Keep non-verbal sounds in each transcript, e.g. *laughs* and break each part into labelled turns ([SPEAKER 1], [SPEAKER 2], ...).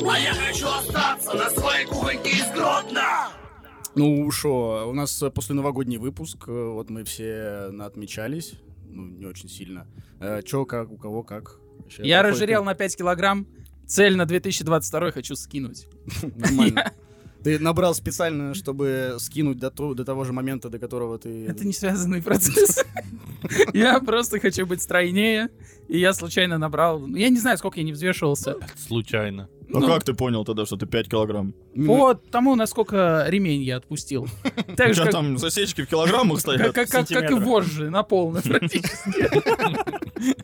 [SPEAKER 1] А я хочу остаться на своей кухоньке из Гродно!
[SPEAKER 2] Ну что, у нас э, посленовогодний выпуск, э, вот мы все отмечались, ну не очень сильно. Э, Чё, как, у кого, как? Вообще,
[SPEAKER 3] Я
[SPEAKER 2] какой
[SPEAKER 3] разжирел на 5 килограмм. Цель на 2022 хочу скинуть.
[SPEAKER 2] ты?
[SPEAKER 3] *laughs*
[SPEAKER 2] Нормально. Ты набрал специально, чтобы скинуть до, то- до того же момента, до которого ты...
[SPEAKER 3] Это не связанный процесс. Я просто хочу быть стройнее. И я случайно набрал... ну, Я не знаю, сколько я не взвешивался.
[SPEAKER 4] Случайно.
[SPEAKER 3] Ну.
[SPEAKER 5] Ну как ты понял тогда, что ты 5 килограмм?
[SPEAKER 2] Ну,
[SPEAKER 3] По тому, насколько ремень я отпустил.
[SPEAKER 5] У
[SPEAKER 3] Так же,
[SPEAKER 5] тебя
[SPEAKER 3] как-
[SPEAKER 5] там засечки в килограммах
[SPEAKER 3] как-
[SPEAKER 5] стоят.
[SPEAKER 3] как- как как и
[SPEAKER 4] сантиметра.
[SPEAKER 3] вожжи, на полную практически.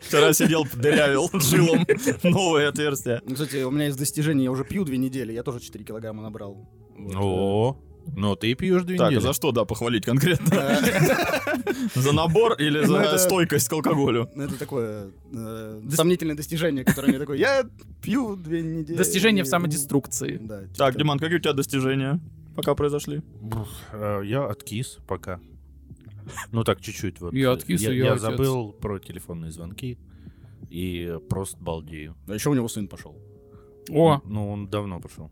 [SPEAKER 5] Вчера сидел, дырявил жилом новые отверстия.
[SPEAKER 2] ну, Кстати, у меня есть достижение, я уже пью две недели, я тоже 4 килограмма набрал. Вот,
[SPEAKER 4] О, ну ты пьешь две
[SPEAKER 5] Так, а
[SPEAKER 4] недели.
[SPEAKER 5] за что, да, похвалить конкретно? *laughs* За набор или
[SPEAKER 2] Ну,
[SPEAKER 5] за
[SPEAKER 2] это-
[SPEAKER 5] стойкость к алкоголю?
[SPEAKER 2] Ну, Это такое э, сомнительное достижение, которое мне такое, я пью две недели.
[SPEAKER 3] Достижение в
[SPEAKER 2] и-
[SPEAKER 3] самодеструкции.
[SPEAKER 2] Да, типа
[SPEAKER 5] Так,
[SPEAKER 2] того.
[SPEAKER 5] Диман, какие у тебя достижения? Пока произошли.
[SPEAKER 4] Бф, э, Я откис пока. Ну так, чуть-чуть вот.
[SPEAKER 3] Я откис, и я
[SPEAKER 4] я
[SPEAKER 3] отец.
[SPEAKER 4] забыл про телефонные звонки. И э, просто балдею.
[SPEAKER 2] А еще у него сын пошел.
[SPEAKER 3] О,
[SPEAKER 4] Ну, он давно пошел.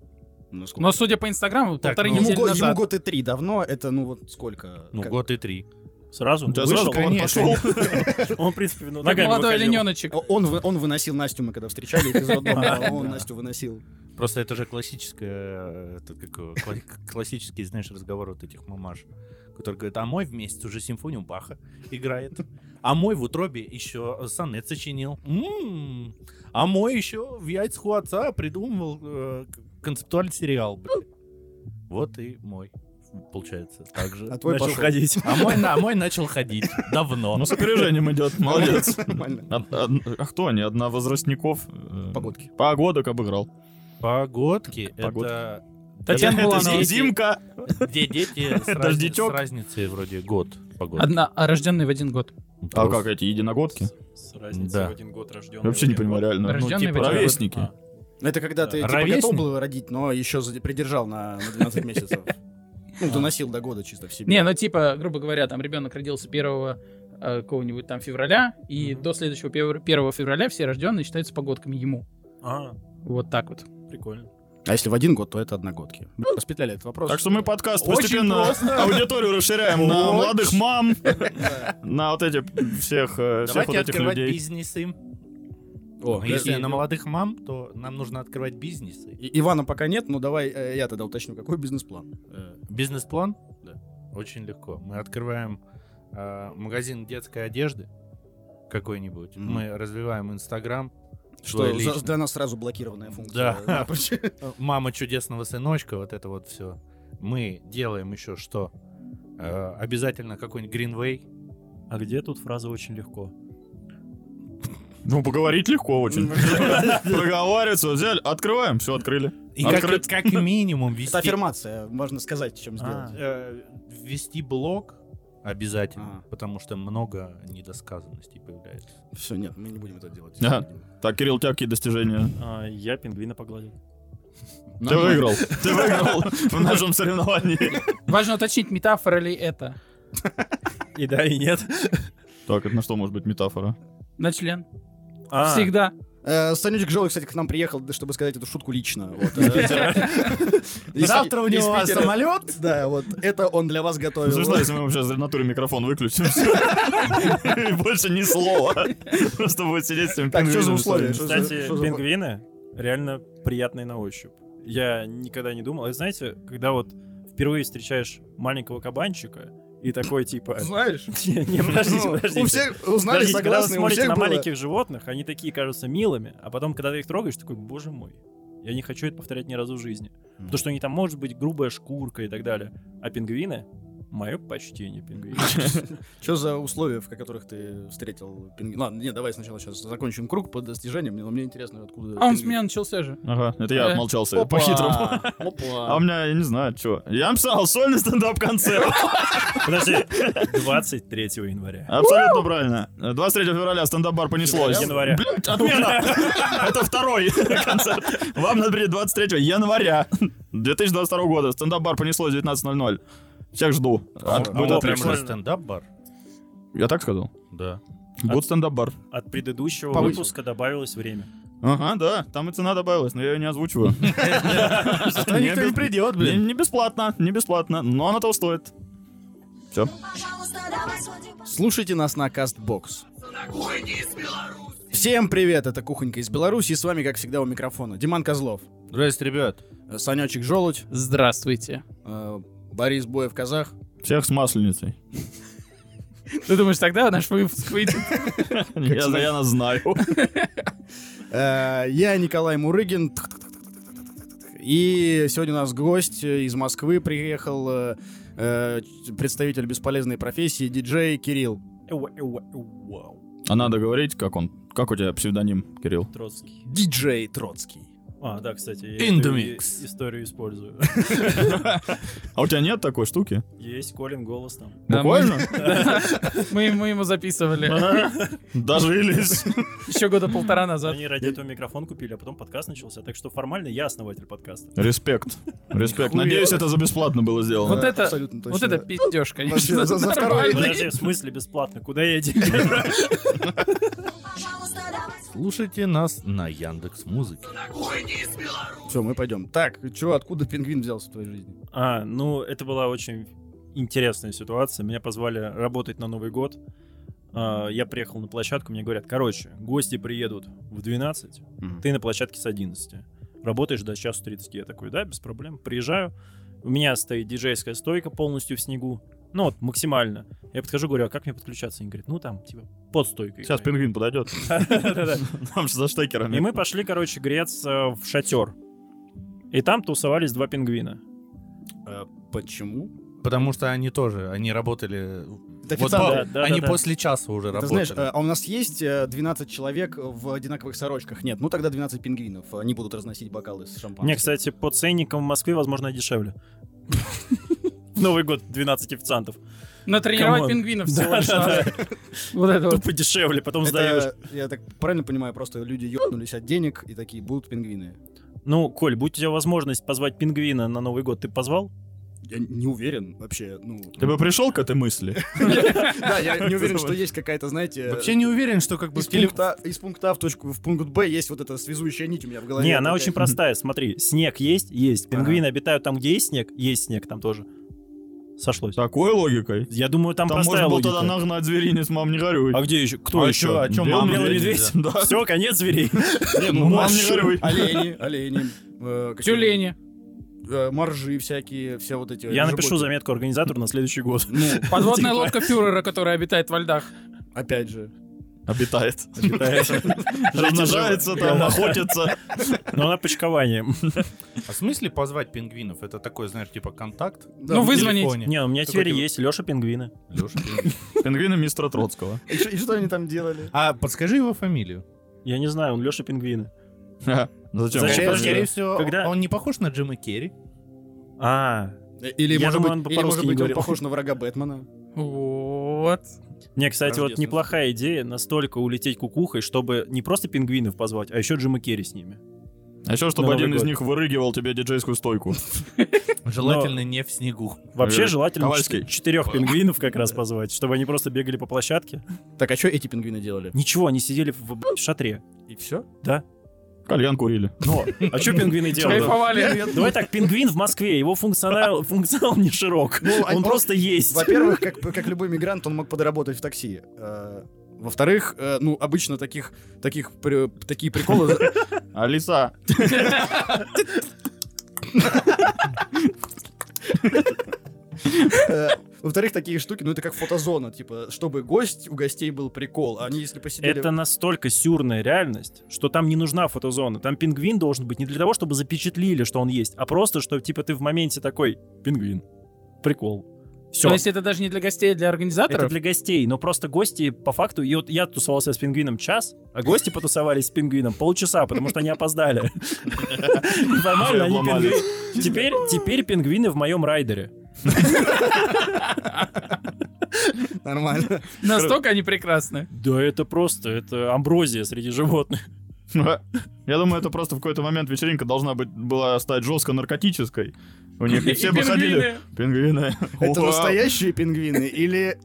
[SPEAKER 2] Насколько-
[SPEAKER 3] но судя по Инстаграму,
[SPEAKER 4] Так,
[SPEAKER 3] полторы
[SPEAKER 4] ну,
[SPEAKER 2] Ему,
[SPEAKER 3] недели
[SPEAKER 2] го- ему
[SPEAKER 3] назад.
[SPEAKER 2] год и три давно, это ну вот сколько?
[SPEAKER 4] Ну,
[SPEAKER 2] Как-
[SPEAKER 4] год и три.
[SPEAKER 6] Сразу?
[SPEAKER 5] У тебя
[SPEAKER 6] Вышел,
[SPEAKER 5] сразу он
[SPEAKER 6] конечно.
[SPEAKER 5] пошел.
[SPEAKER 6] Он, в принципе, ну,
[SPEAKER 3] Как
[SPEAKER 6] ногами
[SPEAKER 3] молодой
[SPEAKER 6] выходил.
[SPEAKER 3] олененочек.
[SPEAKER 2] О- Он, вы- он выносил Настю, мы когда встречали их из роддома, он Настю выносил.
[SPEAKER 4] Просто это же классическое, э, этот, как его, кла- *laughs* классический, знаешь, разговор вот этих мамаш, который говорит, а мой в месяц уже симфонию Баха играет, а мой в утробе еще сонет сочинил, М, а мой еще в яйцах у отца придумывал э, к- концептуальный сериал, блин». Вот и мой, получается, так же.
[SPEAKER 2] А твой
[SPEAKER 6] Начал
[SPEAKER 2] пошел.
[SPEAKER 6] ходить.
[SPEAKER 4] А мой, на- а мой начал ходить давно.
[SPEAKER 5] Ну, с опережением
[SPEAKER 2] *laughs*
[SPEAKER 5] идет, молодец.
[SPEAKER 2] *laughs* Нормально.
[SPEAKER 5] А, а- а кто они? Одна возрастников. э,
[SPEAKER 2] Погодки.
[SPEAKER 5] Погодок обыграл.
[SPEAKER 4] Погодки,
[SPEAKER 5] Погодки.
[SPEAKER 4] это...
[SPEAKER 3] Татьяна
[SPEAKER 4] это
[SPEAKER 5] Это
[SPEAKER 3] Буланова.
[SPEAKER 4] дети-
[SPEAKER 5] зимка.
[SPEAKER 4] Где дети с, раз-
[SPEAKER 5] Дождячок.
[SPEAKER 4] с разницей вроде год. Погодки.
[SPEAKER 3] Одна, рожденный в один год.
[SPEAKER 5] А
[SPEAKER 4] Просто.
[SPEAKER 5] как эти единогодки?
[SPEAKER 6] С разницей
[SPEAKER 4] Да.
[SPEAKER 6] в один год рожденный.
[SPEAKER 5] Вообще не понимаю, реально. Ну,
[SPEAKER 3] Рожденный
[SPEAKER 5] типа
[SPEAKER 3] в один год.
[SPEAKER 5] ровесники.
[SPEAKER 6] А.
[SPEAKER 2] Это когда ты типа,
[SPEAKER 4] Ровесник?
[SPEAKER 2] готов был родить, но еще за- придержал на, на 12 месяцев. Ну, доносил до года чисто в себе.
[SPEAKER 3] Не, ну типа, грубо говоря, там ребенок родился 1 э, какого-нибудь там февраля, и до следующего 1 февраля все рожденные считаются погодками ему.
[SPEAKER 6] А,
[SPEAKER 3] Вот так вот.
[SPEAKER 6] прикольно.
[SPEAKER 2] А если в один год, то это одногодки. Блин, Распетляли этот вопрос.
[SPEAKER 5] Так что мы подкаст
[SPEAKER 2] Очень
[SPEAKER 5] постепенно аудиторию расширяем на
[SPEAKER 2] Очень.
[SPEAKER 5] молодых мам, на вот эти всех, э, всех вот
[SPEAKER 4] Давайте
[SPEAKER 5] этих
[SPEAKER 4] открывать
[SPEAKER 5] людей.
[SPEAKER 4] бизнесы.
[SPEAKER 2] О,
[SPEAKER 4] Ну, Если
[SPEAKER 2] да.
[SPEAKER 4] на молодых мам, то нам нужно открывать бизнесы.
[SPEAKER 2] И- Ивана пока нет, но давай э, я тогда уточню, какой бизнес-план.
[SPEAKER 4] Бизнес-план? Да. Очень легко. Мы открываем э, магазин детской одежды какой-нибудь.
[SPEAKER 2] Мгм.
[SPEAKER 4] Мы развиваем Инстаграм.
[SPEAKER 2] Что за-
[SPEAKER 4] лично.
[SPEAKER 2] для нас сразу блокированная функция.
[SPEAKER 4] Да.
[SPEAKER 2] Вообще.
[SPEAKER 4] Мама чудесного сыночка, вот это вот все. Мы делаем еще что? Э, обязательно какой-нибудь Гринвей.
[SPEAKER 6] А где тут фраза очень легко?
[SPEAKER 5] Ну, поговорить
[SPEAKER 2] *laughs*
[SPEAKER 5] легко *laughs* очень. *laughs* Проговариваться, взяли, открываем, все открыли.
[SPEAKER 4] И как,
[SPEAKER 5] Открыт.
[SPEAKER 4] как
[SPEAKER 2] *laughs*
[SPEAKER 4] минимум
[SPEAKER 2] Это
[SPEAKER 4] вести,
[SPEAKER 2] аффирмация, можно сказать, чем сделать.
[SPEAKER 4] э, вести блог обязательно,
[SPEAKER 6] А.
[SPEAKER 2] Ага.
[SPEAKER 4] потому что много недосказанностей появляется.
[SPEAKER 2] Все, нет, мы не будем это делать.
[SPEAKER 5] Ага. Так, Кирилл, у тебя какие достижения?
[SPEAKER 6] А, я пингвина погладил.
[SPEAKER 2] *laughs*
[SPEAKER 5] Ты выиграл. Ты выиграл в нашем соревновании.
[SPEAKER 3] Важно уточнить, метафора ли это
[SPEAKER 6] И да, и нет.
[SPEAKER 5] Так, это на что может быть метафора?
[SPEAKER 3] на член.
[SPEAKER 6] А,
[SPEAKER 3] Всегда.
[SPEAKER 2] Э, Санечек Желудь, кстати, к нам приехал, да, чтобы сказать эту шутку лично. Вот,
[SPEAKER 4] *laughs*
[SPEAKER 2] э, из-
[SPEAKER 4] Завтра у
[SPEAKER 2] из
[SPEAKER 4] него
[SPEAKER 2] Питера.
[SPEAKER 4] самолет.
[SPEAKER 2] Да, вот это он для вас готовил.
[SPEAKER 5] Слушай, если мы сейчас в натуре микрофон выключим, *laughs* и больше ни слова. Просто будет сидеть с этим
[SPEAKER 2] Так, что за
[SPEAKER 5] пингвином
[SPEAKER 2] условия?
[SPEAKER 5] своим.
[SPEAKER 2] Что за-
[SPEAKER 6] Кстати,
[SPEAKER 2] что за-
[SPEAKER 6] пингвины реально приятные на ощупь. Я никогда не думал. А знаете, когда вот впервые встречаешь маленького кабанчика и такой типа...
[SPEAKER 3] Знаешь?
[SPEAKER 6] *laughs* Не, не, подождите,
[SPEAKER 2] Ну,
[SPEAKER 6] подождите.
[SPEAKER 2] У всех узнали,
[SPEAKER 6] Подождите, когда вы
[SPEAKER 2] согласны, у
[SPEAKER 6] смотрите
[SPEAKER 2] всех
[SPEAKER 6] на
[SPEAKER 2] было.
[SPEAKER 6] маленьких животных, они такие кажутся милыми, а потом, когда ты их трогаешь, такой, боже мой, я не хочу это повторять ни разу в жизни. Потому что у них там может быть грубая шкурка и так далее. А пингвины, мое почтение
[SPEAKER 2] *laughs*
[SPEAKER 6] пингвины.
[SPEAKER 2] Что за условия, в которых ты встретил пингвин? Ладно, нет, давай сначала сейчас закончим круг по достижениям, но мне интересно, откуда...
[SPEAKER 3] А он с
[SPEAKER 2] пингвин.
[SPEAKER 3] меня начался же.
[SPEAKER 5] Ага, это я
[SPEAKER 3] Э,
[SPEAKER 5] отмолчался
[SPEAKER 2] Опа!
[SPEAKER 5] по-хитрому.
[SPEAKER 6] *laughs*
[SPEAKER 5] А у
[SPEAKER 2] Опа.
[SPEAKER 5] меня, я не знаю, что. Я написал сольный стендап-концерт.
[SPEAKER 6] Подожди, 23 января.
[SPEAKER 5] Абсолютно правильно. 23 февраля стендап-бар понеслось.
[SPEAKER 6] Января.
[SPEAKER 5] Блин, отмена! *laughs* Это второй концерт. Вам надо прийти 23 января 2022 года. Стендап-бар понеслось 19.00. Всех жду. От-
[SPEAKER 4] А
[SPEAKER 5] будет
[SPEAKER 4] он
[SPEAKER 5] отлично.
[SPEAKER 4] прям же стендап-бар?
[SPEAKER 5] Я так сказал?
[SPEAKER 4] Да.
[SPEAKER 5] Будет стендап-бар.
[SPEAKER 6] От предыдущего
[SPEAKER 2] Повысил.
[SPEAKER 6] выпуска добавилось время.
[SPEAKER 5] Ага, да, там и цена добавилась, но я ее не озвучиваю.
[SPEAKER 4] Зато никто не придет,
[SPEAKER 5] Не
[SPEAKER 4] блин.
[SPEAKER 5] не бесплатно, не бесплатно, но она того стоит. Все.
[SPEAKER 7] Пожалуйста, давай сходим по
[SPEAKER 2] Слушайте нас на Кастбокс.
[SPEAKER 1] на кухне из Беларуси.
[SPEAKER 2] Всем привет, это Кухонька из Беларуси, и с вами, как всегда, у микрофона Диман Козлов,
[SPEAKER 4] Здрасте, ребят.
[SPEAKER 2] э, Санечек Желудь,
[SPEAKER 3] Здравствуйте.
[SPEAKER 2] э, Борис Боев Казах.
[SPEAKER 5] Всех с масленицей.
[SPEAKER 3] Ты думаешь, тогда наш выпуск выйдет?
[SPEAKER 5] Я за- я нас знаю.
[SPEAKER 2] Э, Я Николай Мурыгин. И сегодня у нас гость э, из Москвы приехал, э, э, представитель бесполезной профессии, диджей Кирилл.
[SPEAKER 6] Эуа, эуа, эуау.
[SPEAKER 5] А надо говорить, как он? Как у тебя псевдоним, Кирилл?
[SPEAKER 6] Троцкий.
[SPEAKER 2] Диджей Троцкий.
[SPEAKER 6] А, да, кстати, я
[SPEAKER 4] In the
[SPEAKER 6] эту
[SPEAKER 4] mix.
[SPEAKER 6] и- историю использую.
[SPEAKER 5] А у тебя нет такой штуки?
[SPEAKER 6] Есть Колин голос там.
[SPEAKER 3] Да,
[SPEAKER 5] Буквально?
[SPEAKER 3] Мы, мы ему записывали
[SPEAKER 5] Дожились.
[SPEAKER 3] еще года полтора назад.
[SPEAKER 6] Они ради этого микрофон купили, а потом подкаст начался. Так что формально я основатель подкаста.
[SPEAKER 5] Респект. Респект. Надеюсь, это за бесплатно было сделано.
[SPEAKER 3] Вот это,
[SPEAKER 2] Абсолютно точно.
[SPEAKER 3] вот это пиздеж, конечно.
[SPEAKER 2] Вообще, за- за второй.
[SPEAKER 3] Нормальный.
[SPEAKER 6] Подожди, в смысле бесплатно? Куда *laughs* я деньги?
[SPEAKER 7] Пожалуйста, давай сходим
[SPEAKER 4] Слушайте нас на Яндекс Музыке.
[SPEAKER 2] Все, мы пойдем. Так, чё, откуда пингвин взялся в твоей жизни?
[SPEAKER 6] А, ну, это была очень интересная ситуация. Меня позвали работать на Новый год. А, Я приехал на площадку, мне говорят, короче, гости приедут в 12, ты на площадке с 11. Работаешь до часу 30. Я такой, да, без проблем. Приезжаю, у меня стоит диджейская стойка полностью в снегу. Ну вот, максимально. Я подхожу, говорю, а как мне подключаться? Они говорят, ну там, типа, под стойкой.
[SPEAKER 5] Сейчас пингвин подойдет.
[SPEAKER 6] *laughs* Да-да-да.
[SPEAKER 5] Там же за штекерами.
[SPEAKER 6] И мы пошли, короче, греться в шатер. И там тусовались два пингвина.
[SPEAKER 2] Почему?
[SPEAKER 4] Потому что они тоже, они работали...
[SPEAKER 2] Это
[SPEAKER 4] Вот
[SPEAKER 2] официанты.
[SPEAKER 4] по-
[SPEAKER 6] Да, да,
[SPEAKER 4] они
[SPEAKER 6] да, да.
[SPEAKER 4] после часа уже
[SPEAKER 2] Ты
[SPEAKER 4] работали.
[SPEAKER 2] знаешь, э, а у нас есть э, 12 человек в одинаковых сорочках? Нет, ну тогда 12 пингвинов. Они будут разносить бокалы с шампанским.
[SPEAKER 6] Мне, кстати, по ценникам в Москве, возможно, и дешевле. В Новый год 12 официантов.
[SPEAKER 3] Натренировать
[SPEAKER 6] Камон.
[SPEAKER 3] пингвинов всего лишь
[SPEAKER 6] Да-да-да.
[SPEAKER 3] надо. Вот это вот.
[SPEAKER 6] Тупо дешевле, потом сдаешь.
[SPEAKER 2] Это, я так правильно понимаю, просто люди ёбнулись от денег и такие, будут пингвины.
[SPEAKER 6] Ну, Коль, будь у тебя возможность позвать пингвина на Новый год, ты б позвал?
[SPEAKER 2] Я не уверен вообще, ну...
[SPEAKER 5] Ты бы пришел к этой мысли?
[SPEAKER 2] Да, я не уверен, что есть какая-то, знаете...
[SPEAKER 4] Вообще не уверен, что как бы...
[SPEAKER 2] из
[SPEAKER 4] в теле-
[SPEAKER 2] пункта, из пункта А в точку в пункт Б есть вот эта связующая нить у меня в голове.
[SPEAKER 6] Не, она
[SPEAKER 2] Такая- «Ну,
[SPEAKER 6] очень простая. Смотри, снег есть? Есть. Пингвины обитают там, где есть снег? Есть снег там тоже. Сошлось.
[SPEAKER 5] Такой логикой.
[SPEAKER 6] Я думаю, там
[SPEAKER 5] Там можно
[SPEAKER 6] простая
[SPEAKER 5] было
[SPEAKER 6] логика.
[SPEAKER 5] тогда нагнать зверинец, мам, не горюй.
[SPEAKER 6] А где еще? Кто
[SPEAKER 5] А
[SPEAKER 6] еще?
[SPEAKER 5] чё, а чё,
[SPEAKER 6] Белый
[SPEAKER 5] мам,
[SPEAKER 6] белый
[SPEAKER 5] медведь,
[SPEAKER 6] медведь?
[SPEAKER 5] да.
[SPEAKER 6] Все, конец зверей.
[SPEAKER 5] Не, ну, мам, не
[SPEAKER 6] Машу.
[SPEAKER 5] горюй.
[SPEAKER 2] Олени, олени. э, какие-
[SPEAKER 3] Тюлени.
[SPEAKER 2] э, Моржи всякие, все вот эти.
[SPEAKER 6] Я напишу
[SPEAKER 2] животные.
[SPEAKER 6] заметку организатору на следующий год.
[SPEAKER 2] Ну,
[SPEAKER 6] Типа.
[SPEAKER 3] Подводная лодка фюрера, которая обитает во льдах.
[SPEAKER 2] опять же.
[SPEAKER 5] Обитает.
[SPEAKER 6] Размножается
[SPEAKER 5] Размножается там, охотится.
[SPEAKER 6] Но она почкованием.
[SPEAKER 4] А в смысле позвать пингвинов? Это такой, знаешь, типа контакт?
[SPEAKER 2] Да,
[SPEAKER 3] ну,
[SPEAKER 2] в
[SPEAKER 3] вызвонить.
[SPEAKER 6] *laughs*
[SPEAKER 4] телефоне.
[SPEAKER 6] Не, у меня
[SPEAKER 4] Такой
[SPEAKER 6] теперь
[SPEAKER 4] типа-
[SPEAKER 6] есть Леша пингвины.
[SPEAKER 4] Лёша, пингвин.
[SPEAKER 5] Пингвины мистера Троцкого.
[SPEAKER 2] И что- и что они там делали?
[SPEAKER 4] А подскажи его фамилию.
[SPEAKER 6] Я не знаю, он Леша пингвины.
[SPEAKER 5] Ха, Зачем?
[SPEAKER 6] Зачем?
[SPEAKER 4] Скорее-
[SPEAKER 5] Подожди.
[SPEAKER 4] Скорее всего,
[SPEAKER 6] Когда-
[SPEAKER 4] он не похож на Джима Керри.
[SPEAKER 6] А,
[SPEAKER 2] Или,
[SPEAKER 6] Я
[SPEAKER 2] может
[SPEAKER 6] думаю, он
[SPEAKER 2] быть, или,
[SPEAKER 6] по-русски
[SPEAKER 2] может
[SPEAKER 6] не
[SPEAKER 2] быть, он
[SPEAKER 6] говорил.
[SPEAKER 2] похож на врага Бэтмена.
[SPEAKER 3] Вот.
[SPEAKER 6] не, кстати, вот
[SPEAKER 2] Рождественский.
[SPEAKER 6] неплохая идея настолько улететь кукухой, чтобы не просто пингвинов позвать, а еще Джима Керри с ними.
[SPEAKER 5] А еще, чтобы
[SPEAKER 6] На Новый
[SPEAKER 5] один из
[SPEAKER 6] год.
[SPEAKER 5] них вырыгивал тебе диджейскую стойку.
[SPEAKER 4] Желательно не в снегу.
[SPEAKER 6] Вообще
[SPEAKER 5] Э,
[SPEAKER 6] желательно
[SPEAKER 5] Ковальский.
[SPEAKER 6] четырех пингвинов как раз позвать, чтобы они просто бегали по площадке.
[SPEAKER 2] Так, а что эти пингвины делали?
[SPEAKER 6] Ничего, они сидели в б***ь, шатре.
[SPEAKER 2] И все?
[SPEAKER 5] Кальян курили.
[SPEAKER 6] Но, а что пингвины делают?
[SPEAKER 3] Кайфовали.
[SPEAKER 6] Давай так, пингвин в Москве, его функционал, функционал не широк.
[SPEAKER 2] Ну, они-
[SPEAKER 6] он просто есть.
[SPEAKER 2] Во-первых, как, как любой мигрант, он мог подработать в такси. Э, Во-вторых, э, ну, обычно таких, таких, при- такие приколы... за-
[SPEAKER 5] Алиса.
[SPEAKER 2] э, Во-вторых, такие штуки, ну, это как фотозона, типа, чтобы гость, у гостей был прикол, а они, если посидели...
[SPEAKER 6] Это настолько сюрная реальность, что там не нужна фотозона. Там пингвин должен быть не для того, чтобы запечатлили, что он есть, а просто, что типа ты в моменте такой пингвин. Прикол. Все.
[SPEAKER 3] То есть это даже не для гостей, а для
[SPEAKER 6] Это
[SPEAKER 3] организаторов?
[SPEAKER 6] для гостей, но просто гости по факту... И вот я тусовался с пингвином час, а гости потусовались с пингвином полчаса, потому что они опоздали. *laughs* И Формально они
[SPEAKER 5] Обломались.
[SPEAKER 6] пингви- Теперь, теперь пингвины в моем райдере.
[SPEAKER 2] Нормально. *laughs*
[SPEAKER 3] Настолько они прекрасны.
[SPEAKER 6] Да это просто, это амброзия среди животных.
[SPEAKER 5] Ха. *laughs* Я думаю, это просто в какой-то момент вечеринка должна быть была стать жестко наркотической. У них и все бы ходили. Пингвины.
[SPEAKER 2] Это
[SPEAKER 5] Уа.
[SPEAKER 2] настоящие пингвины или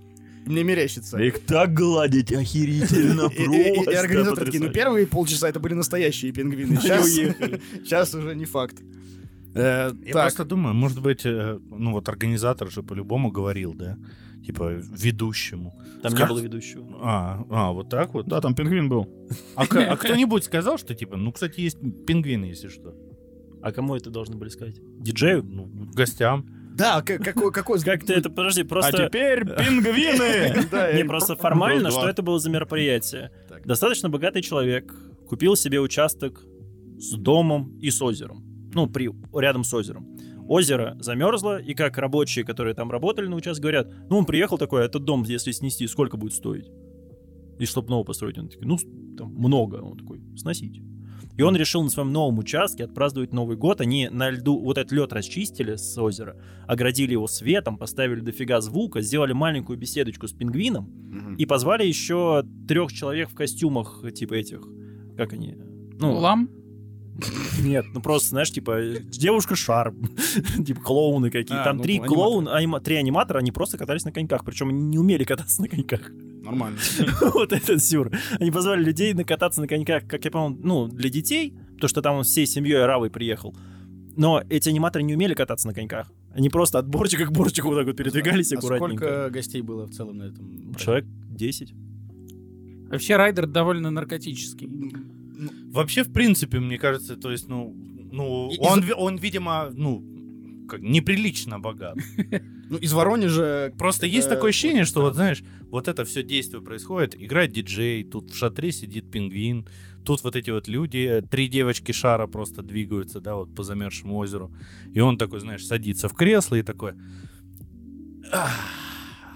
[SPEAKER 2] мне мерещится.
[SPEAKER 5] Их так гладить охерительно
[SPEAKER 2] *laughs* И- и- и- и
[SPEAKER 5] просто
[SPEAKER 2] организаторы такие, ну
[SPEAKER 5] потрясающе.
[SPEAKER 2] первые полчаса это были настоящие пингвины. *laughs* Сейчас уже не факт. Э,
[SPEAKER 4] Я
[SPEAKER 2] так,
[SPEAKER 4] просто думаю, может быть, э, ну вот организатор же по-любому говорил, да? Типа ведущему.
[SPEAKER 6] Там не
[SPEAKER 4] Скажешь?
[SPEAKER 6] было ведущего.
[SPEAKER 4] А, а, вот так вот.
[SPEAKER 5] Да, там пингвин был.
[SPEAKER 4] А, к- а кто-нибудь сказал, что типа, ну, кстати, есть пингвины, если что.
[SPEAKER 6] А кому это должны были сказать? Диджею?
[SPEAKER 4] Ну, гостям.
[SPEAKER 2] Да, к- какой... какой-
[SPEAKER 6] Как ты это, подожди,
[SPEAKER 5] А
[SPEAKER 6] просто...
[SPEAKER 2] *laughs*
[SPEAKER 5] теперь пингвины!
[SPEAKER 2] *laughs* Да,
[SPEAKER 6] Не,
[SPEAKER 2] я-
[SPEAKER 6] просто формально,
[SPEAKER 5] Было два.
[SPEAKER 6] что это было за мероприятие.
[SPEAKER 2] Так.
[SPEAKER 6] Достаточно богатый человек купил себе участок с домом и с озером. Ну, при, рядом с озером. Озеро замерзло, и как рабочие, которые там работали на участке, говорят, ну, он приехал такой, а этот дом, если снести, сколько будет стоить? И чтоб нового построить, он такой, ну, с- там много. Он такой, сносить. И он решил на своем новом участке отпраздновать Новый год. Они на льду вот этот лед расчистили с озера, оградили его светом, поставили дофига звука, сделали маленькую беседочку с пингвином,
[SPEAKER 2] Мгм.
[SPEAKER 6] и позвали еще трех человек в костюмах, типа этих. Как они? Ну,
[SPEAKER 3] Улам?
[SPEAKER 6] нет, ну просто, знаешь, типа, девушка-шар, *laughs* типа клоуны какие.
[SPEAKER 2] А,
[SPEAKER 6] Там
[SPEAKER 2] ну,
[SPEAKER 6] три
[SPEAKER 2] аниматоры.
[SPEAKER 6] клоуна, анима- три аниматора, они просто катались на коньках, причем они не умели кататься на коньках.
[SPEAKER 2] Нормально.
[SPEAKER 6] *laughs* Вот этот сюр. Они позвали людей накататься на коньках, как я помню, ну, для детей, потому что там он всей семьей Равой приехал. Но эти аниматоры не умели кататься на коньках. Они просто от борчика к борчику вот так вот передвигались
[SPEAKER 2] А
[SPEAKER 6] аккуратненько.
[SPEAKER 2] сколько гостей было в целом на этом?
[SPEAKER 6] Человек
[SPEAKER 2] *laughs*
[SPEAKER 6] 10.
[SPEAKER 3] Вообще райдер довольно наркотический.
[SPEAKER 4] Вообще, в принципе, мне кажется, то есть, ну, ну,
[SPEAKER 2] И-
[SPEAKER 4] он, ви- он, видимо, ну, как, неприлично богат.
[SPEAKER 2] Ну, из Воронежа...
[SPEAKER 4] Просто есть
[SPEAKER 2] Это
[SPEAKER 4] такое ощущение, что вот знаешь, вот это все действие происходит, играет диджей, тут в шатре сидит пингвин, тут вот эти вот люди, э, три девочки шара просто двигаются, да, вот по замерзшему озеру, и он такой, знаешь, садится в кресло и такой, «Ах,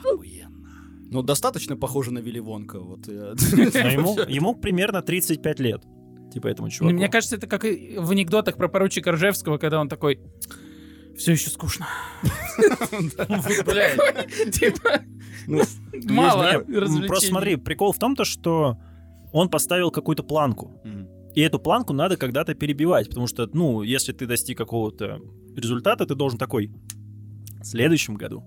[SPEAKER 4] охуенно».
[SPEAKER 2] Ну, достаточно похоже на Вилли Вонка. Вот, *laughs* э,
[SPEAKER 6] Но ему, ему примерно 35 лет. Типа этому
[SPEAKER 3] Ну,
[SPEAKER 6] чуваку.
[SPEAKER 3] Мне кажется, это как и в анекдотах про поручика Ржевского, когда он такой... Все еще скучно.
[SPEAKER 6] *laughs*
[SPEAKER 4] Ну,
[SPEAKER 3] Типа,
[SPEAKER 2] Ну,
[SPEAKER 3] мало
[SPEAKER 6] Нет, м, Просто смотри, прикол в том-то, что он поставил какую-то планку.
[SPEAKER 2] Мгм.
[SPEAKER 6] И эту планку надо когда-то перебивать, потому что, ну, если ты достиг какого-то результата, ты должен такой в следующем году.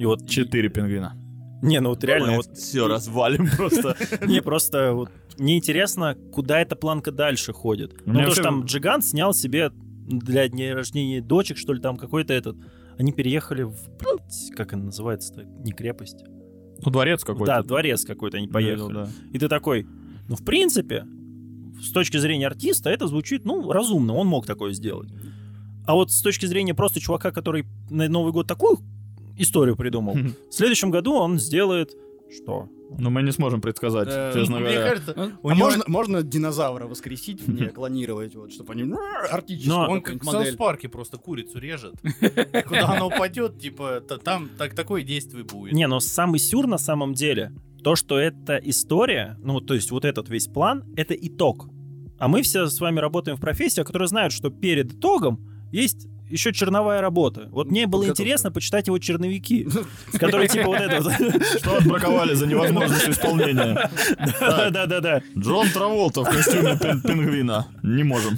[SPEAKER 6] И вот...
[SPEAKER 5] Четыре пингвина.
[SPEAKER 6] Не, ну вот реально, вот...
[SPEAKER 5] все развалим *laughs* просто.
[SPEAKER 6] Не, просто вот... Мне интересно, куда эта планка дальше ходит. Ну,
[SPEAKER 5] меня
[SPEAKER 6] потому что
[SPEAKER 5] вообще-
[SPEAKER 6] там Джиган снял себе для дня рождения дочек, что ли, там какой-то этот... Они переехали в... блядь, Как она называется-то? Не крепость.
[SPEAKER 5] Ну, дворец какой-то.
[SPEAKER 6] Да, дворец какой-то они
[SPEAKER 5] Да,
[SPEAKER 6] поехали.
[SPEAKER 5] да. *laughs*
[SPEAKER 6] И ты такой, ну, в принципе, с точки зрения артиста это звучит, ну, разумно, он мог такое сделать. А вот с точки зрения просто чувака, который на Новый год такую историю придумал,
[SPEAKER 5] Хм.
[SPEAKER 6] в следующем году он сделает что?
[SPEAKER 5] Но Ну, мы не сможем предсказать,
[SPEAKER 2] Э,
[SPEAKER 5] честно
[SPEAKER 4] Мне
[SPEAKER 5] говоря.
[SPEAKER 4] кажется,
[SPEAKER 3] А
[SPEAKER 4] у
[SPEAKER 2] а
[SPEAKER 4] него-
[SPEAKER 2] можно, можно динозавра
[SPEAKER 4] *laughs*
[SPEAKER 2] воскресить, не клонировать, вот, чтобы они артически
[SPEAKER 6] Но
[SPEAKER 4] он
[SPEAKER 2] какую-нибудь
[SPEAKER 4] как в Саус Парке просто курицу режет. И Куда она упадет, типа, та- там так, такое действие будет.
[SPEAKER 6] Не, но самый сюр на самом деле, то, что эта история, ну, то есть вот этот весь план, это итог. А мы все с вами работаем в профессиях, которые знают, что перед итогом есть еще черновая работа. Вот мне было
[SPEAKER 2] Подготовка.
[SPEAKER 6] интересно почитать его черновики, которые типа вот это вот.
[SPEAKER 5] Что отбраковали за
[SPEAKER 6] *laughs*
[SPEAKER 5] невозможность исполнения?
[SPEAKER 6] Да-да-да.
[SPEAKER 5] Джон Траволта в костюме пин- пингвина. Не можем.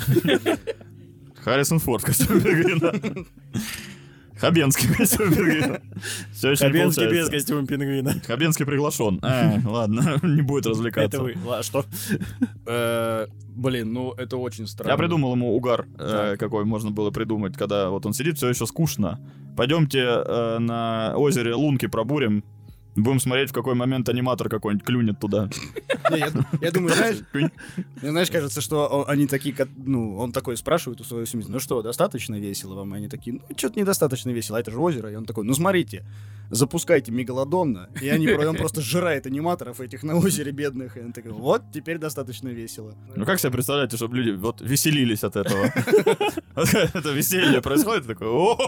[SPEAKER 5] Харрисон Форд в костюме пингвина. Хабенский в костюме пингвина. Все еще не
[SPEAKER 6] Хабенский без
[SPEAKER 5] получается.
[SPEAKER 6] костюма пингвина.
[SPEAKER 5] Хабенский приглашен. А, ладно, *laughs* не будет развлекаться.
[SPEAKER 6] Это вы. А что?
[SPEAKER 2] Э, Блин, ну это очень странно.
[SPEAKER 5] Я придумал ему угар, э, какой можно было придумать, когда вот он сидит, все еще скучно. Пойдемте э, на озере лунки пробурим. Будем смотреть, в какой момент аниматор какой-нибудь клюнет туда.
[SPEAKER 2] Не, Я я думаю, знаешь, мне, знаешь, кажется, что о- они такие, как- ну, он такой спрашивает у своего семьи, ну что, достаточно весело вам? И они такие, ну, что-то недостаточно весело, а это же озеро. И он такой, ну, смотрите, запускайте мегалодонна. И они, про- он просто жрает аниматоров этих на озере бедных. И он такой, вот, теперь достаточно весело.
[SPEAKER 5] Ну как себе представляете, чтобы люди вот веселились от этого? *laughs* Это веселье происходит, такое, ох,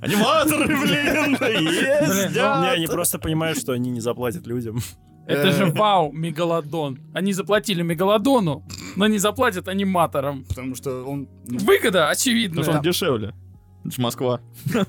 [SPEAKER 5] аниматоры, блин,
[SPEAKER 6] Ну, Не,
[SPEAKER 5] ездят.
[SPEAKER 6] они просто понимают, что они не заплатят людям.
[SPEAKER 3] Это
[SPEAKER 6] Э.
[SPEAKER 3] же вау, мегалодон. Они заплатили мегалодону, но не заплатят аниматорам.
[SPEAKER 2] Потому что он... ну,
[SPEAKER 3] Выгода, очевидно.
[SPEAKER 5] Потому что он дешевле. Это ж Москва.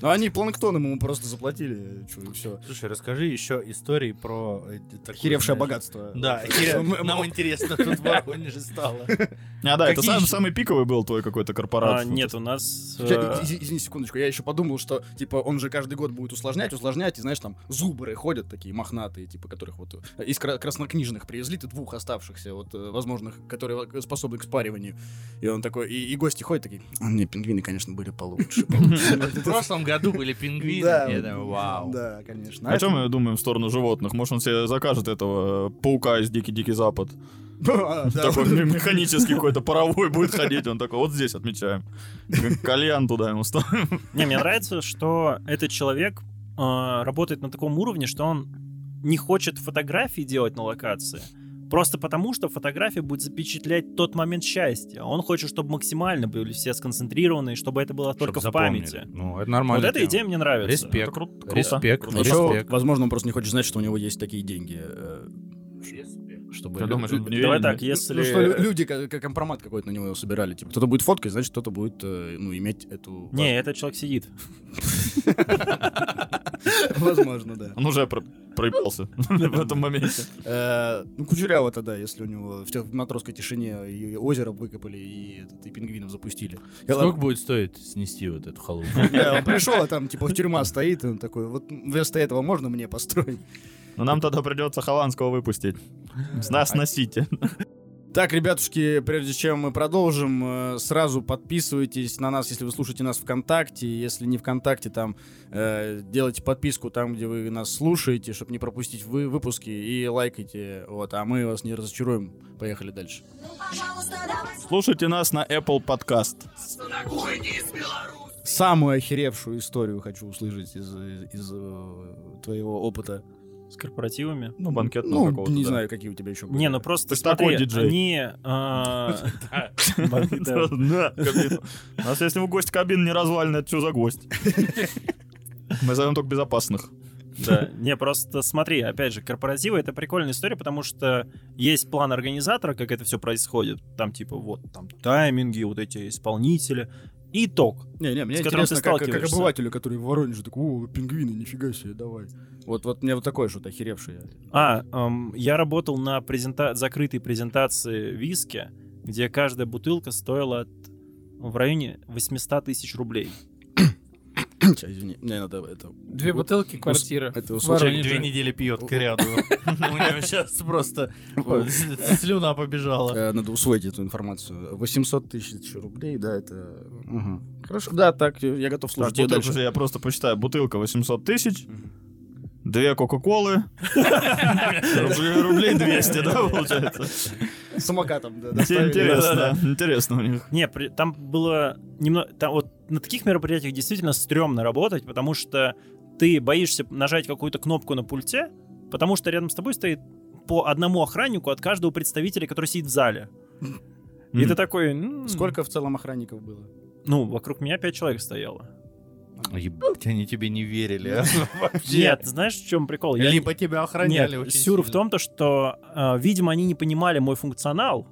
[SPEAKER 2] Ну, они планктоном ему просто заплатили, чё, и все.
[SPEAKER 4] Слушай, расскажи еще истории про... э, такую,
[SPEAKER 2] Охеревшее
[SPEAKER 4] знаешь-
[SPEAKER 2] богатство.
[SPEAKER 4] Да,
[SPEAKER 2] Что мы-
[SPEAKER 4] охере- нам интересно, тут в Воронеже стало.
[SPEAKER 5] А, да, это
[SPEAKER 4] Какие
[SPEAKER 5] сам-
[SPEAKER 4] еще-
[SPEAKER 5] самый пиковый был твой какой-то корпорат.
[SPEAKER 6] А, Нет, у нас... э,
[SPEAKER 2] Я- из- из- Извини, секундочку, я еще подумал, что, типа, он же каждый год будет усложнять, усложнять, и, знаешь, там зубры ходят такие мохнатые, типа, которых вот э, из кра- краснокнижных привезли, ты двух оставшихся, вот, э, возможных, которые во- способны к спариванию. И он такой, и, и гости ходят такие, «А, не, пингвины, конечно, были
[SPEAKER 4] *laughs*
[SPEAKER 2] получше.
[SPEAKER 4] В прошлом году были пингвины.
[SPEAKER 2] Да,
[SPEAKER 4] Я думаю, вау.
[SPEAKER 2] Да, конечно. А
[SPEAKER 5] А О чем мы думаем в сторону животных? Может, он себе закажет этого э, паука из Дикий-Дикий Запад?
[SPEAKER 2] *laughs* А, да.
[SPEAKER 5] Такой м- механический какой-то паровой будет ходить. Он такой, вот здесь отмечаем. Кальян туда ему ставим.
[SPEAKER 6] Не, мне нравится, что этот человек э, работает на таком уровне, что он не хочет фотографии делать на локации. Просто потому, что фотография будет запечатлять тот момент счастья. Он хочет, чтобы максимально были все сконцентрированы, и чтобы это было только в памяти.
[SPEAKER 4] Ну, это
[SPEAKER 6] Вот
[SPEAKER 4] нормально.
[SPEAKER 6] эта идея мне нравится.
[SPEAKER 4] Респект.
[SPEAKER 5] круто.
[SPEAKER 4] Респект.
[SPEAKER 2] Ещё, возможно, он просто не хочет знать, что у него есть такие деньги. э,
[SPEAKER 4] Чтобы
[SPEAKER 5] Я думаю, что это
[SPEAKER 6] Давай
[SPEAKER 5] нереально.
[SPEAKER 6] так,
[SPEAKER 2] Ну, что лю-
[SPEAKER 6] если...
[SPEAKER 2] люди как как компромат какой-то на него собирали. Типа, кто-то будет фоткать, значит, кто-то будет, э, ну, иметь эту...
[SPEAKER 6] *laughs* Не, этот человек сидит.
[SPEAKER 2] *laughs* Возможно, да.
[SPEAKER 5] Он уже про- проебался *laughs* в этом моменте.
[SPEAKER 2] Э, Ну, Кучеряво тогда, если у него в те- в матросской тишине и озеро выкопали, и этот, и пингвинов запустили. Я
[SPEAKER 4] Сколько
[SPEAKER 2] ладно, *laughs*
[SPEAKER 4] будет стоить снести вот
[SPEAKER 6] *laughs*
[SPEAKER 4] эту халупу?
[SPEAKER 2] я- Он пришел, а там, типа, тюрьма стоит, и он такой, вот вместо этого можно мне построить?
[SPEAKER 5] Но нам тогда придется Хованского выпустить. С
[SPEAKER 6] А-
[SPEAKER 5] нас носите.
[SPEAKER 2] Так, ребятушки, прежде чем мы продолжим, э, сразу подписывайтесь на нас, если вы слушаете нас ВКонтакте. Если не ВКонтакте, там э, делайте подписку там, где вы нас слушаете, чтобы не пропустить вы выпуски и лайкайте. Вот, а мы вас не разочаруем. Поехали дальше.
[SPEAKER 7] Ну, пожалуйста, давай
[SPEAKER 5] Слушайте нас на Apple Podcast.
[SPEAKER 2] Самую охеревшую историю хочу услышать из, из, э, твоего опыта.
[SPEAKER 6] С корпоративами.
[SPEAKER 5] Ну, банкет
[SPEAKER 2] ну,
[SPEAKER 5] какого-то.
[SPEAKER 2] не
[SPEAKER 5] да.
[SPEAKER 2] знаю, какие у тебя еще были.
[SPEAKER 6] Не, ну просто
[SPEAKER 5] Ты ж такой
[SPEAKER 6] смотри,
[SPEAKER 5] диджей.
[SPEAKER 6] они... э, да,
[SPEAKER 5] *laughs*
[SPEAKER 6] да.
[SPEAKER 5] Сразу на, кабину. У нас, если вы гость кабин не развален, это что за гость? Мы зовем только безопасных.
[SPEAKER 6] Да, не, просто смотри, опять же, корпоративы — это прикольная история, потому что есть план организатора, как это все происходит. Там типа вот, там тайминги, вот эти исполнители. И итог.
[SPEAKER 2] Не, не, мне
[SPEAKER 6] с которым ты
[SPEAKER 2] интересно, как, как
[SPEAKER 6] сталкиваешься.
[SPEAKER 2] обывателю, который в Воронеже такой, о, пингвины, нифига себе, давай. Вот, вот мне вот такое что-то охеревшее.
[SPEAKER 6] А, эм, я работал на презента- закрытой презентации виски, где каждая бутылка стоила от- в районе 800 тысяч рублей.
[SPEAKER 2] Сейчас, извини, мне надо это...
[SPEAKER 3] Две бутылки, квартира.
[SPEAKER 2] Это
[SPEAKER 3] В
[SPEAKER 2] случайно
[SPEAKER 4] Человек две
[SPEAKER 3] Воронеже.
[SPEAKER 4] недели пьет
[SPEAKER 6] *laughs*
[SPEAKER 4] к ряду. У него сейчас просто с- слюна побежала.
[SPEAKER 2] Э, Надо усвоить эту информацию. 800 тысяч рублей, да, это... Мгм. Хорошо, да, так, я- я готов
[SPEAKER 5] Так,
[SPEAKER 2] слушать. тебя
[SPEAKER 5] бутылка,
[SPEAKER 2] дальше.
[SPEAKER 5] я просто посчитаю. Бутылка 800 тысяч, две Кока-Колы, рублей рублей 200, да, получается?
[SPEAKER 2] Самокатом, да.
[SPEAKER 5] Все
[SPEAKER 2] доставили.
[SPEAKER 5] интересно, интересно у них.
[SPEAKER 6] Не, при- там было немного... Там вот на таких мероприятиях действительно стрёмно работать, потому что ты боишься нажать какую-то кнопку на пульте, потому что рядом с тобой стоит по одному охраннику от каждого представителя, который сидит в зале. И
[SPEAKER 5] Мгм.
[SPEAKER 6] ты такой... «М,
[SPEAKER 2] Сколько в целом охранников было?
[SPEAKER 6] Ну, вокруг меня пять человек стояло.
[SPEAKER 4] Ебать, они тебе не верили. а? Вообще.
[SPEAKER 6] Нет, знаешь, в чем прикол? Я-
[SPEAKER 4] Либо тебя охраняли
[SPEAKER 6] Нет,
[SPEAKER 4] очень
[SPEAKER 6] сюр в
[SPEAKER 4] сильно.
[SPEAKER 6] том, то, что, э, видимо, они не понимали мой функционал,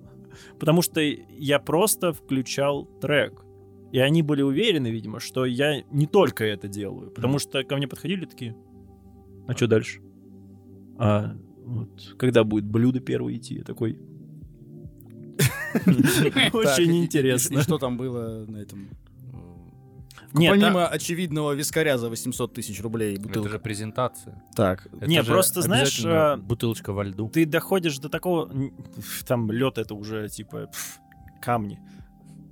[SPEAKER 6] потому что я просто включал трек. И они были уверены, видимо, что я не только это делаю, потому что ко мне подходили такие, а что дальше? А вот когда будет блюдо первое идти? Я
[SPEAKER 4] *laughs*
[SPEAKER 6] такой...
[SPEAKER 2] Так, и-
[SPEAKER 6] Очень
[SPEAKER 2] и-
[SPEAKER 4] *laughs*
[SPEAKER 2] и- и
[SPEAKER 6] интересно.
[SPEAKER 2] что там было на этом?
[SPEAKER 6] Нет, а
[SPEAKER 2] Помимо очевидного вискаря за 800 тысяч рублей и
[SPEAKER 4] Это же
[SPEAKER 2] бутылка.
[SPEAKER 4] презентация.
[SPEAKER 2] Так,
[SPEAKER 4] Это
[SPEAKER 6] Не,
[SPEAKER 4] же
[SPEAKER 6] просто, знаешь,
[SPEAKER 4] обязательно
[SPEAKER 6] а,
[SPEAKER 4] бутылочка во льду.
[SPEAKER 6] ты доходишь до такого... н- Там лед это уже типа пф, камни.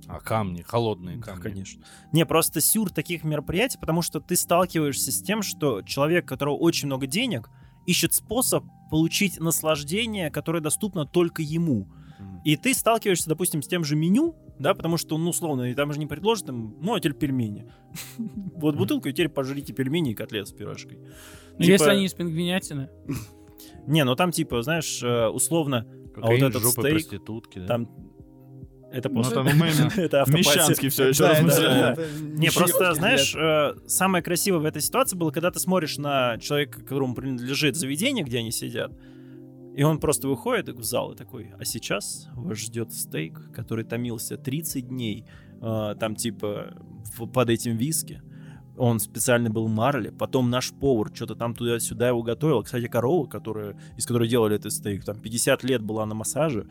[SPEAKER 4] А камни, холодные
[SPEAKER 6] Да,
[SPEAKER 4] камни.
[SPEAKER 6] конечно. Не, просто сюр таких мероприятий, потому что ты сталкиваешься с тем, что человек, у которого очень много денег, ищет способ получить наслаждение, которое доступно только ему.
[SPEAKER 2] Мгм.
[SPEAKER 6] И ты сталкиваешься, допустим, с тем же меню, да, потому что, ну, условно, и там же не предложат, там, ну, а теперь пельмени. *laughs* Вот бутылку, и теперь пожрите пельмени и котлет с пирожкой.
[SPEAKER 3] Ну, Если
[SPEAKER 6] Типа,
[SPEAKER 3] они из пингвинятины.
[SPEAKER 6] Не, ну там, типа, знаешь, э, условно,
[SPEAKER 4] Кокаин,
[SPEAKER 6] а вот этот
[SPEAKER 4] жопы
[SPEAKER 6] стейк,
[SPEAKER 4] проститутки. да?
[SPEAKER 6] там... Это
[SPEAKER 5] Ну,
[SPEAKER 6] после.
[SPEAKER 5] там мы-
[SPEAKER 6] *laughs* Это автопати.
[SPEAKER 5] Мещанский все еще
[SPEAKER 6] Да,
[SPEAKER 5] раз
[SPEAKER 6] да,
[SPEAKER 5] мысляем.
[SPEAKER 6] да. Не,
[SPEAKER 2] Не,
[SPEAKER 6] просто, знаешь, э, самое красивое в этой ситуации было, когда ты смотришь на человека, которому принадлежит заведение, где они сидят, и он просто выходит в зал и такой, а сейчас вас ждет стейк, который томился 30 дней, э, там типа в- под этим виски. Он специально был марли. Потом наш повар что-то там туда-сюда его готовил. Кстати, корова, которая, из которой делали этот стейк, там 50 лет была на массаже.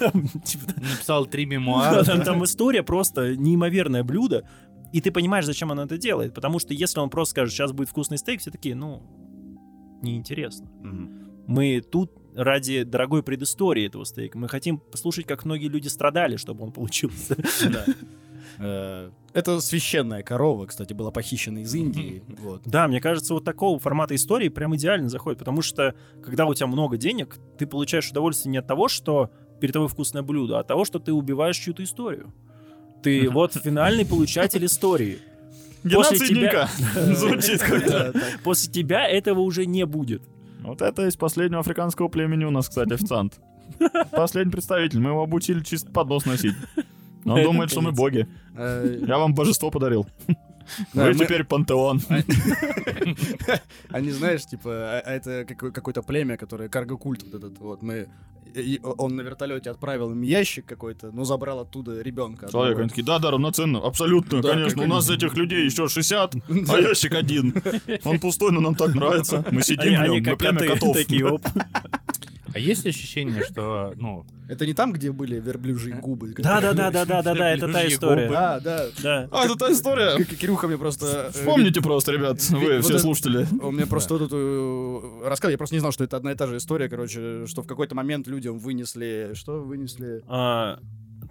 [SPEAKER 6] Там, типа,
[SPEAKER 4] Написал три
[SPEAKER 6] да,
[SPEAKER 4] мемуара.
[SPEAKER 6] там, там история просто неимоверное блюдо. И ты понимаешь, зачем она это делает. Потому что если он просто скажет, сейчас будет вкусный стейк, все такие, ну, неинтересно. Мы тут ради дорогой предыстории этого стейка. Мы хотим послушать, как многие люди страдали, чтобы он получился. *laughs*
[SPEAKER 2] Да. Э, Это священная корова, кстати, была похищена из Индии. Вот.
[SPEAKER 6] Да, мне кажется, вот такого формата истории прям идеально заходит, потому что, когда у тебя много денег, ты получаешь удовольствие не от того, что перед тобой вкусное блюдо, а от того, что ты убиваешь чью-то историю. Ты вот финальный получатель истории. После
[SPEAKER 5] Геноцид
[SPEAKER 6] тебя-
[SPEAKER 5] Ника. Звучит
[SPEAKER 2] Э,
[SPEAKER 5] как-то.
[SPEAKER 6] После тебя этого уже не будет.
[SPEAKER 5] Вот это из последнего африканского племени у нас, кстати, официант. Последний представитель. Мы его обучили чисто поднос носить. Но Он
[SPEAKER 6] Это
[SPEAKER 5] думает, что мы
[SPEAKER 6] конец.
[SPEAKER 5] боги.
[SPEAKER 2] Э,
[SPEAKER 5] Я вам божество подарил.
[SPEAKER 2] Да,
[SPEAKER 5] Вы
[SPEAKER 2] мы-
[SPEAKER 5] теперь пантеон.
[SPEAKER 2] Они, знаешь, типа, а- а это какой- какое-то племя, которое карго-культ вот этот, вот, мы... и он на вертолете отправил им ящик какой-то, но забрал оттуда ребенка.
[SPEAKER 5] Человек, они такие, да, да, равноценно, абсолютно,
[SPEAKER 2] Да,
[SPEAKER 5] конечно,
[SPEAKER 2] как
[SPEAKER 5] у нас этих людей еще 60, а ящик один. Он пустой, но нам так нравится. Мы сидим в нем, мы племя
[SPEAKER 6] коты
[SPEAKER 5] котов.
[SPEAKER 6] такие,
[SPEAKER 4] *laughs*
[SPEAKER 6] оп.
[SPEAKER 4] А есть ощущение, что, ну,
[SPEAKER 2] Это не там, где были верблюжьи губы?
[SPEAKER 6] Да, да, да, да, да, да, да, это та
[SPEAKER 4] Рыжие
[SPEAKER 6] история.
[SPEAKER 2] Да, да.
[SPEAKER 6] Да.
[SPEAKER 5] А, это та
[SPEAKER 2] К-
[SPEAKER 5] история.
[SPEAKER 2] Кирюха мне просто... э,
[SPEAKER 5] Вспомните просто, ребят, вы
[SPEAKER 2] Вот
[SPEAKER 5] все
[SPEAKER 2] это-
[SPEAKER 5] слушатели.
[SPEAKER 2] Он мне просто тут э, рассказал, я просто не знал, что это одна и та же история, короче, что в какой-то момент людям вынесли... Что вынесли?
[SPEAKER 6] А,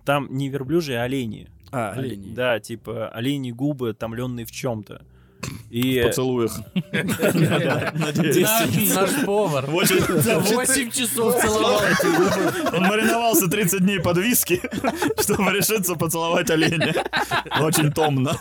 [SPEAKER 6] Там не верблюжи, а олени.
[SPEAKER 2] А,
[SPEAKER 6] Оле-
[SPEAKER 2] оленей.
[SPEAKER 6] Да, типа олени губы, томленные в чем-то. И
[SPEAKER 2] Э,
[SPEAKER 5] Поцелуях. Надеюсь.
[SPEAKER 3] Наш наш повар.
[SPEAKER 5] Вот он-
[SPEAKER 3] За 8
[SPEAKER 6] *laughs*
[SPEAKER 3] часов целовал.
[SPEAKER 2] *laughs*
[SPEAKER 5] Он мариновался 30 дней под виски, *laughs* чтобы решиться поцеловать оленя. Очень томно.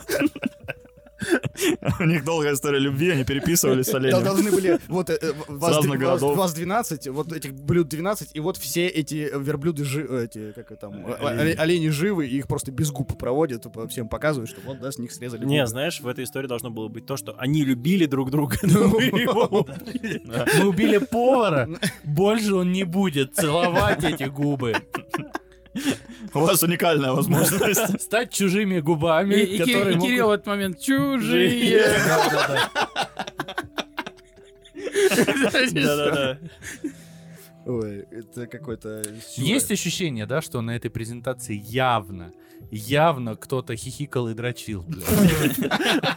[SPEAKER 5] У них долгая история любви, они переписывались с
[SPEAKER 2] Да,
[SPEAKER 5] оленем.
[SPEAKER 2] должны были вот э, э, вас,
[SPEAKER 5] разных
[SPEAKER 2] дв- вас-
[SPEAKER 5] городов.
[SPEAKER 2] вас 12, вот этих блюд 12, и вот все эти верблюды, жи- э, эти, как это там, о-
[SPEAKER 5] Олени.
[SPEAKER 2] о- олени живы, и их просто без губ проводят, типа, всем показывают, что вот, да, с них срезали
[SPEAKER 6] Не,
[SPEAKER 2] *laughs* губы.
[SPEAKER 6] знаешь, в этой истории должно было быть то, что они любили друг друга, но
[SPEAKER 4] Ну,
[SPEAKER 2] Ну,
[SPEAKER 6] мы его
[SPEAKER 4] мы убили повара, больше он не будет целовать эти губы.
[SPEAKER 5] У вас уникальная
[SPEAKER 4] *laughs*
[SPEAKER 5] возможность.
[SPEAKER 4] Стать чужими
[SPEAKER 3] И,
[SPEAKER 4] губами,
[SPEAKER 3] и Ки- и Кирилл в этот момент чужие.
[SPEAKER 6] *laughs* Да-да-да.
[SPEAKER 2] Ой, это какой-то... сюр.
[SPEAKER 4] Есть ощущение, да, что на этой презентации явно, явно кто-то хихикал и дрочил, блядь.
[SPEAKER 6] *laughs*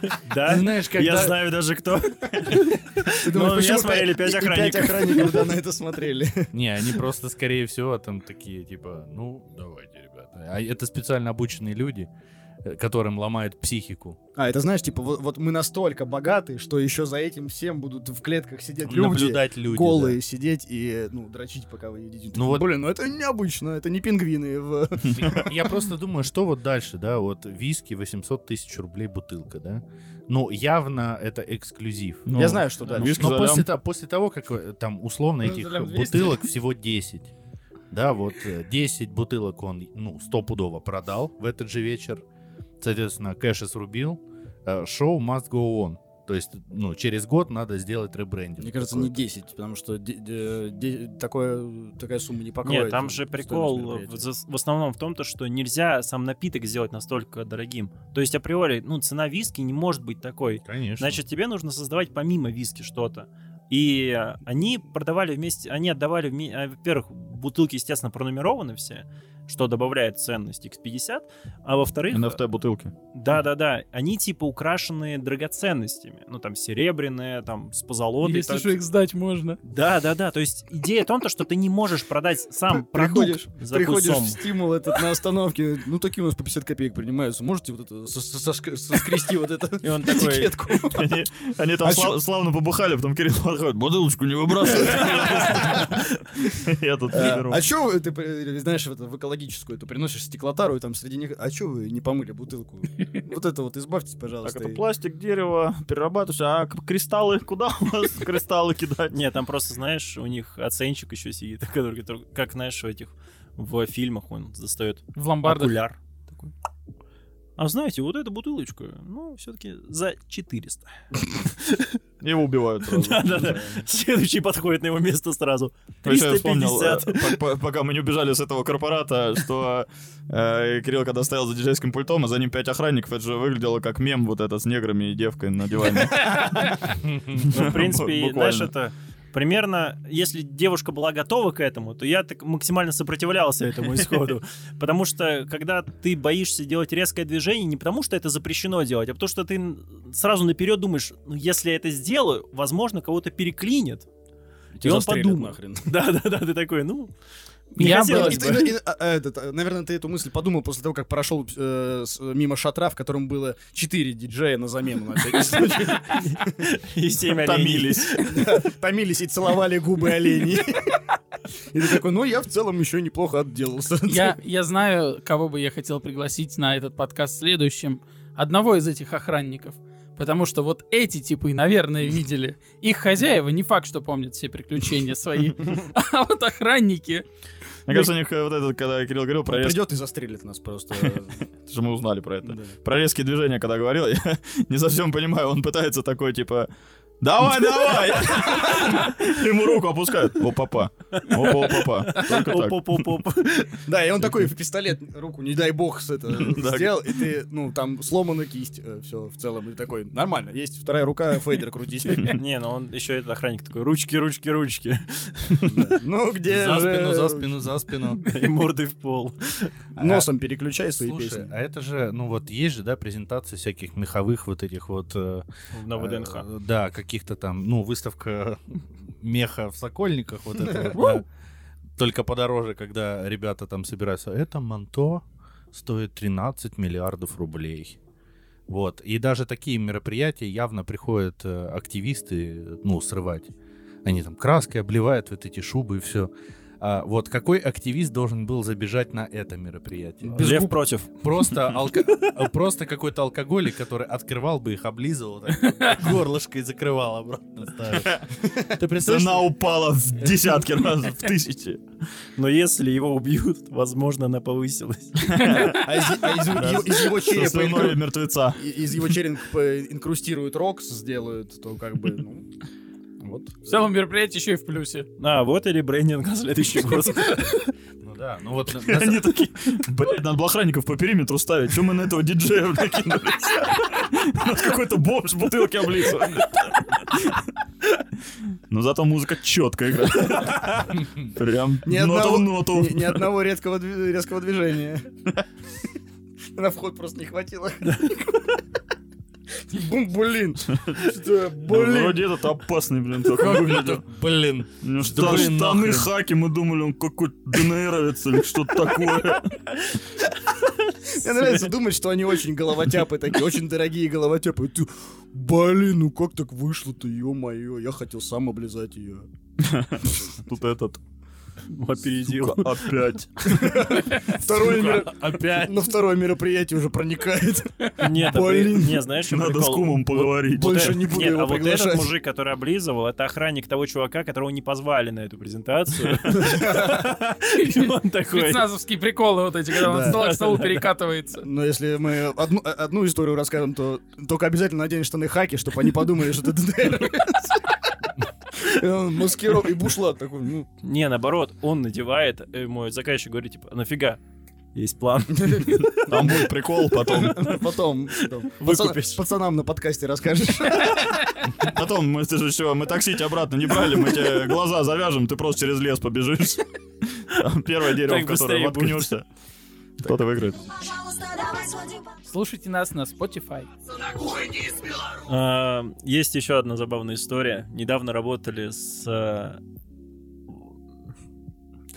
[SPEAKER 6] *laughs*
[SPEAKER 4] *laughs*
[SPEAKER 6] Да?
[SPEAKER 4] Знаешь,
[SPEAKER 6] Я
[SPEAKER 4] ну, когда-
[SPEAKER 6] знаю даже кто.
[SPEAKER 2] Ты думаешь,
[SPEAKER 6] но меня
[SPEAKER 2] почему
[SPEAKER 6] смотрели пять
[SPEAKER 2] *laughs* и- и
[SPEAKER 6] охранников.
[SPEAKER 2] охранников, да, на это смотрели.
[SPEAKER 4] Не, они просто, скорее всего, там такие, типа, ну, давайте, ребята. А это специально обученные люди, э, которым ломают психику.
[SPEAKER 2] А, это знаешь, типа, вот, вот мы настолько богаты, что еще за этим всем будут в клетках сидеть люди,
[SPEAKER 4] Наблюдать люди.
[SPEAKER 2] голые сидеть и, ну, дрочить, пока вы едите.
[SPEAKER 4] Ну вот-
[SPEAKER 2] Блин, ну это необычно, это не пингвины в
[SPEAKER 4] да. Типа, Я просто думаю, что вот дальше, да, вот виски 800 тысяч рублей бутылка, да? Ну, явно это эксклюзив.
[SPEAKER 5] Ну,
[SPEAKER 2] Я знаю, что
[SPEAKER 5] да,
[SPEAKER 2] дальше.
[SPEAKER 5] виски
[SPEAKER 4] Но
[SPEAKER 5] за
[SPEAKER 4] после,
[SPEAKER 5] лям.
[SPEAKER 4] то- после того, как э, там условно
[SPEAKER 3] Ну,
[SPEAKER 4] этих
[SPEAKER 3] за лям 200.
[SPEAKER 4] бутылок всего 10, да, вот э, 10 бутылок он, ну, стопудово продал в этот же вечер, соответственно, кэши срубил, э, шоу must go on, то есть, ну, через год надо сделать ребрендинг.
[SPEAKER 2] Мне кажется,
[SPEAKER 4] такой.
[SPEAKER 2] не 10, потому что де- де- де- такое, такая сумма не покроет.
[SPEAKER 6] Нет, там же
[SPEAKER 2] стоимость
[SPEAKER 6] прикол в,
[SPEAKER 2] мероприятия.
[SPEAKER 6] зас- в основном в том, то, что нельзя сам напиток сделать настолько дорогим. То есть априори, ну, цена виски не может быть такой.
[SPEAKER 4] Конечно.
[SPEAKER 6] Значит, тебе нужно создавать помимо виски что-то. И э, они продавали вместе, они отдавали, вме- а, во-первых, бутылки, естественно, пронумерованы все, что добавляет ценность X50, а во-вторых...
[SPEAKER 5] NFT-бутылки.
[SPEAKER 6] Да-да-да, они типа украшены драгоценностями. Ну, там, серебряные, там, с позолотой.
[SPEAKER 3] Если
[SPEAKER 6] так-
[SPEAKER 3] что, их сдать можно.
[SPEAKER 6] Да-да-да, то есть идея в том, то, что ты не можешь продать сам
[SPEAKER 2] *laughs* Приходишь-
[SPEAKER 6] продукт за такую
[SPEAKER 2] Приходишь в
[SPEAKER 6] сумму.
[SPEAKER 2] стимул этот на остановке, ну такие у нас по 50 копеек принимаются, можете вот это со- со- соск- соскрести вот это
[SPEAKER 6] И он такой,
[SPEAKER 2] этикетку?
[SPEAKER 5] Они, они там
[SPEAKER 2] А
[SPEAKER 5] слав- славно побухали, потом Кирилл подходит, бутылочку не выбрасывай. *laughs* Я тут не беру.
[SPEAKER 2] А чё вы, ты при- знаешь, в это- в экологическую, ты приносишь стеклотару, и там среди них, а чё вы не помыли бутылку? Вот это вот избавьтесь,
[SPEAKER 5] Так,
[SPEAKER 2] пожалуйста.
[SPEAKER 5] это
[SPEAKER 2] и-
[SPEAKER 5] пластик, дерево, перерабатываешь, а к- кристаллы, куда у вас кристаллы кидать?
[SPEAKER 6] Нет, там просто, знаешь, у них оценщик еще сидит, *laughs* который, который- как, знаешь, в этих, в фильмах он достает
[SPEAKER 3] В ломбардах.
[SPEAKER 6] окуляр. Такой. А знаете, вот эта бутылочка, ну, все-таки за 400.
[SPEAKER 5] Его убивают
[SPEAKER 6] *laughs*
[SPEAKER 5] сразу.
[SPEAKER 6] Да-да-да. Следующий подходит на его место сразу.
[SPEAKER 5] А ещё я вспомнил,
[SPEAKER 6] 350.
[SPEAKER 5] э, *laughs* по- по- пока мы не убежали с этого корпората, что э, Кирилл, когда стоял за диджейским пультом, а за ним пять охранников, это же выглядело как мем вот этот с неграми и девкой на диване.
[SPEAKER 6] Ну, в принципе,
[SPEAKER 5] *laughs* Буквально.
[SPEAKER 6] знаешь, это примерно, если девушка была готова к этому, то я так максимально сопротивлялся этому
[SPEAKER 5] *laughs*
[SPEAKER 6] исходу. Потому что, когда ты боишься делать резкое движение, не потому что это запрещено делать, а потому что ты н- сразу наперед думаешь, ну, если я это сделаю, возможно, кого-то переклинит. И он подумал. *laughs* Да-да-да, ты такой, ну... не типа,
[SPEAKER 3] Я
[SPEAKER 6] хотелось
[SPEAKER 3] бы-
[SPEAKER 2] И *laughs* ты- и- а, этот, а, Наверное, ты эту мысль подумал после того, как прошел э, с- мимо шатра, в котором было 4 диджея на замену.
[SPEAKER 4] *laughs*
[SPEAKER 2] на всякий случай.
[SPEAKER 6] И семь оленей.
[SPEAKER 5] Томились.
[SPEAKER 2] *laughs* Томились и целовали губы оленей. *laughs* И ты такой, ну я в целом еще неплохо отделался.
[SPEAKER 6] *laughs*
[SPEAKER 2] *laughs*
[SPEAKER 3] Я, я знаю, кого бы я хотел пригласить на этот подкаст следующим. Одного из этих охранников. Потому что вот эти типы, наверное, видели. Их хозяева не факт, что помнят все
[SPEAKER 6] *laughs*
[SPEAKER 3] приключения свои. А вот охранники...
[SPEAKER 5] Мне кажется, у них э, вот этот, когда Кирилл говорил про
[SPEAKER 2] Он
[SPEAKER 5] резкие...
[SPEAKER 2] придет и застрелит нас
[SPEAKER 4] *laughs*
[SPEAKER 2] просто.
[SPEAKER 5] Что мы узнали про это.
[SPEAKER 2] Да.
[SPEAKER 5] Про резкие движения, когда говорил, я *laughs* не совсем понимаю, он пытается такой, типа... Давай, давай! *laughs* Ему руку опускают. О, папа. О, папа. Только так.
[SPEAKER 6] Оп-оп-оп-оп. *laughs*
[SPEAKER 2] Да, и он такой в пистолет руку, не дай бог, с это
[SPEAKER 4] *laughs*
[SPEAKER 5] Да.
[SPEAKER 2] сделал, и ты, ну, там сломана кисть, все в целом. И такой, нормально, есть вторая рука, фейдер
[SPEAKER 4] *laughs*
[SPEAKER 2] *laughs* крутить.
[SPEAKER 6] Не, ну он еще этот охранник такой, ручки, ручки, ручки. *laughs*
[SPEAKER 2] Да. Ну, где
[SPEAKER 4] За
[SPEAKER 2] же-
[SPEAKER 4] спину, за спину, за спину.
[SPEAKER 6] И мордой в пол.
[SPEAKER 2] Носом переключай свои
[SPEAKER 4] Слушай,
[SPEAKER 2] песни.
[SPEAKER 4] а это же, ну вот есть же, да, презентации всяких меховых вот этих вот... э,
[SPEAKER 6] На
[SPEAKER 4] э,
[SPEAKER 6] ВДНХ.
[SPEAKER 4] Да, каких-то там, ну, выставка *laughs* меха в Сокольниках, вот это вот, да. Только подороже, когда ребята там собираются. Это манто стоит 13 миллиардов рублей. Вот. И даже такие мероприятия явно приходят э, активисты, ну, срывать. Они там краской обливают вот эти шубы и все. вот какой активист должен был забежать на это мероприятие?
[SPEAKER 6] Лев против.
[SPEAKER 4] Просто, алко- *laughs* э, просто какой-то алкоголик, который открывал бы их, облизывал, так, горлышко и закрывал обратно. ставил. Ты представляешь?
[SPEAKER 5] Цена упала в десятки раз, в тысячи.
[SPEAKER 6] Но если его убьют, *laughs* возможно, она повысилась.
[SPEAKER 2] А из, а из- из- из его
[SPEAKER 5] Со
[SPEAKER 2] черепа
[SPEAKER 5] слюной
[SPEAKER 2] инкру-
[SPEAKER 5] мертвеца.
[SPEAKER 2] и- из его черепа инкрустируют рокс, сделают, то как бы, ну, вот.
[SPEAKER 3] В целом мероприятие еще и в плюсе.
[SPEAKER 6] А, вот и ребрендинг на следующий год.
[SPEAKER 4] Ну да, ну вот на- на-
[SPEAKER 5] Они такие, блядь, надо было охранников по периметру ставить. Чем мы на этого диджея накинулись? Нас какой-то бомж бутылки облизывает. Но зато музыка четко играет. Прям
[SPEAKER 2] Ни
[SPEAKER 5] нота
[SPEAKER 2] одного,
[SPEAKER 5] в ноту.
[SPEAKER 2] ни- ни одного редкого, дви- резкого
[SPEAKER 5] *laughs*
[SPEAKER 2] движения. На вход просто не хватило. Бум, блин. Что,
[SPEAKER 5] Ну,
[SPEAKER 2] Блин.
[SPEAKER 5] Вроде этот опасный, блин, так
[SPEAKER 4] Как
[SPEAKER 5] выглядел.
[SPEAKER 4] Блин.
[SPEAKER 5] У него штан-
[SPEAKER 4] блин,
[SPEAKER 5] штаны
[SPEAKER 4] нахрен.
[SPEAKER 5] хаки, мы думали, он какой-то ДНРовец или что-то такое.
[SPEAKER 2] Мне нравится думать, что они очень головотяпы такие, очень дорогие головотяпы. И ты, блин, ну как так вышло-то, ё-моё, я хотел сам облизать ее.
[SPEAKER 5] *laughs* Тут этот,
[SPEAKER 6] Опередил.
[SPEAKER 5] сука, опять.
[SPEAKER 2] Второе меро-
[SPEAKER 6] Опять.
[SPEAKER 2] На второе мероприятие уже проникает.
[SPEAKER 6] Нет, а
[SPEAKER 2] Блин.
[SPEAKER 6] при- не, знаешь, чем
[SPEAKER 5] Надо с
[SPEAKER 6] прикол?
[SPEAKER 5] кумом
[SPEAKER 6] Вот-
[SPEAKER 5] поговорить.
[SPEAKER 6] вот
[SPEAKER 2] Больше
[SPEAKER 6] э-
[SPEAKER 2] не буду
[SPEAKER 6] нет,
[SPEAKER 2] его
[SPEAKER 6] а вот этот
[SPEAKER 2] приглашать.
[SPEAKER 6] мужик, который облизывал, это охранник того чувака, которого не позвали на эту презентацию. *laughs* И Он такой...
[SPEAKER 3] Спецназовские приколы вот эти, когда он от
[SPEAKER 2] Да.
[SPEAKER 3] стола
[SPEAKER 6] *laughs*
[SPEAKER 3] к столу перекатывается.
[SPEAKER 2] Но если мы одну, э, одну историю расскажем, то только обязательно надень штаны хаки, чтобы они подумали, что ты ДНР. И он Маскиров и бушлат такой, ну,
[SPEAKER 6] Не, наоборот, он надевает, э, мой заказчик говорит, типа, нафига? Есть план.
[SPEAKER 5] Там будет прикол
[SPEAKER 2] *laughs*
[SPEAKER 5] потом.
[SPEAKER 2] потом. потом.
[SPEAKER 6] Выкупишь.
[SPEAKER 2] Пацан- Пацанам на подкасте расскажешь.
[SPEAKER 5] Потом, мы, ты же чё, мы такси тебя обратно не брали, мы тебе глаза завяжем, ты просто через лес побежишь. Там Первое дерево,
[SPEAKER 6] Так
[SPEAKER 5] в
[SPEAKER 6] быстрее
[SPEAKER 5] которое
[SPEAKER 6] будет.
[SPEAKER 5] воткнешься. Кто-то выиграет.
[SPEAKER 7] Пожалуйста, давай сводим по-
[SPEAKER 3] Слушайте нас на Spotify.
[SPEAKER 6] *laughs* А, Есть еще одна забавная история. Недавно работали с... э,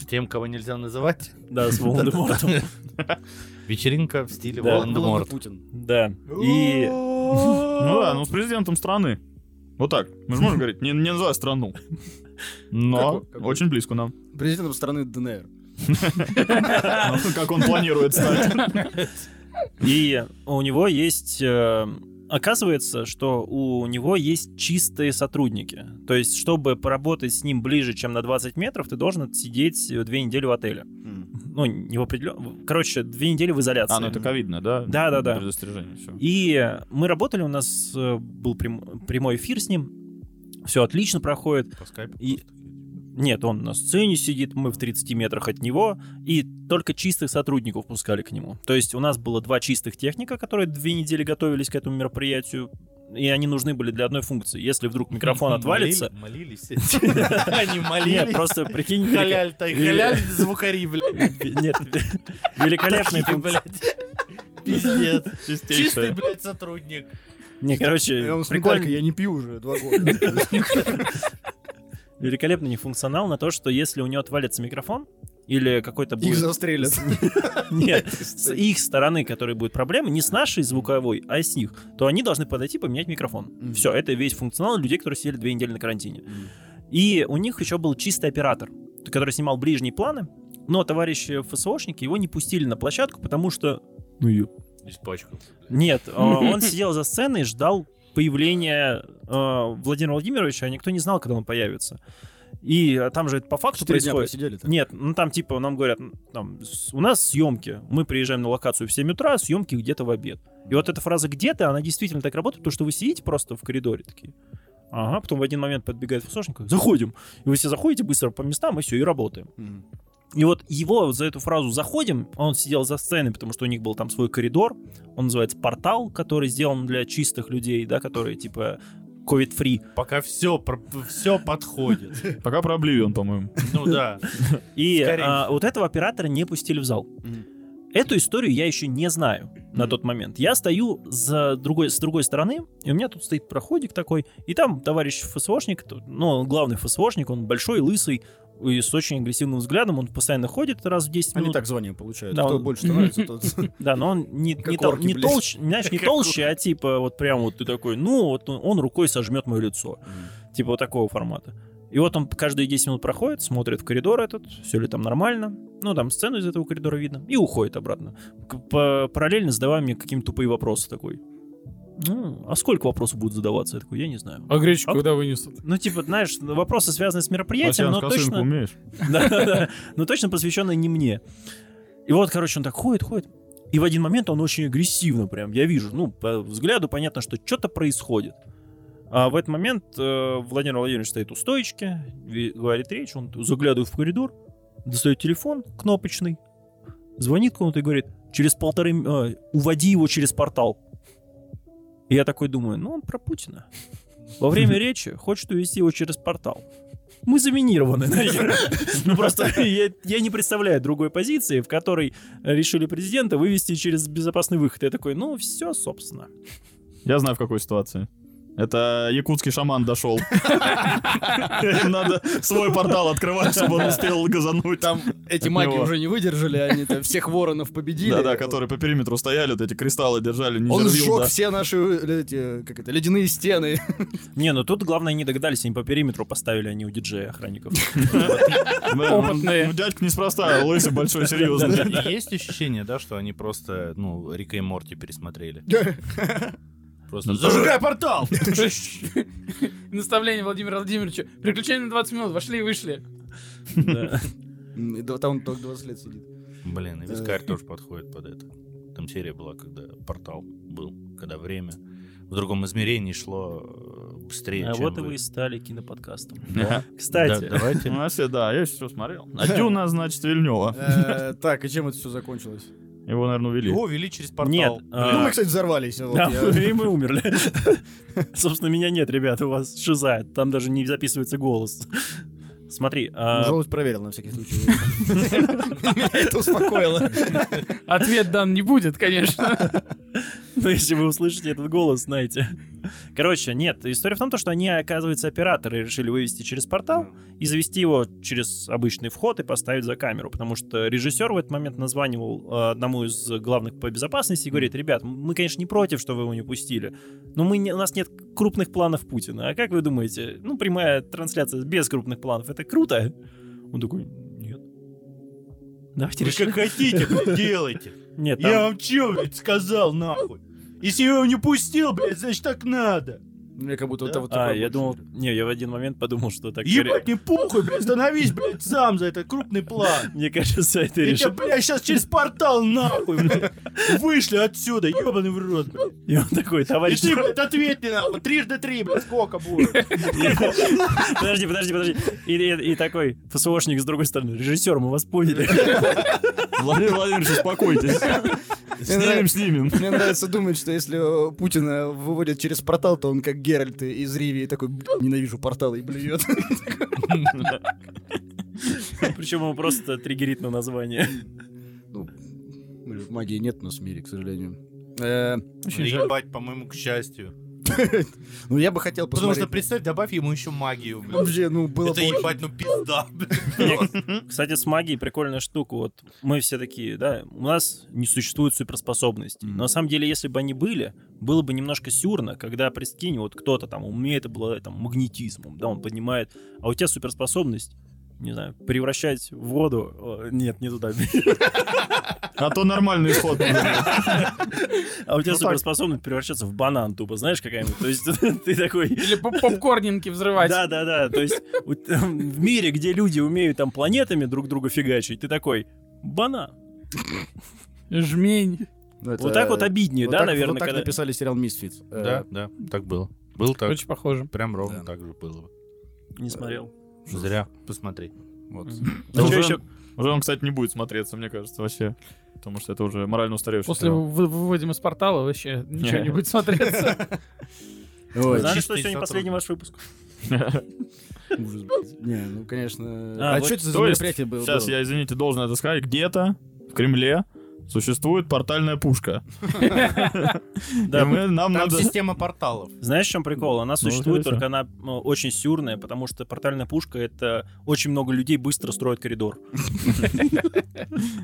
[SPEAKER 4] Тем, кого нельзя называть.
[SPEAKER 6] Да, с Волдемортом.
[SPEAKER 4] *laughs*
[SPEAKER 5] *laughs*
[SPEAKER 4] Вечеринка в стиле
[SPEAKER 6] Да.
[SPEAKER 4] Волан-де-Морт.
[SPEAKER 2] Путин.
[SPEAKER 6] Да. И...
[SPEAKER 5] Ну да, ну с президентом страны. Вот так. Мы же можем говорить, не, не называй страну. Но
[SPEAKER 2] Какой- какой?
[SPEAKER 5] очень близко нам.
[SPEAKER 2] Президентом страны ДНР.
[SPEAKER 5] Ну, Как он планирует стать.
[SPEAKER 6] И у него есть... э, Оказывается, что у него есть чистые сотрудники. То есть, чтобы поработать с ним ближе, чем на 20 метров, ты должен отсидеть э, две недели в отеле. Ну, не в определен... Короче, две недели в изоляции.
[SPEAKER 5] Хм. А, ну это ковидно, да?
[SPEAKER 6] Да-да-да.
[SPEAKER 5] Предостережение, всё.
[SPEAKER 6] И мы работали, у нас э, был прям- прямой эфир с ним. Все отлично проходит.
[SPEAKER 4] По скайпу.
[SPEAKER 6] И- Нет, он на сцене сидит, мы в 30 метрах от него, и только чистых сотрудников пускали к нему. То есть у нас было два чистых техника, которые две недели готовились к этому мероприятию, и они нужны были для одной функции. Если вдруг микрофон отвалится... *laughs*
[SPEAKER 4] Молились. Они
[SPEAKER 6] Нет,
[SPEAKER 4] молились. *laughs*
[SPEAKER 6] просто прикинь, велика-
[SPEAKER 4] Халяль-то, халяль звукари, блядь.
[SPEAKER 6] нет, великолепный
[SPEAKER 4] Такие,
[SPEAKER 6] функ-
[SPEAKER 4] блядь.
[SPEAKER 6] *laughs*
[SPEAKER 4] Пиздец. Чистый,
[SPEAKER 5] Чистейшая.
[SPEAKER 4] блядь, сотрудник.
[SPEAKER 6] Не, короче,
[SPEAKER 2] Я вам с
[SPEAKER 6] прикольно.
[SPEAKER 2] Наталькой, я не пью уже два года.
[SPEAKER 6] великолепный нефункционал на то, что если у него отвалится микрофон, или какой-то
[SPEAKER 2] Их
[SPEAKER 6] будет...
[SPEAKER 2] застрелят.
[SPEAKER 6] *laughs* Нет, с их стороны, которые будет проблема, не с нашей звуковой, а с них, то они должны подойти поменять микрофон.
[SPEAKER 2] Мгм.
[SPEAKER 6] Все, это весь функционал людей, которые сидели две недели на карантине. И у них еще был чистый оператор, который снимал ближние планы, но товарищи ФСОшники его не пустили на площадку, потому что... Ну,
[SPEAKER 4] Испачкал.
[SPEAKER 6] Нет, э,
[SPEAKER 2] *laughs*
[SPEAKER 6] он сидел за сценой и ждал появления э, Владимира Владимировича, а никто не знал, когда он появится. И э, там же это по факту
[SPEAKER 2] Четыре дня
[SPEAKER 6] происходит.
[SPEAKER 2] просидели так.
[SPEAKER 6] Нет, ну там типа нам говорят, м, там, с- у нас съемки, мы приезжаем на локацию в 7 утра, а съемки где-то в обед. И вот эта фраза «где-то», она действительно так работает, потому что вы сидите просто в коридоре такие. Ага, потом в один момент подбегает фасошник, заходим. И вы все заходите быстро по местам, и все, и работаем.
[SPEAKER 2] Мгм.
[SPEAKER 6] И вот его за эту фразу «заходим», а он сидел за сценой, потому что у них был там свой коридор, он называется «портал», который сделан для чистых людей, да, которые типа COVID-free.
[SPEAKER 4] Пока все, все подходит.
[SPEAKER 5] Пока про Обливион, по-моему.
[SPEAKER 4] Ну да.
[SPEAKER 6] И
[SPEAKER 4] Скорее
[SPEAKER 6] а,
[SPEAKER 4] всего.
[SPEAKER 6] вот этого оператора не пустили в зал. Эту историю я еще не знаю на тот момент. Я стою за другой, с другой стороны, и у меня тут стоит проходик такой, и там товарищ ФСОшник, тут, ну, он главный ФСОшник, он большой, лысый, и с очень агрессивным взглядом, он постоянно ходит раз в 10
[SPEAKER 2] Они
[SPEAKER 6] минут.
[SPEAKER 2] так звание получают.
[SPEAKER 6] Ну, Да,
[SPEAKER 2] Кто
[SPEAKER 6] он-
[SPEAKER 2] больше
[SPEAKER 6] *laughs*
[SPEAKER 2] нравится, тот...
[SPEAKER 6] Да, но он не,
[SPEAKER 2] Как
[SPEAKER 6] не, тол-
[SPEAKER 2] орки,
[SPEAKER 6] не
[SPEAKER 2] блядь.
[SPEAKER 6] толще, знаешь,
[SPEAKER 2] *laughs*
[SPEAKER 6] не толще, а типа вот прям вот ты такой, ну, вот он, он рукой сожмет мое лицо. Типа вот такого формата. И вот он каждые 10 минут проходит, смотрит в коридор этот, все ли там нормально. Ну, там сцену из этого коридора видно. И уходит обратно. К- по- параллельно задавая мне какие-то тупые вопросы такой. Ну, а сколько вопросов будут задаваться? Я такой, я не знаю.
[SPEAKER 3] А гречку
[SPEAKER 6] Оп.
[SPEAKER 3] куда вынесут?
[SPEAKER 6] Ну, типа, знаешь, вопросы, связанные с мероприятием,
[SPEAKER 5] Пассианс
[SPEAKER 6] но
[SPEAKER 5] косынку
[SPEAKER 6] точно...
[SPEAKER 5] умеешь?
[SPEAKER 6] *laughs* Да-да-да. Но точно посвященная не мне. И вот, короче, он так ходит, ходит. И в один момент он очень агрессивно прям, я вижу, ну, по взгляду понятно, что что-то происходит. А в этот момент э, Владимир Владимирович стоит у стоечки, ви- говорит речь, он заглядывает в коридор, достает телефон кнопочный, звонит кому-то и говорит, через полторы... м- э, уводи его через портал. И я такой думаю, ну, он про Путина. Во время речи хочет увести его через портал. Мы заминированы, *laughs* нахер. Ну, просто *laughs* я, я не представляю другой позиции, в которой решили президента вывести через безопасный выход. Я такой, ну, все, собственно.
[SPEAKER 5] Я знаю, в какой ситуации. Это якутский шаман дошел. Им надо свой портал открывать, чтобы он успел газануть.
[SPEAKER 2] Там эти
[SPEAKER 5] От
[SPEAKER 2] маги
[SPEAKER 5] него.
[SPEAKER 2] уже не выдержали, они там всех воронов победили.
[SPEAKER 5] Да-да, которые по периметру стояли, вот эти кристаллы держали. не
[SPEAKER 2] Он
[SPEAKER 5] жервил,
[SPEAKER 2] сжег
[SPEAKER 5] да.
[SPEAKER 2] все наши э, эти, как это, ледяные стены. *laughs*
[SPEAKER 6] Не, ну тут главное не догадались, они по периметру поставили, они у диджея охранников.
[SPEAKER 4] *laughs*
[SPEAKER 5] Да,
[SPEAKER 3] Опытные.
[SPEAKER 5] ну, ну, Дядька неспроста, лысый большой, серьезный.
[SPEAKER 4] а Есть ощущение, да, что они просто, ну, Рика и Морти пересмотрели.
[SPEAKER 5] Ну,
[SPEAKER 4] Просто зажигай портал!
[SPEAKER 3] *laughs* Наставление Владимира Владимировича. Приключения на 20 минут. Вошли и вышли.
[SPEAKER 6] Да.
[SPEAKER 2] М, и да, Там он только 20 лет сидит.
[SPEAKER 4] *laughs* Блин, и вискарь тоже подходит под это. Там серия была, когда портал был, когда время в другом измерении шло э, быстрее,
[SPEAKER 6] А
[SPEAKER 4] чем
[SPEAKER 6] вот и
[SPEAKER 4] вы.
[SPEAKER 6] вы и стали киноподкастом.
[SPEAKER 5] Да.
[SPEAKER 4] Да,
[SPEAKER 6] Кстати,
[SPEAKER 5] Ну,
[SPEAKER 4] давайте.
[SPEAKER 5] вообще, да, я еще смотрел. А Дюна, значит, Вильнева.
[SPEAKER 2] Э, Так, и чем это все закончилось?
[SPEAKER 5] Его, наверное, увели.
[SPEAKER 4] Его вели через
[SPEAKER 6] нет.
[SPEAKER 4] портал.
[SPEAKER 2] Ну, мы,
[SPEAKER 6] а,
[SPEAKER 2] кстати, взорвались.
[SPEAKER 6] *laughs*
[SPEAKER 2] вот
[SPEAKER 6] да,
[SPEAKER 2] я-
[SPEAKER 6] И мы умерли. Собственно, меня нет, ребят, у вас шиза. Там даже не записывается голос. Смотри, а,
[SPEAKER 2] Желудь проверил на всякий случай. *laughs* Меня это успокоило.
[SPEAKER 3] Ответ дан не будет, конечно.
[SPEAKER 6] Ну, если вы услышите этот голос, знаете. Короче, нет, история в том, то, что они, оказывается, операторы решили вывести через портал и завести его через обычный вход и поставить за камеру, потому что режиссер в этот момент названивал э, одному из главных по безопасности и говорит, ребят, мы, конечно, не против, что вы его не пустили, но мы не- у нас нет крупных планов Путина. А как вы думаете, ну, прямая трансляция без крупных планов, это круто? Он такой, нет. Давайте
[SPEAKER 4] Вы
[SPEAKER 6] решим.
[SPEAKER 4] как хотите, блядь, делайте.
[SPEAKER 6] Нет, там-
[SPEAKER 4] Я вам чё, блядь, сказал, нахуй? Если я его не пустил, блядь, значит так надо.
[SPEAKER 2] Мне как будто вот
[SPEAKER 4] Да?
[SPEAKER 2] вот
[SPEAKER 6] А,
[SPEAKER 2] такое
[SPEAKER 6] я
[SPEAKER 2] больше.
[SPEAKER 6] думал... Не, я в один момент подумал, что так...
[SPEAKER 4] Ебать, не похуй, блядь, становись, блядь, сам за этот крупный план.
[SPEAKER 6] Мне кажется, это
[SPEAKER 4] Я тебя,
[SPEAKER 6] решил.
[SPEAKER 4] блядь, сейчас через портал нахуй, блядь. Вышли отсюда, ебаный в рот, блядь.
[SPEAKER 6] И он такой,
[SPEAKER 4] И
[SPEAKER 6] товарищ...
[SPEAKER 4] ты, блядь, ответь мне, нахуй, трижды три, блядь, сколько будет?
[SPEAKER 6] Подожди, подожди, подожди. И, и- и такой ФСОшник с другой стороны. Режиссер, мы вас поняли.
[SPEAKER 5] Владимир Владимирович, успокойтесь. Снимем, снимем.
[SPEAKER 2] *laughs* Мне нравится думать, что если э, Путина выводят через портал, то он как Геральт из Ривии такой, «Б***ь, ненавижу порталы и блюет. *laughs*
[SPEAKER 6] Причем его просто триггерит на название.
[SPEAKER 2] Мы же в магии нет у нас в мире, к сожалению. Э,
[SPEAKER 4] Ебать, по-моему, к счастью.
[SPEAKER 2] Ну, я бы хотел
[SPEAKER 4] Потому что,
[SPEAKER 2] посмотреть.
[SPEAKER 4] представь, добавь ему еще магию, блядь.
[SPEAKER 2] Вообще, ну, было
[SPEAKER 4] Это
[SPEAKER 2] бы... очень-
[SPEAKER 4] ебать, ну пизда,
[SPEAKER 6] Мне,
[SPEAKER 4] блядь.
[SPEAKER 6] Кстати, с магией прикольная штука. Вот мы все такие, да, у нас не существует суперспособностей. Но на самом деле, если бы они были, было бы немножко сюрно, когда, прикинь, вот кто-то там, у меня это было там магнетизмом, да, он поднимает, а у тебя суперспособность, не знаю, превращать в воду... о, нет, не туда.
[SPEAKER 5] А то нормальный исход.
[SPEAKER 6] А у
[SPEAKER 2] Ну
[SPEAKER 6] тебя суперспособность превращаться в банан тупо, знаешь, какая-нибудь? То есть *laughs* ты такой...
[SPEAKER 3] Или поп- попкорненки взрывать.
[SPEAKER 6] Да, да, да. То есть у- там, в мире, где люди умеют там планетами друг друга фигачить, ты такой банан.
[SPEAKER 3] Жмень.
[SPEAKER 2] Ну, это-
[SPEAKER 6] Вот так вот обиднее,
[SPEAKER 2] вот
[SPEAKER 6] да,
[SPEAKER 2] так-
[SPEAKER 6] наверное,
[SPEAKER 2] Вот так
[SPEAKER 6] когда-
[SPEAKER 2] написали сериал Э, «Мисфит».
[SPEAKER 4] Да, да, так было. Было так.
[SPEAKER 3] Очень похоже.
[SPEAKER 4] Прям ровно
[SPEAKER 2] Да.
[SPEAKER 4] так же было.
[SPEAKER 6] Не смотрел.
[SPEAKER 4] Зря. Посмотри.
[SPEAKER 2] Вот.
[SPEAKER 6] А чё
[SPEAKER 5] Уже
[SPEAKER 6] ещё?
[SPEAKER 5] уже он, кстати, не будет смотреться, мне кажется, вообще. Потому что это уже морально устаревший
[SPEAKER 3] После
[SPEAKER 5] сериал.
[SPEAKER 3] вы- выводим из портала вообще ничего не будет смотреться.
[SPEAKER 2] Ой,
[SPEAKER 6] Знали,
[SPEAKER 4] чистый
[SPEAKER 6] что сегодня
[SPEAKER 4] сотрудник.
[SPEAKER 6] последний ваш выпуск?
[SPEAKER 2] *laughs*
[SPEAKER 5] *laughs*
[SPEAKER 2] ужас, блядь. Не, ну, конечно...
[SPEAKER 6] А,
[SPEAKER 2] А
[SPEAKER 6] вот
[SPEAKER 2] что это за
[SPEAKER 5] То есть,
[SPEAKER 2] мероприятие было?
[SPEAKER 5] Сейчас я, извините, должен это сказать. Где-то в Кремле существует портальная пушка.
[SPEAKER 6] Да,
[SPEAKER 5] И мы- нам
[SPEAKER 4] Там
[SPEAKER 5] надо...
[SPEAKER 4] система порталов.
[SPEAKER 6] Знаешь, в чем прикол? Она
[SPEAKER 5] Ну,
[SPEAKER 6] существует,
[SPEAKER 5] хорошо.
[SPEAKER 6] только она ну, очень сюрная, потому что портальная пушка — это очень много людей быстро строят коридор.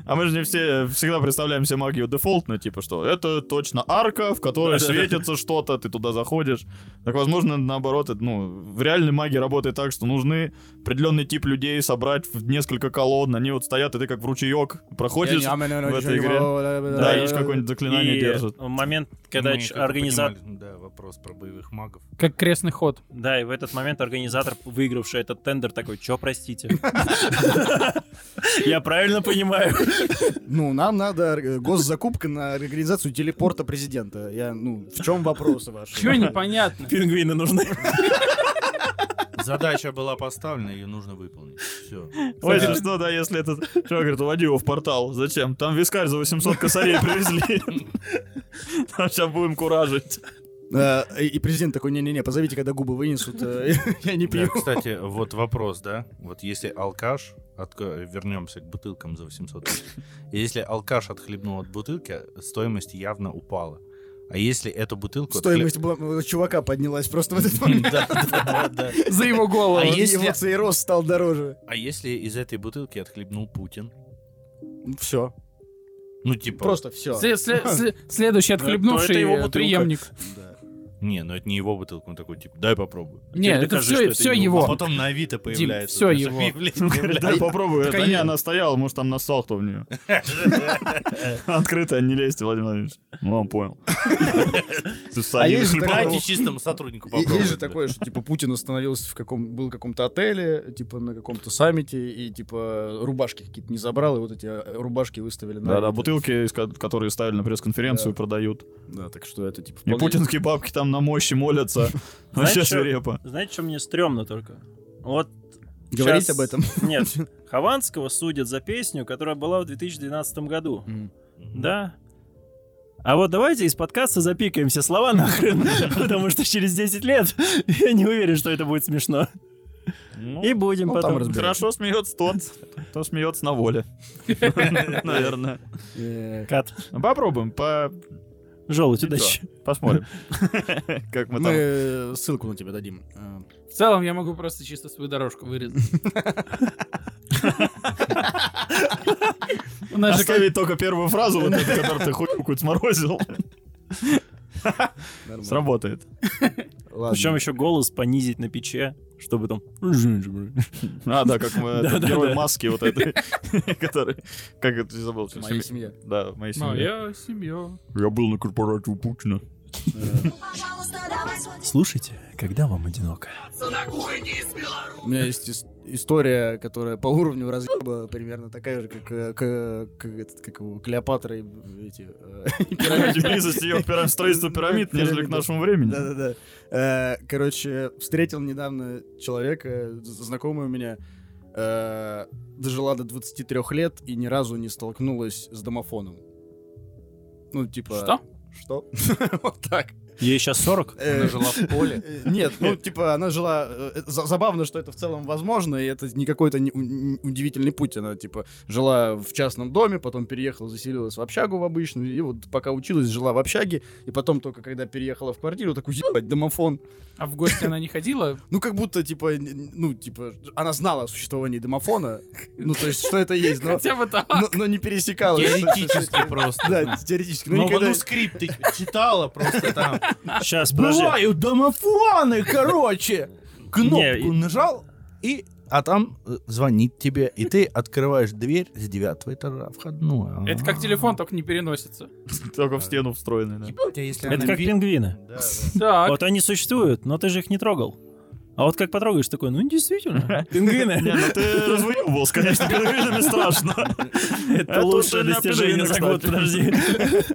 [SPEAKER 5] А мы же не все всегда представляем себе магию дефолтно, типа что это точно арка, в которой светится что-то, ты туда заходишь. Так возможно, наоборот, это, ну, в реальной магии работает так, что нужны определенный тип людей собрать в несколько колонн, они вот стоят, и ты как в ручеек проходишь,
[SPEAKER 2] а,
[SPEAKER 5] в этой игре? да, и какое-нибудь заклинание
[SPEAKER 6] И
[SPEAKER 5] держит.
[SPEAKER 6] момент, когда
[SPEAKER 4] Мы
[SPEAKER 6] ч-
[SPEAKER 4] как-то
[SPEAKER 6] организатор...
[SPEAKER 4] понимали, ну Да, вопрос про боевых магов.
[SPEAKER 3] Как крестный ход.
[SPEAKER 6] Да, и в этот момент организатор, выигравший этот тендер, такой, чё,
[SPEAKER 2] *laughs*
[SPEAKER 6] простите? Я правильно понимаю?
[SPEAKER 2] Ну, нам надо э, госзакупка на организацию телепорта президента. Я, ну, в чем
[SPEAKER 5] *laughs*
[SPEAKER 2] вопросы ваши?
[SPEAKER 3] Чего
[SPEAKER 6] *laughs*
[SPEAKER 3] непонятно?
[SPEAKER 6] Пингвины нужны.
[SPEAKER 4] Задача была поставлена, ее нужно выполнить. Все.
[SPEAKER 5] Ой, если что, да, если этот чувак говорит, уводи его в портал. Зачем? Там вискарь за 800
[SPEAKER 2] *laughs*
[SPEAKER 5] косарей привезли. Там сейчас будем куражить.
[SPEAKER 2] Э, И и президент такой, не-не-не, позовите, когда губы вынесут, э, *laughs* я не
[SPEAKER 5] *laughs*
[SPEAKER 2] пью.
[SPEAKER 4] кстати, вот вопрос, да? Вот если алкаш, вернемся к бутылкам за 800 тысяч. Если алкаш отхлебнул от бутылки, стоимость явно упала. А если эту бутылку...
[SPEAKER 2] Стоимость бла- э, чувака поднялась просто в
[SPEAKER 5] *laughs*
[SPEAKER 2] этот момент.
[SPEAKER 3] За его
[SPEAKER 4] А
[SPEAKER 3] голову.
[SPEAKER 4] если-
[SPEAKER 2] Его цейрос стал дороже.
[SPEAKER 4] А если из этой бутылки отхлебнул Путин?
[SPEAKER 2] Все.
[SPEAKER 4] Ну, типа...
[SPEAKER 2] Просто все.
[SPEAKER 3] Сле- сле- сле- Следующий
[SPEAKER 6] то это
[SPEAKER 3] отхлебнувший
[SPEAKER 6] его
[SPEAKER 3] э,
[SPEAKER 6] бутылка.
[SPEAKER 3] преемник.
[SPEAKER 4] Не, ну это не его бутылка, он такой, типа, дай попробую.
[SPEAKER 3] Не,
[SPEAKER 6] Теперь
[SPEAKER 3] это
[SPEAKER 6] докажи, что
[SPEAKER 3] все,
[SPEAKER 6] это
[SPEAKER 3] все
[SPEAKER 6] не
[SPEAKER 4] А
[SPEAKER 3] его.
[SPEAKER 4] потом на Авито появляется.
[SPEAKER 3] всё
[SPEAKER 4] знаешь,
[SPEAKER 3] его.
[SPEAKER 4] *laughs* объявление, блядь.
[SPEAKER 5] Дай попробую. это.
[SPEAKER 2] А так
[SPEAKER 5] не,
[SPEAKER 2] они-
[SPEAKER 5] она стояла, может, там нассал кто
[SPEAKER 2] *laughs*
[SPEAKER 5] в нее. Открытая, не лезьте, Владимир Владимирович. Ну,
[SPEAKER 2] *laughs*
[SPEAKER 5] он понял. Ты сами
[SPEAKER 2] А есть же
[SPEAKER 5] решил.
[SPEAKER 2] такая-
[SPEAKER 4] Дайте чистому сотруднику
[SPEAKER 2] И- *laughs*
[SPEAKER 4] попробовать.
[SPEAKER 2] Есть же такое, что типа Путин остановился в каком был в каком-то отеле, типа на каком-то саммите, и типа рубашки какие-то не забрал, и вот эти э, рубашки выставили на.
[SPEAKER 5] Да-да,
[SPEAKER 2] Авито.
[SPEAKER 5] бутылки, из ко- которые ставили на пресс-конференцию, продают.
[SPEAKER 2] Да, так что это типа.
[SPEAKER 5] И
[SPEAKER 2] вполне-
[SPEAKER 5] путинские бабки там на
[SPEAKER 2] *laughs*
[SPEAKER 5] мощи молятся. *laughs*
[SPEAKER 6] Знаешь,
[SPEAKER 5] Вообще
[SPEAKER 6] чё?
[SPEAKER 5] свирепо.
[SPEAKER 6] Знаете, что мне стрёмно только? Вот
[SPEAKER 2] Говорить
[SPEAKER 6] щас-
[SPEAKER 2] об *laughs* этом.
[SPEAKER 6] Нет, Хованского судят за песню, которая была в 2012 году. Да. *laughs* А вот давайте из подкаста запикаем все слова нахрен, *laughs* потому что через 10 лет *laughs* я не уверен, что это будет смешно. И будем
[SPEAKER 2] ну, там
[SPEAKER 6] потом.
[SPEAKER 2] разберёмся.
[SPEAKER 5] Хорошо смеется тот, кто смеется на воле. Наверное.
[SPEAKER 2] Э,
[SPEAKER 6] Кат,
[SPEAKER 5] Попробуем, по...
[SPEAKER 6] желудь,
[SPEAKER 5] И то.
[SPEAKER 6] удачи.
[SPEAKER 5] посмотрим, *laughs* как мы
[SPEAKER 2] Мы
[SPEAKER 5] там.
[SPEAKER 2] э, ссылку на тебя дадим. Э,
[SPEAKER 3] В целом я могу просто чисто свою дорожку вырезать. У нас же как-
[SPEAKER 5] Оставить только первую фразу, вот эту, которую ты хуйку какую-то *laughs* сморозил.
[SPEAKER 2] нормально.
[SPEAKER 5] Сработает.
[SPEAKER 2] Ладно.
[SPEAKER 6] Причем еще голос понизить на пече, чтобы там...
[SPEAKER 5] А, да, как мы этот
[SPEAKER 6] Да-да-да.
[SPEAKER 5] герой маски вот этой, *laughs* который... Как это ты забыл? что
[SPEAKER 2] Моя
[SPEAKER 5] семи-
[SPEAKER 2] семья.
[SPEAKER 5] Да, моей семье.
[SPEAKER 3] Моя семья.
[SPEAKER 5] Я был на корпоративе Путина.
[SPEAKER 7] Пожалуйста, давай свой
[SPEAKER 6] Слушайте, когда вам одиноко.
[SPEAKER 1] на кухоньке из Беларуси.
[SPEAKER 2] У меня есть ис- история, которая по уровню разъеба примерно такая же, как, э, к- к- этот, как его, Клеопатра и э, эти... э, и
[SPEAKER 5] Ради
[SPEAKER 2] пирамиды.
[SPEAKER 5] близости ее к пирам- строительству пирамид, нежели к
[SPEAKER 2] Пирамиды.
[SPEAKER 5] нашему времени.
[SPEAKER 2] Да-да-да. Э, Короче, встретил недавно человека, з- знакомый у меня, э, дожила до 23 лет и ни разу не столкнулась с домофоном. Ну, типа...
[SPEAKER 3] Что?
[SPEAKER 2] Что? *laughs* Вот так.
[SPEAKER 6] Ей сейчас 40?
[SPEAKER 2] Э,
[SPEAKER 4] Она жила в поле.
[SPEAKER 2] *laughs* Э, Нет, ну, типа, она жила... э, э, за- Забавно, что это в целом возможно, и это не какой-то не- у- не- удивительный путь. Она, типа, жила в частном доме, потом переехала, заселилась в общагу в обычную, и вот пока училась, жила в общаге, и потом только, когда переехала в квартиру, такой, ебать, домофон.
[SPEAKER 3] А в гости она не ходила?
[SPEAKER 2] Ну, как будто, типа, н- н- ну, типа, она знала о существовании домофона, ну, то есть, что это есть, но...
[SPEAKER 3] Хотя бы так.
[SPEAKER 2] Но, но не пересекалась.
[SPEAKER 4] Теоретически просто.
[SPEAKER 2] Да, теоретически. Ну,
[SPEAKER 4] Ну,
[SPEAKER 2] никогда-
[SPEAKER 4] ну, скрипт ты читала просто там.
[SPEAKER 5] э,
[SPEAKER 6] Сейчас, подожди.
[SPEAKER 4] Бывают
[SPEAKER 6] *laughs*
[SPEAKER 4] домофоны, короче.
[SPEAKER 6] Не,
[SPEAKER 4] Кнопку нажал и... А там э, звонит тебе, и ты открываешь дверь с девятого этажа входную.
[SPEAKER 3] Это как телефон, только не переносится.
[SPEAKER 5] Только в стену встроенный, да.
[SPEAKER 4] а
[SPEAKER 6] Это как пингвины.
[SPEAKER 5] А
[SPEAKER 3] Так,
[SPEAKER 6] Вот они существуют, но ты же их не трогал. А вот как потрогаешь, такой, ну
[SPEAKER 5] *laughs*
[SPEAKER 6] действительно,
[SPEAKER 5] Не,
[SPEAKER 6] пингвины. *laughs*
[SPEAKER 5] ну ты развоевывался, конечно, пирамидами страшно.
[SPEAKER 6] Это
[SPEAKER 5] тут
[SPEAKER 6] лучшее
[SPEAKER 5] для
[SPEAKER 6] достижение
[SPEAKER 5] пингвина,
[SPEAKER 6] за год,
[SPEAKER 5] кстати.
[SPEAKER 6] подожди.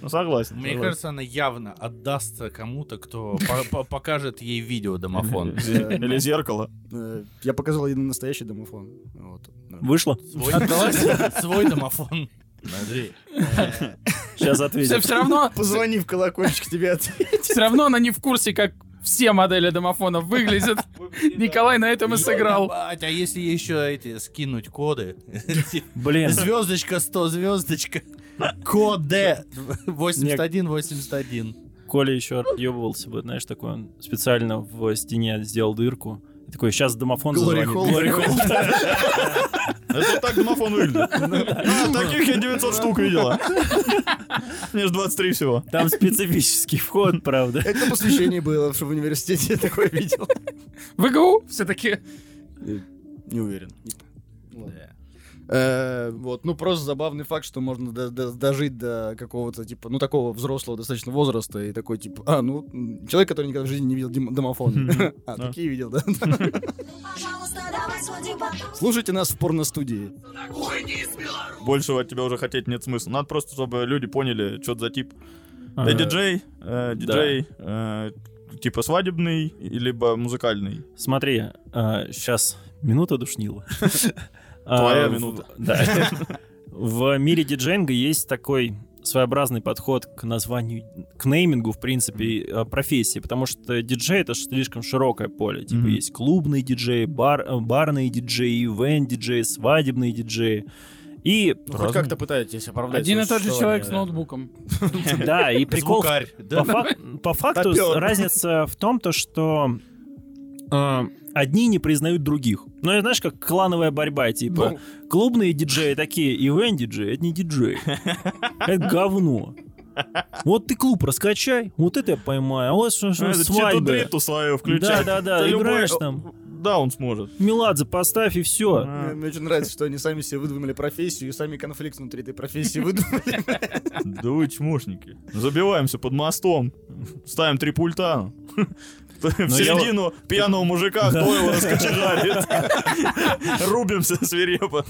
[SPEAKER 5] Ну, согласен.
[SPEAKER 4] Мне
[SPEAKER 5] согласен.
[SPEAKER 4] кажется, она явно отдастся кому-то, кто
[SPEAKER 6] *laughs*
[SPEAKER 4] по- по- покажет ей видео домофон.
[SPEAKER 5] Или или зеркало.
[SPEAKER 2] Э, Я показал ей настоящий домофон. Вот.
[SPEAKER 6] *laughs* Вышло?
[SPEAKER 4] Свой-
[SPEAKER 6] *laughs*
[SPEAKER 4] Свой домофон. Смотри.
[SPEAKER 6] Сейчас
[SPEAKER 3] все,
[SPEAKER 6] ответим.
[SPEAKER 2] *laughs*
[SPEAKER 3] все равно,
[SPEAKER 2] Позвони в колокольчик, тебе ответят.
[SPEAKER 3] все равно она не в курсе, как все модели домофонов выглядят. Николай на этом и сыграл.
[SPEAKER 4] Ебать, А если еще эти скинуть коды?
[SPEAKER 6] Блин,
[SPEAKER 4] Звездочка 100, звездочка. Коды 81, 81.
[SPEAKER 6] Коля еще отъебывался бы, знаешь, такой, он специально в стене сделал дырку. И Такой, сейчас домофон
[SPEAKER 2] Glory
[SPEAKER 6] зазвонит.
[SPEAKER 2] hole.
[SPEAKER 6] Glory hole. *laughs*
[SPEAKER 5] Это вот так домофон *laughs* выглядит. А, Таких я 900 штук *laughs* видела. Мне же 23 всего.
[SPEAKER 6] Там специфический вход, правда.
[SPEAKER 2] Это посвящение было, что в университете я такое видел.
[SPEAKER 3] В ИГУ все-таки.
[SPEAKER 2] Не уверен. Э, Вот, ну просто забавный факт, что можно до- до- дожить до какого-то типа, ну такого взрослого достаточно возраста и такой типа, а ну м, человек, который никогда в жизни не видел дим- домофон, *laughs* а
[SPEAKER 5] Да.
[SPEAKER 2] такие видел, да.
[SPEAKER 7] Пожалуйста, давай сводим потом.
[SPEAKER 2] Слушайте нас в порно-студии.
[SPEAKER 1] На кухоньке из Беларуси.
[SPEAKER 5] Большего от тебя уже хотеть нет смысла. Надо просто, чтобы люди поняли, что это за тип.
[SPEAKER 6] Э,
[SPEAKER 5] Ты диджей, э, диджей, э, типа свадебный, либо музыкальный.
[SPEAKER 6] Ну, Смотри, сейчас минута душнила.
[SPEAKER 5] *laughs* Твоя
[SPEAKER 6] А, в-
[SPEAKER 5] минута.
[SPEAKER 6] *laughs* Да. В мире диджейнга есть такой своеобразный подход к названию, к неймингу, в принципе, и, э, профессии, потому что диджей — это ж слишком широкое поле. Типа
[SPEAKER 5] Мгм.
[SPEAKER 6] есть клубный диджей, бар, э, барные диджеи, ивент диджей, свадебные диджеи. И,
[SPEAKER 2] Хоть как-то пытаетесь оправдать.
[SPEAKER 3] Один и тот же человек с ноутбуком.
[SPEAKER 6] да,
[SPEAKER 5] *laughs*
[SPEAKER 6] и прикол в
[SPEAKER 4] Звукарь.
[SPEAKER 6] По,
[SPEAKER 4] да.
[SPEAKER 6] фак- по факту
[SPEAKER 2] Топёр.
[SPEAKER 6] разница в том, то, что э, одни не признают других. Ну, это, знаешь, как клановая борьба, типа,
[SPEAKER 5] Ну.
[SPEAKER 6] клубные диджеи такие, и диджеи, это не диджеи. Это говно. Вот ты клуб раскачай, вот это я поймаю, а вот что,
[SPEAKER 5] Ну,
[SPEAKER 6] что
[SPEAKER 5] это
[SPEAKER 6] свадьбы.
[SPEAKER 5] читу-дриту свою включай.
[SPEAKER 6] Да-да-да,
[SPEAKER 5] Ты любой-
[SPEAKER 6] играешь там,
[SPEAKER 5] Да, он сможет.
[SPEAKER 6] Меладзе поставь и все.
[SPEAKER 5] А,
[SPEAKER 2] Мне, мне очень нравится, что они сами себе выдумали профессию и сами конфликт внутри этой профессии выдумали.
[SPEAKER 5] Да вы чмошники. Забиваемся под мостом. Ставим три
[SPEAKER 6] *laughs*
[SPEAKER 5] пульта. В
[SPEAKER 6] Но Ну, я вот-
[SPEAKER 5] середину пьяного мужика, кто
[SPEAKER 6] *laughs*
[SPEAKER 5] его раскочегарит. Рубимся свирепо.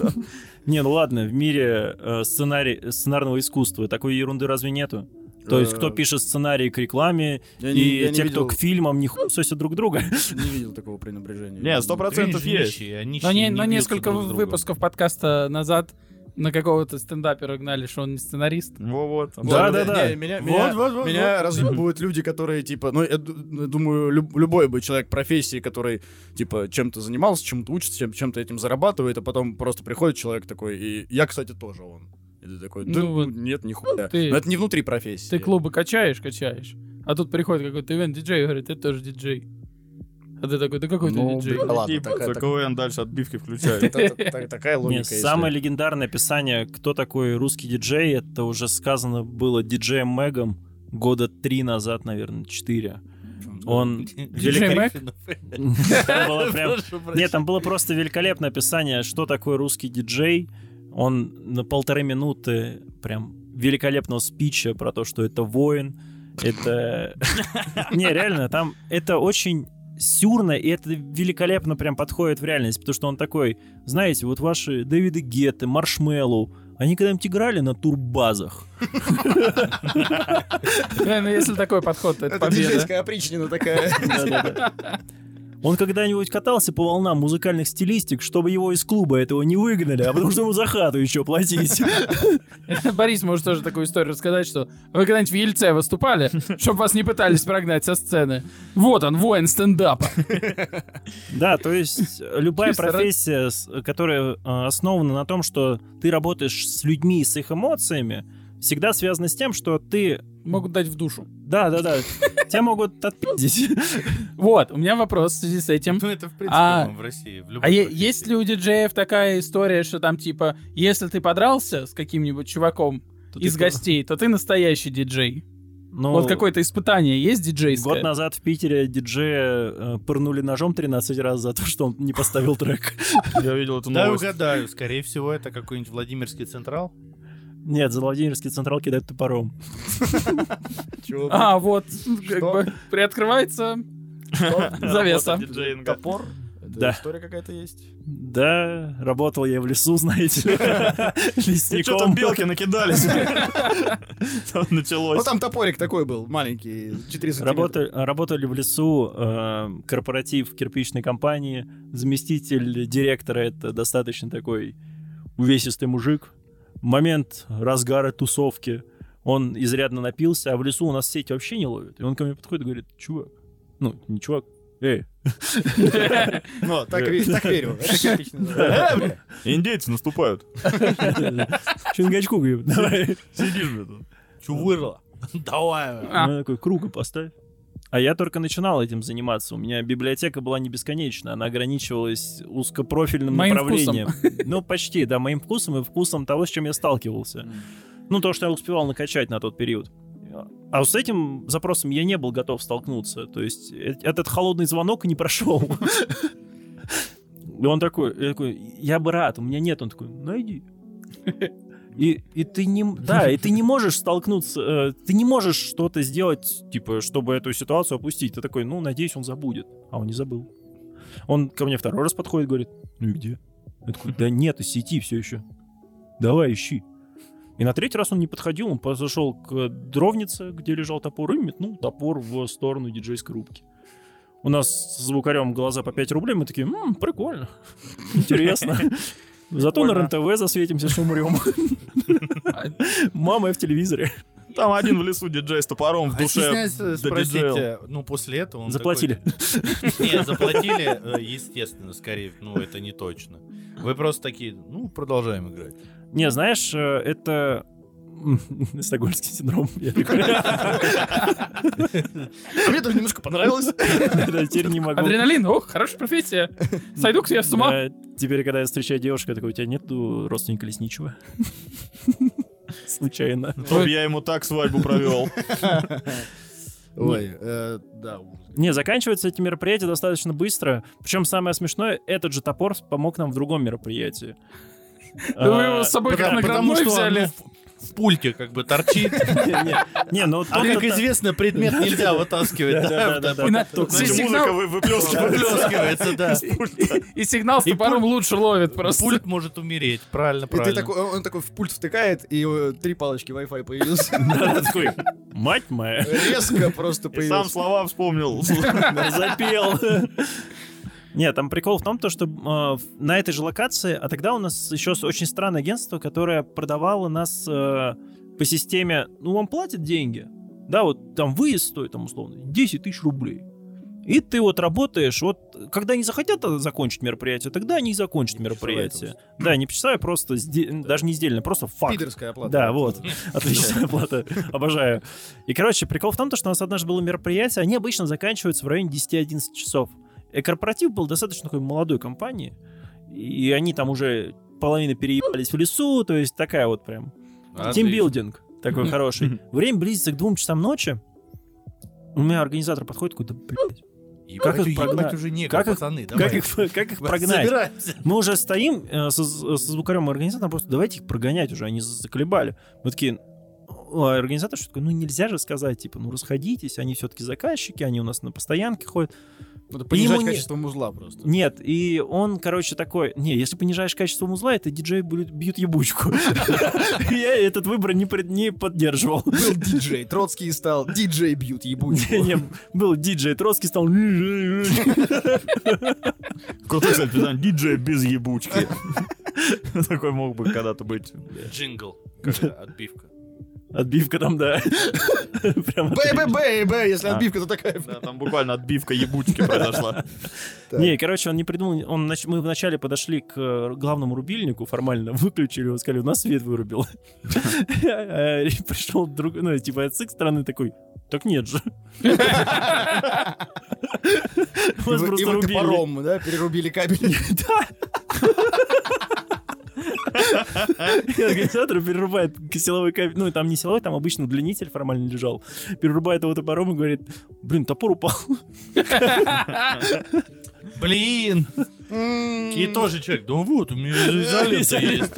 [SPEAKER 6] Не, ну ладно, в мире э, сценарий, сценарного искусства такой ерунды разве нету? То есть кто
[SPEAKER 2] Э,
[SPEAKER 6] пишет сценарий к рекламе,
[SPEAKER 2] Я
[SPEAKER 6] *laughs*
[SPEAKER 2] не-
[SPEAKER 6] И
[SPEAKER 2] я не
[SPEAKER 6] те, кто
[SPEAKER 2] видел-
[SPEAKER 6] к фильмам не хуй сосят друг друга.
[SPEAKER 2] Не видел такого пренебрежения.
[SPEAKER 5] Не, сто процентов
[SPEAKER 4] Кринж
[SPEAKER 5] есть.
[SPEAKER 4] нищие, они
[SPEAKER 3] Но не,
[SPEAKER 4] не
[SPEAKER 3] на
[SPEAKER 4] бьются
[SPEAKER 3] несколько
[SPEAKER 4] друг с другом.
[SPEAKER 3] выпусков подкаста назад на какого-то стендапера гнали, что он не сценарист.
[SPEAKER 5] Во вот.
[SPEAKER 6] Да, да, да.
[SPEAKER 2] Не, Меня, меня, меня разъебывают люди, которые, типа, ну, я ду- я думаю, люб- любой бы человек профессии, который, типа, чем-то занимался, чем-то учится, чем- чем-то этим зарабатывает, а потом просто приходит человек такой, и я, кстати, тоже он. И ты такой, да
[SPEAKER 3] Ну вот.
[SPEAKER 2] нет, нихуя.
[SPEAKER 3] Ты-
[SPEAKER 2] Но это не внутри профессии.
[SPEAKER 3] Ты клубы качаешь, качаешь. А тут приходит какой-то ивент-диджей и говорит, это тоже диджей. А ты такой, да какой ты
[SPEAKER 2] Ну,
[SPEAKER 3] диджей?
[SPEAKER 2] блин, ладно,
[SPEAKER 5] Типа,
[SPEAKER 2] такая-
[SPEAKER 5] за
[SPEAKER 2] так-
[SPEAKER 5] КВН дальше отбивки включают.
[SPEAKER 2] Та- та- та- Такая логика.
[SPEAKER 6] Не,
[SPEAKER 2] если-
[SPEAKER 6] самое легендарное описание, кто такой русский диджей, это уже сказано было диджеем Мэгом года три назад, наверное, четыре.
[SPEAKER 4] *laughs*
[SPEAKER 6] Он *laughs*
[SPEAKER 3] Диджей Мэг?
[SPEAKER 6] там было прям... Нет, там было просто великолепное описание, что такое русский диджей. Он на полторы минуты прям великолепного спича про то, что это воин, Это... *laughs* Не, реально, там это очень сюрно, и это великолепно прям подходит в реальность, потому что он такой, знаете, вот ваши Дэвиды Гетты, Маршмеллоу, они когда-нибудь играли на турбазах?
[SPEAKER 3] Реально, ну, если такой подход, то это
[SPEAKER 2] Это
[SPEAKER 3] победа.
[SPEAKER 2] диджейская опричнина *laughs* такая.
[SPEAKER 6] Он когда-нибудь катался по волнам музыкальных стилистик, чтобы его из клуба этого не выгнали, а потому что ему за хату еще платить.
[SPEAKER 3] *laughs* Борис может тоже такую историю рассказать, что вы когда-нибудь в Ельце выступали, чтобы вас не пытались прогнать со сцены. Вот он, воин стендапа.
[SPEAKER 6] Да, то есть э, любая
[SPEAKER 3] Чисто ради-
[SPEAKER 6] профессия, с- которая э, основана на том, что ты работаешь с людьми и с их эмоциями, всегда связана с тем, что ты...
[SPEAKER 3] Могут дать в душу.
[SPEAKER 5] *laughs*
[SPEAKER 6] Да-да-да, тебя могут отпиздить.
[SPEAKER 3] Вот, у меня вопрос в связи с этим.
[SPEAKER 4] Ну, это, в принципе,
[SPEAKER 3] А-
[SPEAKER 4] по-моему, в России. В
[SPEAKER 3] А
[SPEAKER 4] любой
[SPEAKER 3] е-
[SPEAKER 4] профессии.
[SPEAKER 3] есть ли у диджеев такая история, что там типа, если ты подрался с каким-нибудь чуваком
[SPEAKER 6] То
[SPEAKER 3] из
[SPEAKER 6] ты-
[SPEAKER 3] гостей, то ты настоящий диджей?
[SPEAKER 6] Ну,
[SPEAKER 3] Вот какое-то испытание есть
[SPEAKER 6] Год
[SPEAKER 3] диджейское?
[SPEAKER 6] назад в Питере диджея э, пырнули ножом 13 раз за то, что он не поставил трек.
[SPEAKER 5] Я видел эту
[SPEAKER 4] Да,
[SPEAKER 5] новость.
[SPEAKER 4] угадаю. Скорее всего, это какой-нибудь Владимирский Централ.
[SPEAKER 6] Нет, за Владимирский Централ кидают топором.
[SPEAKER 2] Чего?
[SPEAKER 3] А, вот, как
[SPEAKER 2] Что?
[SPEAKER 3] бы приоткрывается завеса.
[SPEAKER 5] Диджейнга.
[SPEAKER 2] Топор? Это
[SPEAKER 6] Да.
[SPEAKER 2] История какая-то есть.
[SPEAKER 6] Да, работал я в лесу, *laughs* знаете,
[SPEAKER 5] *laughs* И что там
[SPEAKER 6] лесником. *laughs*
[SPEAKER 5] белки накидались? Там
[SPEAKER 2] Ну
[SPEAKER 5] началось.
[SPEAKER 2] там топорик такой был, маленький, 4 сантиметра.
[SPEAKER 6] Работали, работали в лесу, э, корпоратив кирпичной компании, заместитель директора это достаточно такой увесистый мужик. В момент разгара тусовки он изрядно напился, а в лесу у нас сеть вообще не ловит. И он ко мне подходит и говорит, чувак, ну, не чувак, эй, *laughs*
[SPEAKER 2] Ну, так ве- так верю. Это отлично.
[SPEAKER 5] Индейцы наступают.
[SPEAKER 6] чингачку, говорю, давай.
[SPEAKER 5] Сидишь, блин. тут.
[SPEAKER 4] Чувырло. *laughs* Давай.
[SPEAKER 3] А.
[SPEAKER 6] Ну, я такой, круга поставь. А я только начинал этим заниматься. У меня библиотека была не бесконечна, она ограничивалась узкопрофильным
[SPEAKER 3] Моим
[SPEAKER 6] направлением. Ну, почти, да, моим вкусом и вкусом того, с чем я сталкивался. Ну, то, что я успевал накачать на тот период. А с этим запросом я не был готов столкнуться. То есть э- этот холодный звонок не прошел. И он такой, я такой, я бы рад, у меня нет. Он такой, найди. И, и ты не, м- *laughs* да, и ты не можешь столкнуться, э, ты не можешь что-то сделать, типа, чтобы эту ситуацию опустить. Ты такой, ну, надеюсь, он забудет. А он не забыл. Он ко мне второй раз подходит, говорит, ну и где? Я такой, *laughs* да нет, из сети все еще. Давай, ищи. И на третий раз он не подходил, он подошел к дровнице, где лежал топор, и метнул топор в сторону диджейской рубки. У нас с звукарем глаза по 5 рублей, мы такие, «М, прикольно, *laughs* интересно. Зато на РНТВ засветимся, что умрем. Мама, я в телевизоре.
[SPEAKER 5] Там один в лесу диджей с топором
[SPEAKER 6] А
[SPEAKER 5] в
[SPEAKER 4] А
[SPEAKER 5] душе.
[SPEAKER 4] спросить,
[SPEAKER 5] диджейл.
[SPEAKER 4] э, ну, после этого он
[SPEAKER 6] Заплатили.
[SPEAKER 4] такой, *laughs* Не, заплатили, э, естественно, скорее, ну, это не точно. Вы просто такие, ну, продолжаем играть.
[SPEAKER 6] Не, знаешь, э, это *laughs* м, стокгольмский синдром. *laughs* Я такой,
[SPEAKER 2] А Мне даже немножко понравилось.
[SPEAKER 6] «Да, Теперь не могу.
[SPEAKER 3] Адреналин, ох,
[SPEAKER 6] *laughs*
[SPEAKER 3] хорошая профессия. Сойду-ка я с ума.
[SPEAKER 6] Да, Теперь, когда я встречаю девушку, я такой, у тебя нету родственника лесничего? *laughs* Случайно.
[SPEAKER 5] Чтоб я ему так свадьбу
[SPEAKER 6] *laughs*
[SPEAKER 5] провел.
[SPEAKER 2] Ой, э, да. ужас.
[SPEAKER 6] Не, заканчиваются эти мероприятия достаточно быстро. Причем самое смешное, этот же топор помог нам в другом мероприятии.
[SPEAKER 3] Да вы его
[SPEAKER 6] А,
[SPEAKER 3] с собой как
[SPEAKER 4] Потому- потому
[SPEAKER 3] наградной
[SPEAKER 4] что,
[SPEAKER 3] взяли.
[SPEAKER 4] ну, в- В пульте как бы торчит.
[SPEAKER 6] не, не, Не, ну
[SPEAKER 4] А
[SPEAKER 6] тот-
[SPEAKER 4] как
[SPEAKER 6] тот-
[SPEAKER 4] известно, предмет нельзя вытаскивать. да,
[SPEAKER 6] да-да-да-да.
[SPEAKER 3] И на-
[SPEAKER 5] Знаете,
[SPEAKER 3] сигнал-
[SPEAKER 5] музыка вы- выплескивает.
[SPEAKER 4] Выплескивается, да.
[SPEAKER 3] И сигнал с
[SPEAKER 4] И
[SPEAKER 3] топором лучше ловит просто.
[SPEAKER 4] Пульт может умереть, правильно,
[SPEAKER 2] И ты
[SPEAKER 4] правильно.
[SPEAKER 2] такой, он такой в пульт втыкает, и э, три палочки
[SPEAKER 6] *laughs*
[SPEAKER 2] Wi-Fi появились.
[SPEAKER 6] Да-да, такой, Мать моя,
[SPEAKER 2] Резко просто
[SPEAKER 5] И сам
[SPEAKER 2] появился.
[SPEAKER 6] *laughs*
[SPEAKER 5] слова вспомнил.
[SPEAKER 6] запел. Не, там прикол в том, то, что э, в- на этой же локации, а тогда у нас еще с- очень странное агентство, которое продавало нас э, по системе, ну, вам платят деньги, да, вот там выезд стоит, там, условно, 10 тысяч рублей. И ты вот работаешь, вот когда они захотят э, закончить мероприятие, тогда они и закончат мероприятие. Да, не почитаю, просто сде- даже не издельно, просто факт.
[SPEAKER 2] Пидорская оплата.
[SPEAKER 6] Да, вот. Отличная оплата. Обожаю. И, короче, прикол в том, то, что у нас однажды было мероприятие, они обычно заканчиваются в районе 10-11 часов. И корпоратив был достаточно такой молодой компании, и они там уже половина переебались в лесу, то есть такая вот прям тимбилдинг такой хороший. Время близится к двум часам ночи, у меня организатор подходит, какой-то, блядь, Как их
[SPEAKER 4] Как их
[SPEAKER 6] прогнать?
[SPEAKER 4] уже некого,
[SPEAKER 6] Как их-
[SPEAKER 4] пацаны,
[SPEAKER 6] как
[SPEAKER 4] *laughs* давай.
[SPEAKER 6] их, как их прогнать?
[SPEAKER 4] Собираемся.
[SPEAKER 6] Мы уже э, стоим э, со, со звукарем и организатором, просто давайте их прогонять уже, они за- заколебали. Мы такие, э, организатор что такой, ну нельзя же сказать, типа, ну расходитесь, они все-таки заказчики, они у нас на постоянке ходят.
[SPEAKER 2] Надо понижать
[SPEAKER 6] ему не-
[SPEAKER 2] качество
[SPEAKER 6] *laughs*
[SPEAKER 2] музла просто.
[SPEAKER 6] Нет, и он, короче, такой, не, если понижаешь качество музла, это диджей будет- бьют ебучку. *laughs* Я этот выбор не пред- не поддерживал.
[SPEAKER 2] Был диджей, Троцкий стал, диджей
[SPEAKER 6] *laughs*
[SPEAKER 2] бьют
[SPEAKER 6] Не,
[SPEAKER 2] ебучего.
[SPEAKER 6] не, был диджей Троцкий, стал... *laughs*
[SPEAKER 5] Крутой, кстати, признание, диджей без
[SPEAKER 6] *laughs*
[SPEAKER 5] ебучки. Такой мог бы когда-то быть.
[SPEAKER 4] Джингл. как это, Отбивка.
[SPEAKER 6] Отбивка там, да. *laughs* Прям
[SPEAKER 2] Бэйбэ, бэйбэ, если
[SPEAKER 5] А.
[SPEAKER 2] отбивка, то такая. *laughs*
[SPEAKER 5] Да, там буквально
[SPEAKER 6] *laughs*
[SPEAKER 5] отбивка ебучки произошла.
[SPEAKER 2] Так.
[SPEAKER 6] Не, короче, он не придумал. Он, нач- мы вначале подошли к э, главному рубильнику формально, *laughs* выключили его, сказали, у нас свет вырубил. Э, *laughs* и Пришел друг, ну, типа, с их стороны такой, так нет
[SPEAKER 2] *laughs*
[SPEAKER 6] же. У
[SPEAKER 2] И
[SPEAKER 6] нас
[SPEAKER 2] вы- и
[SPEAKER 6] просто
[SPEAKER 2] вы
[SPEAKER 6] рубильник.
[SPEAKER 2] Типа, топором, да, перерубили кабель.
[SPEAKER 6] И *laughs* Организатор перерубает силовой кабель. Ну, там не силовой, там обычно удлинитель формально лежал. Перерубает его топором и говорит, блин, топор упал. *laughs*
[SPEAKER 4] Блин! И тоже человек, да вот, у меня изолента есть.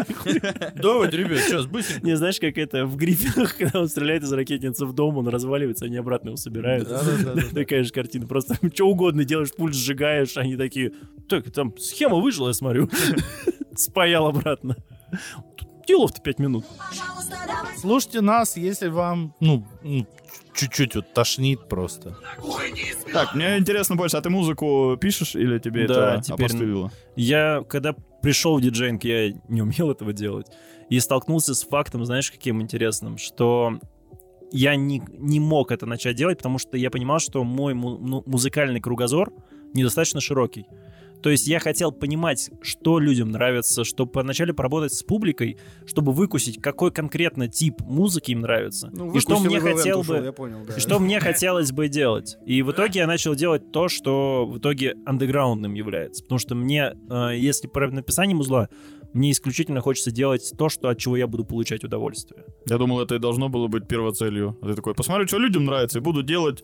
[SPEAKER 4] Давайте, ребят, сейчас быстренько.
[SPEAKER 6] Не, знаешь, как это в гриффинах, когда он стреляет из ракетницы в дом, он разваливается, они обратно его собирают. *laughs* Такая же картина. Просто *laughs* что угодно делаешь, пульс сжигаешь, они такие, так, там схема выжила, я смотрю. *laughs* Спаял обратно. Тут Делов-то пять минут.
[SPEAKER 7] Пожалуйста, давай
[SPEAKER 4] Слушайте нас, если вам, ну, ну, чуть-чуть вот тошнит просто.
[SPEAKER 5] Так, мне интересно больше, а ты музыку пишешь или тебе
[SPEAKER 6] Да,
[SPEAKER 5] это
[SPEAKER 6] теперь-
[SPEAKER 5] опостылило?
[SPEAKER 6] Я, когда пришел в диджейнг, я не умел этого делать. И столкнулся с фактом, знаешь, каким интересным, что я не, не мог это начать делать, потому что я понимал, что мой му- ну, музыкальный кругозор недостаточно широкий. То есть я хотел понимать, что людям нравится, чтобы поначалу поработать с публикой, чтобы выкусить, какой конкретно тип музыки им нравится.
[SPEAKER 2] Ну,
[SPEAKER 6] и что
[SPEAKER 2] выпустил
[SPEAKER 6] мне
[SPEAKER 2] его, Вент
[SPEAKER 6] хотел
[SPEAKER 2] ушел,
[SPEAKER 6] бы...
[SPEAKER 2] Я понял, да.
[SPEAKER 6] И что мне хотелось бы делать. И в итоге я начал делать то, что в итоге андеграундным является. Потому что мне, э, если про написание музла, мне исключительно хочется делать то, что, от чего я буду получать удовольствие.
[SPEAKER 5] Я думал, это и должно было быть первоцелью. А ты такой, посмотрю, что людям нравится, и буду делать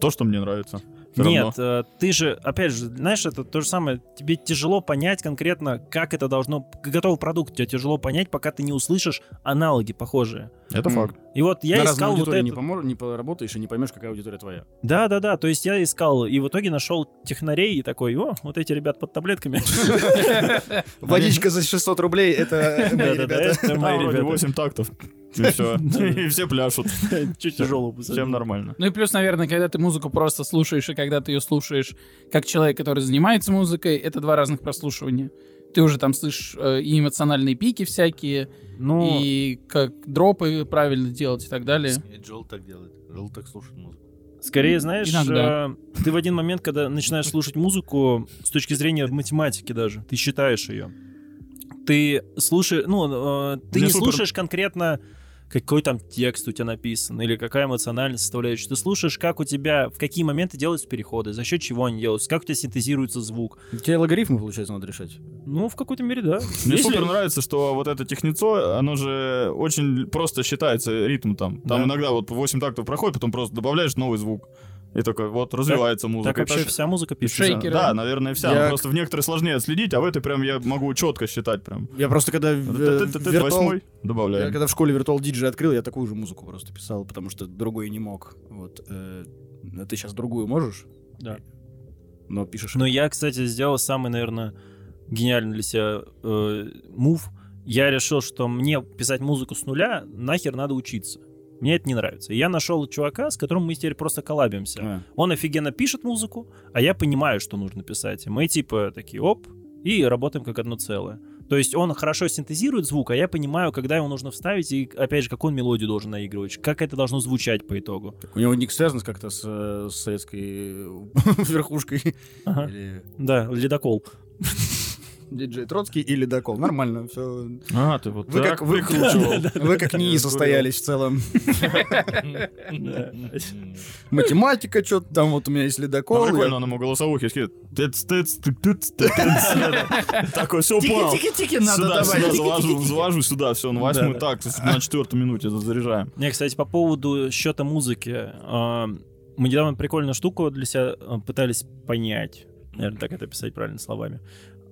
[SPEAKER 5] то, что мне нравится. Всё равно.
[SPEAKER 6] Нет, э, ты же, опять же, знаешь, это то же самое. Тебе тяжело понять конкретно, как это должно... Готовый продукт тебе тяжело понять, пока ты не услышишь аналоги похожие.
[SPEAKER 5] Это
[SPEAKER 2] М.
[SPEAKER 5] факт.
[SPEAKER 6] И вот я
[SPEAKER 2] На разную
[SPEAKER 6] искал вот
[SPEAKER 2] аудиторию
[SPEAKER 6] это.
[SPEAKER 2] не, помор- не поработаешь и не поймешь, какая
[SPEAKER 6] *laughs*
[SPEAKER 2] аудитория твоя.
[SPEAKER 6] Да, да, да. То есть я искал, и в итоге нашел технарей и такой, о, вот эти ребят под таблетками. *laughs*
[SPEAKER 2] Водичка за 600 рублей, *laughs* это мои
[SPEAKER 6] Да-да-да,
[SPEAKER 2] ребята.
[SPEAKER 6] это мои
[SPEAKER 5] Там вроде
[SPEAKER 6] ребята.
[SPEAKER 5] 8 тактов. *laughs* И
[SPEAKER 6] *laughs*
[SPEAKER 5] все. И все пляшут.
[SPEAKER 6] Чуть тяжело.
[SPEAKER 5] Всем нормально.
[SPEAKER 3] Ну и плюс, наверное, когда ты музыку просто слушаешь, и когда ты ее слушаешь как человек, который занимается музыкой, это два разных прослушивания. Ты уже там слышишь э, и эмоциональные пики всякие,
[SPEAKER 6] Ну,
[SPEAKER 3] и как дропы правильно делать и так далее.
[SPEAKER 4] Джол так делает. Джол так слушает музыку.
[SPEAKER 6] скорее, знаешь,
[SPEAKER 3] иногда.
[SPEAKER 6] э, ты в один момент, когда начинаешь слушать музыку с точки зрения математики даже, ты считаешь ее. Ты слушаешь, ну, э, ты
[SPEAKER 5] Мне
[SPEAKER 6] не
[SPEAKER 5] супер-
[SPEAKER 6] слушаешь конкретно, какой там текст у тебя написан, или какая эмоциональная составляющая. Ты слушаешь, как у тебя, в какие моменты делаются переходы, за счет чего они делаются, как у тебя синтезируется звук.
[SPEAKER 2] Тебе логарифмы, получается, надо решать.
[SPEAKER 6] Ну, в какой-то мере, да.
[SPEAKER 5] Мне
[SPEAKER 6] Если-
[SPEAKER 5] супер нравится, что вот это техницо, оно же очень просто считается ритм там. Там
[SPEAKER 6] Да.
[SPEAKER 5] иногда вот 8 тактов проходит, потом просто добавляешь новый звук. И такой, вот, развивается музыка.
[SPEAKER 6] Так вообще
[SPEAKER 5] Это ж-
[SPEAKER 6] вся музыка пишется.
[SPEAKER 3] Шейкер. Шейкеры.
[SPEAKER 5] Да, наверное, вся.
[SPEAKER 2] Я-
[SPEAKER 5] Но Просто в некоторые сложнее отследить, а в этой прям я могу четко считать прям.
[SPEAKER 2] Я просто когда в- э,
[SPEAKER 5] Т-т-т-т,
[SPEAKER 2] виртуал...
[SPEAKER 5] Восьмой
[SPEAKER 2] Я
[SPEAKER 5] добавляем.
[SPEAKER 2] когда в школе виртуал диджей открыл, я такую же музыку просто писал, потому что другой не мог. Вот. э, а ты сейчас другую можешь?
[SPEAKER 6] Да.
[SPEAKER 2] Но пишешь...
[SPEAKER 6] Но Ну, я, кстати, сделал самый, наверное, гениальный для себя э, мув. Я решил, что мне писать музыку с нуля нахер надо учиться. Мне это не нравится. И я нашел чувака, с которым мы теперь просто коллабимся.
[SPEAKER 2] А.
[SPEAKER 6] Он офигенно пишет музыку, а я понимаю, что нужно писать. И мы типа такие, оп, и работаем как одно целое. То есть он хорошо синтезирует звук, а я понимаю, когда его нужно вставить и, опять же, какую он мелодию должен наигрывать, как это должно звучать по итогу.
[SPEAKER 2] У него ник связан как-то с, э, с советской *laughs* верхушкой.
[SPEAKER 5] А?
[SPEAKER 6] Ага.
[SPEAKER 2] Или
[SPEAKER 6] Да, ледокол.
[SPEAKER 2] диджей Троцкий или Докол. Нормально, все.
[SPEAKER 5] А, ты вот
[SPEAKER 2] Вы
[SPEAKER 5] так
[SPEAKER 2] как- вы- *laughs*
[SPEAKER 5] выкручивал.
[SPEAKER 2] Вы как НИИ состоялись в целом.
[SPEAKER 6] Да.
[SPEAKER 2] Математика, что-то там, вот у меня есть
[SPEAKER 5] Ну,
[SPEAKER 2] ледокол.
[SPEAKER 5] прикольно,
[SPEAKER 2] я-
[SPEAKER 5] он ему голосовухи скидывает. Тыц, тыц, тык, тыц, тыц, *laughs* тыц. Такой, все, понял.
[SPEAKER 2] Тики-тики
[SPEAKER 5] Сюда, сюда,
[SPEAKER 2] добавить.
[SPEAKER 5] завожу, завожу сюда, все, на восьмой
[SPEAKER 6] Да,
[SPEAKER 5] такт, на четвертой минуте заряжаем.
[SPEAKER 6] Не, кстати, по поводу счета музыки. э, Мы а, недавно прикольную штуку для себя э, пытались понять. Наверное, так это писать правильно словами. Э,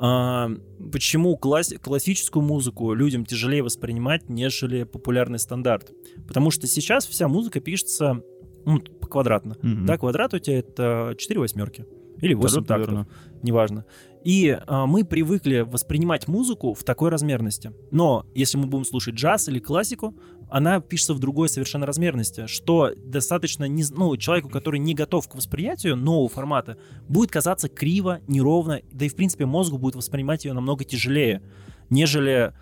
[SPEAKER 6] а, почему класс- классическую музыку людям тяжелее воспринимать, нежели популярный стандарт. Потому что сейчас вся музыка пишется ну, квадратно.
[SPEAKER 5] Мгм.
[SPEAKER 6] Да, квадрат у тебя это 4 восьмерки. Или 8
[SPEAKER 5] Да,
[SPEAKER 6] тактов,
[SPEAKER 5] наверно.
[SPEAKER 6] неважно. И а, мы привыкли воспринимать музыку в такой размерности. Но если мы будем слушать джаз или классику, она пишется в другой совершенно размерности, что достаточно не, з- ну, человеку, который не готов к восприятию нового формата, будет казаться криво, неровно, да и в принципе мозгу будет воспринимать ее намного тяжелее, нежели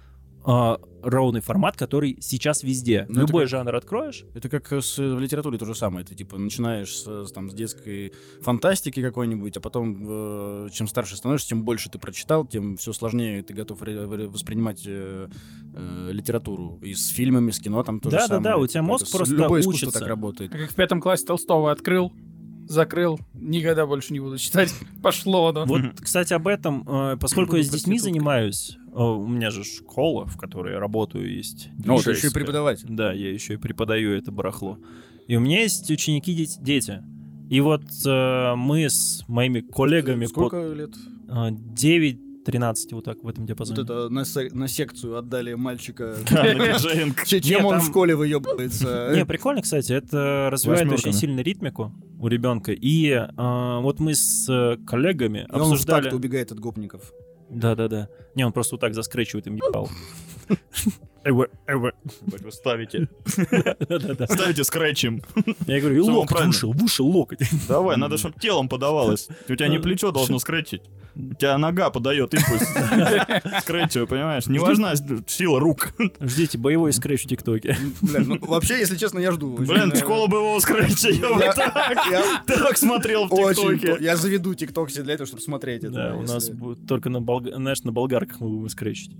[SPEAKER 6] а, ровный формат, который сейчас везде.
[SPEAKER 2] Ну, это
[SPEAKER 6] Любой жанр откроешь,
[SPEAKER 2] Это как с, э, в литературе то же самое. Ты типа начинаешь с, э, с, там, с детской фантастики какой-нибудь, а потом э, чем старше становишься, тем больше ты прочитал, тем все сложнее ты готов ре- ре- воспринимать э, э, литературу. И с фильмами, с кино там тоже
[SPEAKER 6] Да-да-да, у тебя мозг просто
[SPEAKER 2] любое искусство
[SPEAKER 6] учится.
[SPEAKER 2] так работает.
[SPEAKER 3] А Как в пятом классе Толстого открыл, закрыл, никогда больше не буду читать. *laughs* Пошло оно.
[SPEAKER 6] Вот, кстати, об этом, э, поскольку я с
[SPEAKER 3] Буду
[SPEAKER 6] детьми
[SPEAKER 3] проституткой.
[SPEAKER 6] занимаюсь, э, у меня же школа, в которой я работаю, есть.
[SPEAKER 2] Ну, ты
[SPEAKER 6] диджейская.
[SPEAKER 2] еще и преподаватель.
[SPEAKER 6] Да, я еще и преподаю это барахло. И у меня есть ученики дет- дети. И вот э, мы с моими коллегами
[SPEAKER 2] Сколько лет?
[SPEAKER 6] по э, 9-13 вот так в этом
[SPEAKER 2] Вот
[SPEAKER 6] диапазоне.
[SPEAKER 2] это на, се- на секцию отдали мальчика.
[SPEAKER 5] Да, на диджеинг.
[SPEAKER 2] Че- Чем
[SPEAKER 6] Не,
[SPEAKER 2] он
[SPEAKER 6] там-
[SPEAKER 2] в школе выебывается?
[SPEAKER 6] *laughs* Не, прикольно, кстати, это развивает
[SPEAKER 5] Восьмерками.
[SPEAKER 6] очень сильно ритмику у ребенка. И э, вот мы с э, коллегами
[SPEAKER 2] И он в
[SPEAKER 6] обсуждали.
[SPEAKER 2] такт убегает от гопников.
[SPEAKER 6] Да-да-да. Не, он просто вот так заскречивает им
[SPEAKER 2] *laughs*
[SPEAKER 6] ебал.
[SPEAKER 5] Так вы ставите.
[SPEAKER 6] Да-да-да.
[SPEAKER 5] Ставите скретчем.
[SPEAKER 6] Я говорю, и
[SPEAKER 5] Самое
[SPEAKER 6] локоть
[SPEAKER 5] правильное.
[SPEAKER 6] в уши, в уши локоть.
[SPEAKER 5] Давай, надо, чтобы телом подавалось. У тебя не плечо должно скретчить. У тебя нога подает импульс. *laughs* Скретчу, понимаешь? Не важна сила рук.
[SPEAKER 6] *laughs* Ждите, боевой скретч в ТикТоке.
[SPEAKER 2] Бля, ну, вообще, если честно, я жду. Э,
[SPEAKER 5] Блин,
[SPEAKER 2] Очень,
[SPEAKER 5] школа боевого скретча. Я вот так-
[SPEAKER 2] э, я-
[SPEAKER 5] *laughs* так смотрел в
[SPEAKER 2] Очень.
[SPEAKER 5] ТикТоке.
[SPEAKER 2] то- Я заведу ТикТок себе для этого, чтобы смотреть это.
[SPEAKER 6] Да, у
[SPEAKER 2] если-
[SPEAKER 6] нас будет только на болга- знаешь, на болгарках мы будем *laughs* скретчить.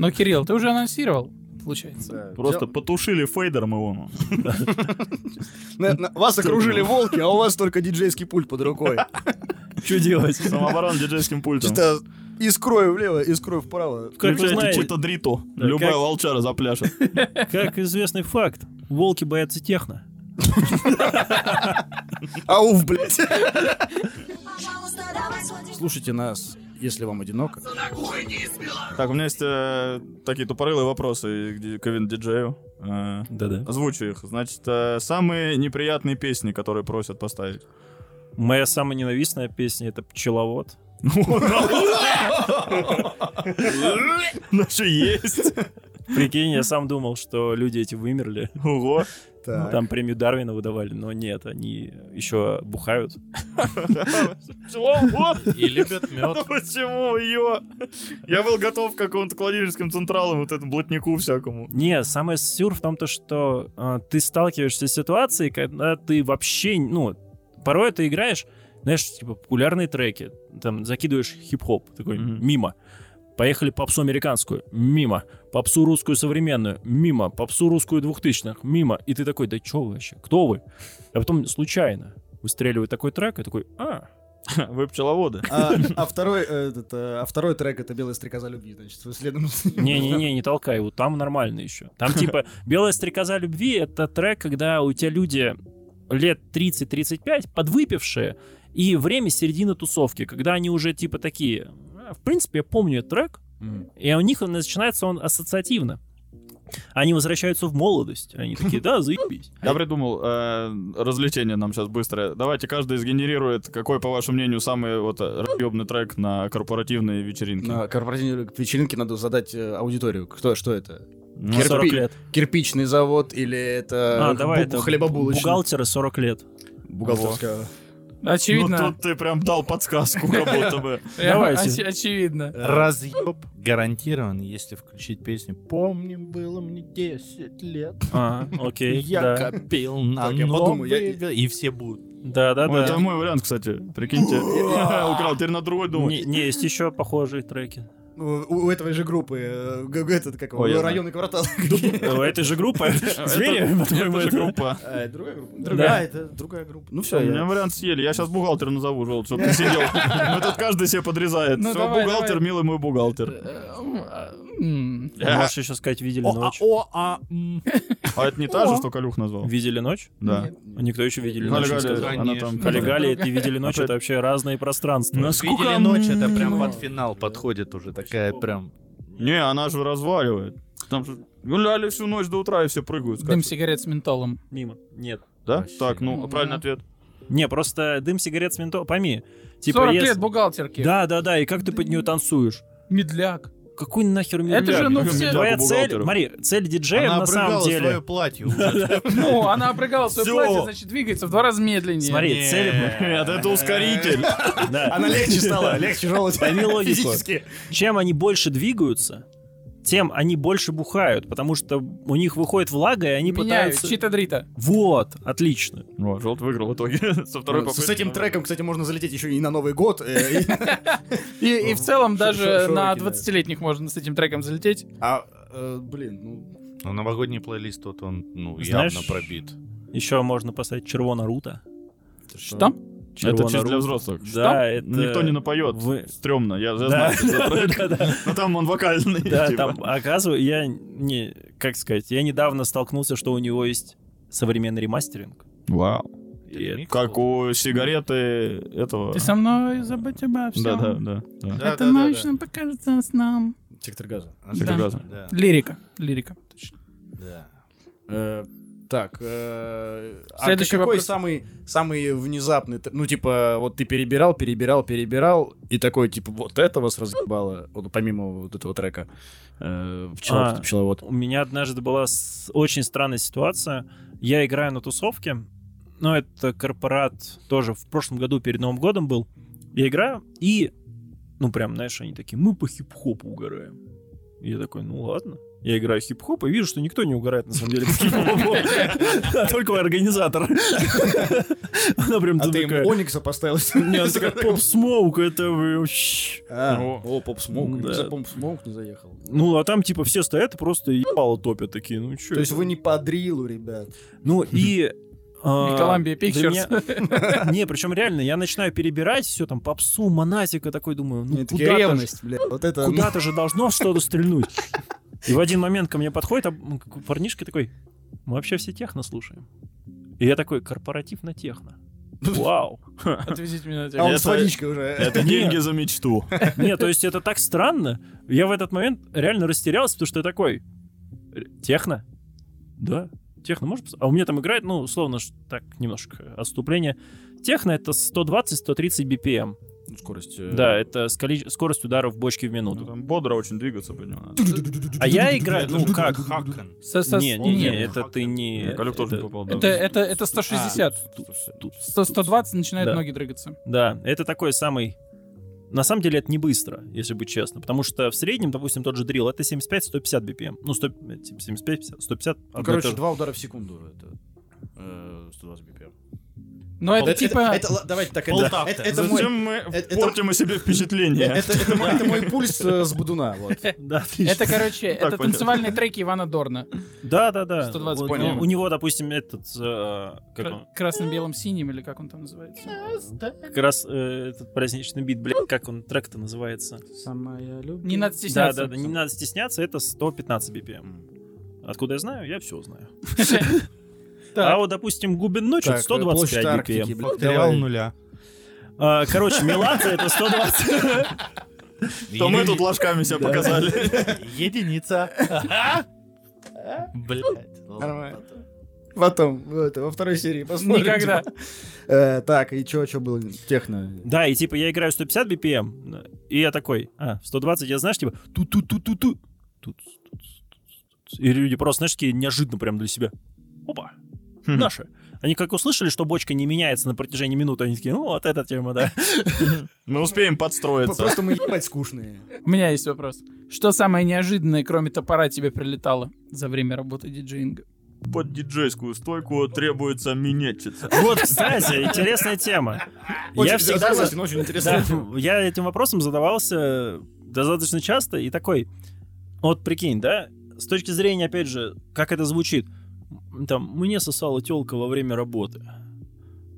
[SPEAKER 3] Но, Кирилл, ты уже анонсировал, получается.
[SPEAKER 2] Да.
[SPEAKER 5] Просто потушили фейдером его. ну.
[SPEAKER 2] На- на- Вас окружили волки, а у вас только диджейский пульт под *laughs* рукой.
[SPEAKER 6] Что *laughs* делать? Ну,
[SPEAKER 5] Самооборона диджейским пультом.
[SPEAKER 2] Что-то искрой влево, искрой вправо.
[SPEAKER 6] Как вы
[SPEAKER 5] Включайте
[SPEAKER 6] знаете,
[SPEAKER 5] чито дриту.
[SPEAKER 6] Да,
[SPEAKER 5] Любая
[SPEAKER 6] как-
[SPEAKER 5] волчара запляшет.
[SPEAKER 6] *laughs* как известный факт, волки боятся техно.
[SPEAKER 2] Ауф, блядь.
[SPEAKER 7] Пожалуйста, давай свой
[SPEAKER 2] *laughs*
[SPEAKER 7] диктофон.
[SPEAKER 2] Слушайте нас, если вам одиноко.
[SPEAKER 1] на кухоньке из Беларуси.
[SPEAKER 5] *laughs* Так, у меня есть э, такие тупорылые вопросы где- к Вин-диджею. Э,
[SPEAKER 6] Да-да.
[SPEAKER 5] Озвучу их. Значит, э, самые неприятные песни, которые просят поставить. *laughs*
[SPEAKER 6] Моя самая ненавистная песня — это «Пчеловод».
[SPEAKER 5] Ну Наши есть.
[SPEAKER 6] Прикинь, я сам думал, что люди эти вымерли.
[SPEAKER 5] Ого.
[SPEAKER 2] Так.
[SPEAKER 6] Там премию Дарвина выдавали, но нет, они еще бухают.
[SPEAKER 5] Пчеловод?
[SPEAKER 4] И любят
[SPEAKER 5] Ну
[SPEAKER 4] мед.
[SPEAKER 5] Почему ее? Я был готов к какому-то кладильническим централам, вот этому блатнику всякому.
[SPEAKER 6] Не, самое сюр в том, то, что а, ты сталкиваешься с ситуацией, когда ты вообще, ну, порой ты играешь, знаешь, типа популярные треки, там закидываешь хип-хоп, такой
[SPEAKER 5] Мгм.
[SPEAKER 6] мимо. Поехали попсу американскую, мимо. Попсу русскую современную, мимо. Попсу русскую двухтысячных, мимо. И ты такой, да чё вы вообще, кто вы? А потом случайно выстреливает такой трек, и такой, а,
[SPEAKER 5] Вы пчеловоды.
[SPEAKER 2] А, а второй, э, этот, э, а второй трек это белая стрекоза любви, значит, следом. с ним.
[SPEAKER 6] Не-не-не, не толкай его, там нормально еще. Там типа «Белая стрекоза любви» — это трек, когда у тебя люди лет 30-35, подвыпившие, и время середины тусовки, когда они уже типа такие... «А, В принципе, я помню этот трек, и у них он начинается он ассоциативно. Они возвращаются в молодость. Они такие, да, заебись.
[SPEAKER 5] А Я придумал э, развлечение нам сейчас быстрое. Давайте каждый сгенерирует, какой, по вашему мнению, самый вот э, разъебный трек на корпоративной вечеринке.
[SPEAKER 2] На корпоративной вечеринке надо задать э, аудиторию, кто, что это?
[SPEAKER 5] Ну,
[SPEAKER 2] Кирпи-
[SPEAKER 6] 40 лет.
[SPEAKER 2] Кирпичный завод или это
[SPEAKER 6] А, давай,
[SPEAKER 2] Э, бу-
[SPEAKER 6] это
[SPEAKER 2] хлебобулочный?
[SPEAKER 6] бухгалтеры 40 лет.
[SPEAKER 2] Бухгалтерская.
[SPEAKER 3] Очевидно.
[SPEAKER 5] Ну, тут ты прям дал
[SPEAKER 3] *laughs*
[SPEAKER 5] подсказку как будто бы.
[SPEAKER 3] Прямо
[SPEAKER 6] давайте.
[SPEAKER 3] оч- очевидно.
[SPEAKER 4] Разъеб гарантирован, если включить песню «Помним, было мне 10 лет,
[SPEAKER 6] Ага, А,
[SPEAKER 4] *laughs*
[SPEAKER 6] окей,
[SPEAKER 4] я
[SPEAKER 6] да.
[SPEAKER 4] копил на
[SPEAKER 2] Так, я подумаю, я-
[SPEAKER 4] новый...» ве-» И все будут.
[SPEAKER 5] Ой,
[SPEAKER 6] Да-да-да.
[SPEAKER 5] Это *laughs* мой вариант, кстати. Прикиньте. Украл, теперь на другой думать.
[SPEAKER 6] Не, не, есть еще похожие треки.
[SPEAKER 2] Ну, у, у этой же группы, э, г- г- этот, как его,
[SPEAKER 5] Ой, я знаю.
[SPEAKER 2] районный квартал.
[SPEAKER 6] У этой же *laughs* группы звери, по-твоему,
[SPEAKER 5] Это же
[SPEAKER 6] это?
[SPEAKER 5] группа.
[SPEAKER 2] А, это другая группа?
[SPEAKER 6] Да.
[SPEAKER 2] Другая, это другая группа. Ну
[SPEAKER 5] Все,
[SPEAKER 2] все,
[SPEAKER 5] у меня вариант съели. Я сейчас бухгалтера назову, желудь, чтобы
[SPEAKER 3] *laughs*
[SPEAKER 5] ты сидел. Мы тут каждый себе подрезает.
[SPEAKER 3] Ну,
[SPEAKER 5] Всё,
[SPEAKER 3] давай,
[SPEAKER 5] бухгалтер,
[SPEAKER 3] давай.
[SPEAKER 5] милый мой бухгалтер.
[SPEAKER 3] Эм, э, М,
[SPEAKER 5] А
[SPEAKER 6] Можешь еще сказать, видели
[SPEAKER 4] О, а,
[SPEAKER 6] ночь.
[SPEAKER 4] о, а, м.
[SPEAKER 5] это не та же, что Калюх назвал?
[SPEAKER 6] Видели ночь? А
[SPEAKER 5] Да.
[SPEAKER 6] Никто еще видели ночь. не сказал.
[SPEAKER 5] Галли, она там...
[SPEAKER 6] Халигали и видели ночь,
[SPEAKER 5] Опять-
[SPEAKER 6] это вообще разные пространства.
[SPEAKER 4] Видели ночь, это прям под финал подходит уже, такая прям...
[SPEAKER 5] Не, она же разваливает. Там же гуляли всю ночь до утра и все прыгают.
[SPEAKER 3] Дым
[SPEAKER 5] скачут.
[SPEAKER 3] сигарет с ментолом.
[SPEAKER 6] Мимо. Нет.
[SPEAKER 5] Да?
[SPEAKER 4] Вообще.
[SPEAKER 5] Так, ну, правильный ответ.
[SPEAKER 6] Не, просто дым сигарет с ментом, пойми. Типа,
[SPEAKER 3] 40
[SPEAKER 6] если-
[SPEAKER 3] лет бухгалтерки.
[SPEAKER 6] Да, да, да, и как ты под нее танцуешь? *laughs*
[SPEAKER 3] Медляк.
[SPEAKER 6] Какой нахер мне
[SPEAKER 3] Это же, ну,
[SPEAKER 5] как
[SPEAKER 3] все...
[SPEAKER 5] медляк.
[SPEAKER 6] Твоя
[SPEAKER 5] Бабу
[SPEAKER 6] цель,
[SPEAKER 5] бухгалтера.
[SPEAKER 6] смотри, цель диджея на самом деле...
[SPEAKER 4] свое платье уже.
[SPEAKER 3] Ну, она обрыгала свое
[SPEAKER 4] Всё.
[SPEAKER 3] платье, значит, двигается в два раза медленнее.
[SPEAKER 6] Смотри, цель...
[SPEAKER 5] Нет, это ускоритель.
[SPEAKER 6] да.
[SPEAKER 2] *laughs* Она легче стала, легче жаловаться.
[SPEAKER 6] Пойми логику.
[SPEAKER 2] Физически.
[SPEAKER 6] Чем они больше двигаются, тем они больше бухают, потому что у них выходит влага, и они
[SPEAKER 3] Меняю,
[SPEAKER 6] пытаются...
[SPEAKER 3] чита-дрита.
[SPEAKER 6] Вот, отлично.
[SPEAKER 5] О, Желт Ну, а выиграл в итоге. *laughs* Со второй
[SPEAKER 2] Ну,
[SPEAKER 5] попытки.
[SPEAKER 2] С этим треком, кстати, можно залететь еще и на Новый год. э, и- *laughs*
[SPEAKER 3] И, и в целом
[SPEAKER 2] Шо-
[SPEAKER 3] даже
[SPEAKER 2] шо- шо
[SPEAKER 3] на
[SPEAKER 2] выкидает.
[SPEAKER 3] 20-летних можно с этим треком залететь.
[SPEAKER 2] А, э, блин, ну...
[SPEAKER 4] Ну, новогодний плейлист, тут он, ну,
[SPEAKER 6] Знаешь-
[SPEAKER 4] явно пробит.
[SPEAKER 6] Еще можно поставить червона рута.
[SPEAKER 3] Что?
[SPEAKER 5] Это
[SPEAKER 6] Червона
[SPEAKER 5] чисто для
[SPEAKER 6] рута.
[SPEAKER 5] взрослых.
[SPEAKER 6] Да, это...
[SPEAKER 5] Ну, Никто не напоет.
[SPEAKER 6] Вы-
[SPEAKER 5] Стремно, я я
[SPEAKER 6] *laughs* Да.
[SPEAKER 5] знаю. что
[SPEAKER 6] *laughs*
[SPEAKER 5] за трек. Но там он вокальный.
[SPEAKER 6] Да,
[SPEAKER 5] типа.
[SPEAKER 6] там, оказывается, я не, как сказать, я недавно столкнулся, что у него есть современный ремастеринг.
[SPEAKER 5] Вау. Как у сигареты этого.
[SPEAKER 3] Ты со мной забудь обо всем.
[SPEAKER 5] Да, да, да, да.
[SPEAKER 3] Это научно покажется с нам.
[SPEAKER 2] Сектор газа.
[SPEAKER 6] *laughs*
[SPEAKER 5] Прекрасно.
[SPEAKER 4] Да,
[SPEAKER 3] Лирика. Лирика.
[SPEAKER 4] да.
[SPEAKER 2] Э, Так, э, а
[SPEAKER 3] Следующий
[SPEAKER 2] какой
[SPEAKER 3] вопрос.
[SPEAKER 2] самый, самый внезапный, т- ну, типа, вот ты перебирал, перебирал, переберал, и такой, типа, вот это вас разъебало, вот помимо вот этого трека, э, пчеловод,
[SPEAKER 6] А.
[SPEAKER 2] пчеловод.
[SPEAKER 6] У меня однажды была с- очень странная ситуация. Я играю на тусовке, но это корпорат тоже в прошлом году перед Новым годом был. Я играю, и, ну, прям, знаешь, они такие, мы по хип-хопу угораем. И я такой, ну ладно. Я играю хип-хоп и вижу, что никто не угорает на самом деле по хип-хопу, а только организатор. Она прям
[SPEAKER 2] А ты
[SPEAKER 6] такая,
[SPEAKER 2] ему Оникса поставил?
[SPEAKER 6] Не, она такая, Поп Смоук, это... вы вообще».
[SPEAKER 2] А,
[SPEAKER 5] О.
[SPEAKER 2] О, Поп Смоук,
[SPEAKER 6] Да.
[SPEAKER 2] за Поп Смоук не заехал.
[SPEAKER 6] Ну, а там, типа, все стоят и просто ебало топят такие, ну чё.
[SPEAKER 2] То есть
[SPEAKER 6] это?
[SPEAKER 2] вы не по дрилу, ребят.
[SPEAKER 6] Ну и... а,
[SPEAKER 3] И Columbia
[SPEAKER 6] для
[SPEAKER 3] Pictures.
[SPEAKER 6] меня- *laughs* Не, причем реально, я начинаю перебирать все там попсу, монатика, такой думаю, ну
[SPEAKER 2] Это
[SPEAKER 6] куда-то же-
[SPEAKER 2] ревность, блядь. Вот это...
[SPEAKER 6] куда-то же должно что-то стрельнуть. И в один момент ко мне подходит а, м, к- парнишка такой, мы вообще все техно слушаем. И я такой, корпоратив на техно. Вау.
[SPEAKER 3] Отвезите меня на
[SPEAKER 2] А
[SPEAKER 3] тебя.
[SPEAKER 2] он
[SPEAKER 5] Это-
[SPEAKER 2] с водичкой уже.
[SPEAKER 5] Это деньги за мечту.
[SPEAKER 6] Не, то есть это так странно. Я в этот момент реально растерялся, потому что я такой... «Р- Техно? Да, техно может... пос- А у меня там играет, ну, условно, ш- так, немножко отступление. Техно — это 120-130 BPM.
[SPEAKER 2] Скорость.
[SPEAKER 6] Да, это с коли- скорость ударов бочки в
[SPEAKER 5] Ну,
[SPEAKER 6] минуту.
[SPEAKER 5] Там бодро очень двигаться под него надо.
[SPEAKER 6] А я играю...
[SPEAKER 4] Это
[SPEAKER 6] Ну,
[SPEAKER 4] же
[SPEAKER 6] как?
[SPEAKER 4] Хакан.
[SPEAKER 3] Со- со-
[SPEAKER 6] Не, не, не, это А, ты не...
[SPEAKER 5] Калюк тоже
[SPEAKER 6] это-
[SPEAKER 5] попал. да.
[SPEAKER 3] Это, это, это 160.
[SPEAKER 6] тут-
[SPEAKER 3] 100, 120 начинают
[SPEAKER 6] Да.
[SPEAKER 3] ноги дрыгаться.
[SPEAKER 6] Да, это такой самый... На самом деле это не быстро, если быть честно, потому что в среднем, допустим, тот же дрил это 75-150 BPM. Ну, 100, 75, 50, 150.
[SPEAKER 2] Ну,
[SPEAKER 6] одно и
[SPEAKER 2] короче,
[SPEAKER 6] то же.
[SPEAKER 2] два удара в секунду. Это э, 120 BPM.
[SPEAKER 6] А
[SPEAKER 3] Но это
[SPEAKER 2] Это-
[SPEAKER 3] типа...
[SPEAKER 2] это- это- давайте так, это,
[SPEAKER 4] Полтавка.
[SPEAKER 2] это- это мой...
[SPEAKER 5] Зачем мы
[SPEAKER 2] это-
[SPEAKER 5] портим о себе впечатление?
[SPEAKER 2] Это, это мой, *laughs* это мой пульс э, с Будуна, вот.
[SPEAKER 6] Да, отлично.
[SPEAKER 3] Это,
[SPEAKER 6] Ну,
[SPEAKER 3] короче, это
[SPEAKER 5] понятно.
[SPEAKER 3] танцевальные треки Ивана Дорна.
[SPEAKER 6] Да, да, да.
[SPEAKER 3] 120,
[SPEAKER 6] Вот,
[SPEAKER 3] понял.
[SPEAKER 6] ну, У него, допустим, этот э, как он,
[SPEAKER 3] Кра- Красным, белым, синим, или как он там называется?
[SPEAKER 6] как раз э, этот праздничный бит, блядь, как он трек-то называется?
[SPEAKER 3] Не надо
[SPEAKER 6] Да,
[SPEAKER 3] стесняться.
[SPEAKER 6] да, да, не надо стесняться, это 115 BPM. Откуда я знаю? Я все знаю.
[SPEAKER 3] *laughs* Так.
[SPEAKER 6] А вот, допустим, Губин ночь это
[SPEAKER 2] Так, э, площадь
[SPEAKER 6] 125
[SPEAKER 2] Арктики,
[SPEAKER 6] BPM.
[SPEAKER 2] блядь,
[SPEAKER 4] Факториал
[SPEAKER 2] давай.
[SPEAKER 4] нуля.
[SPEAKER 6] А, Короче, Меладзе это 120.
[SPEAKER 5] То мы тут ложками *laughs* себя показали.
[SPEAKER 4] Единица. Блять.
[SPEAKER 2] Нормально. Потом, ну, это, во второй серии посмотрим.
[SPEAKER 3] Никогда.
[SPEAKER 2] Э, так, и чё, чё было? Техно.
[SPEAKER 6] Да, и типа я играю 150 BPM, и я такой, а, 120, я, знаешь, типа, ту-ту-ту-ту-ту, тут, тут, тут. И люди просто, знаешь, такие неожиданно прям для себя. Опа,
[SPEAKER 5] Хм.
[SPEAKER 6] наши. Они как услышали, что бочка не меняется на протяжении минуты, они такие, ну вот эта тема, да.
[SPEAKER 5] Мы успеем подстроиться.
[SPEAKER 2] Просто мы ебать скучные.
[SPEAKER 3] У меня есть вопрос. Что самое неожиданное, кроме топора, тебе прилетало за время работы диджеинга?
[SPEAKER 5] Под диджейскую стойку требуется минетчица.
[SPEAKER 6] Вот, кстати, интересная тема. Я
[SPEAKER 2] Очень
[SPEAKER 6] всегда... за-
[SPEAKER 2] согласен, очень интересно.
[SPEAKER 6] Да, Я этим вопросом задавался достаточно часто и такой, вот прикинь, да, с точки зрения, опять же, как это звучит, М, там, мне сосала телка во время работы.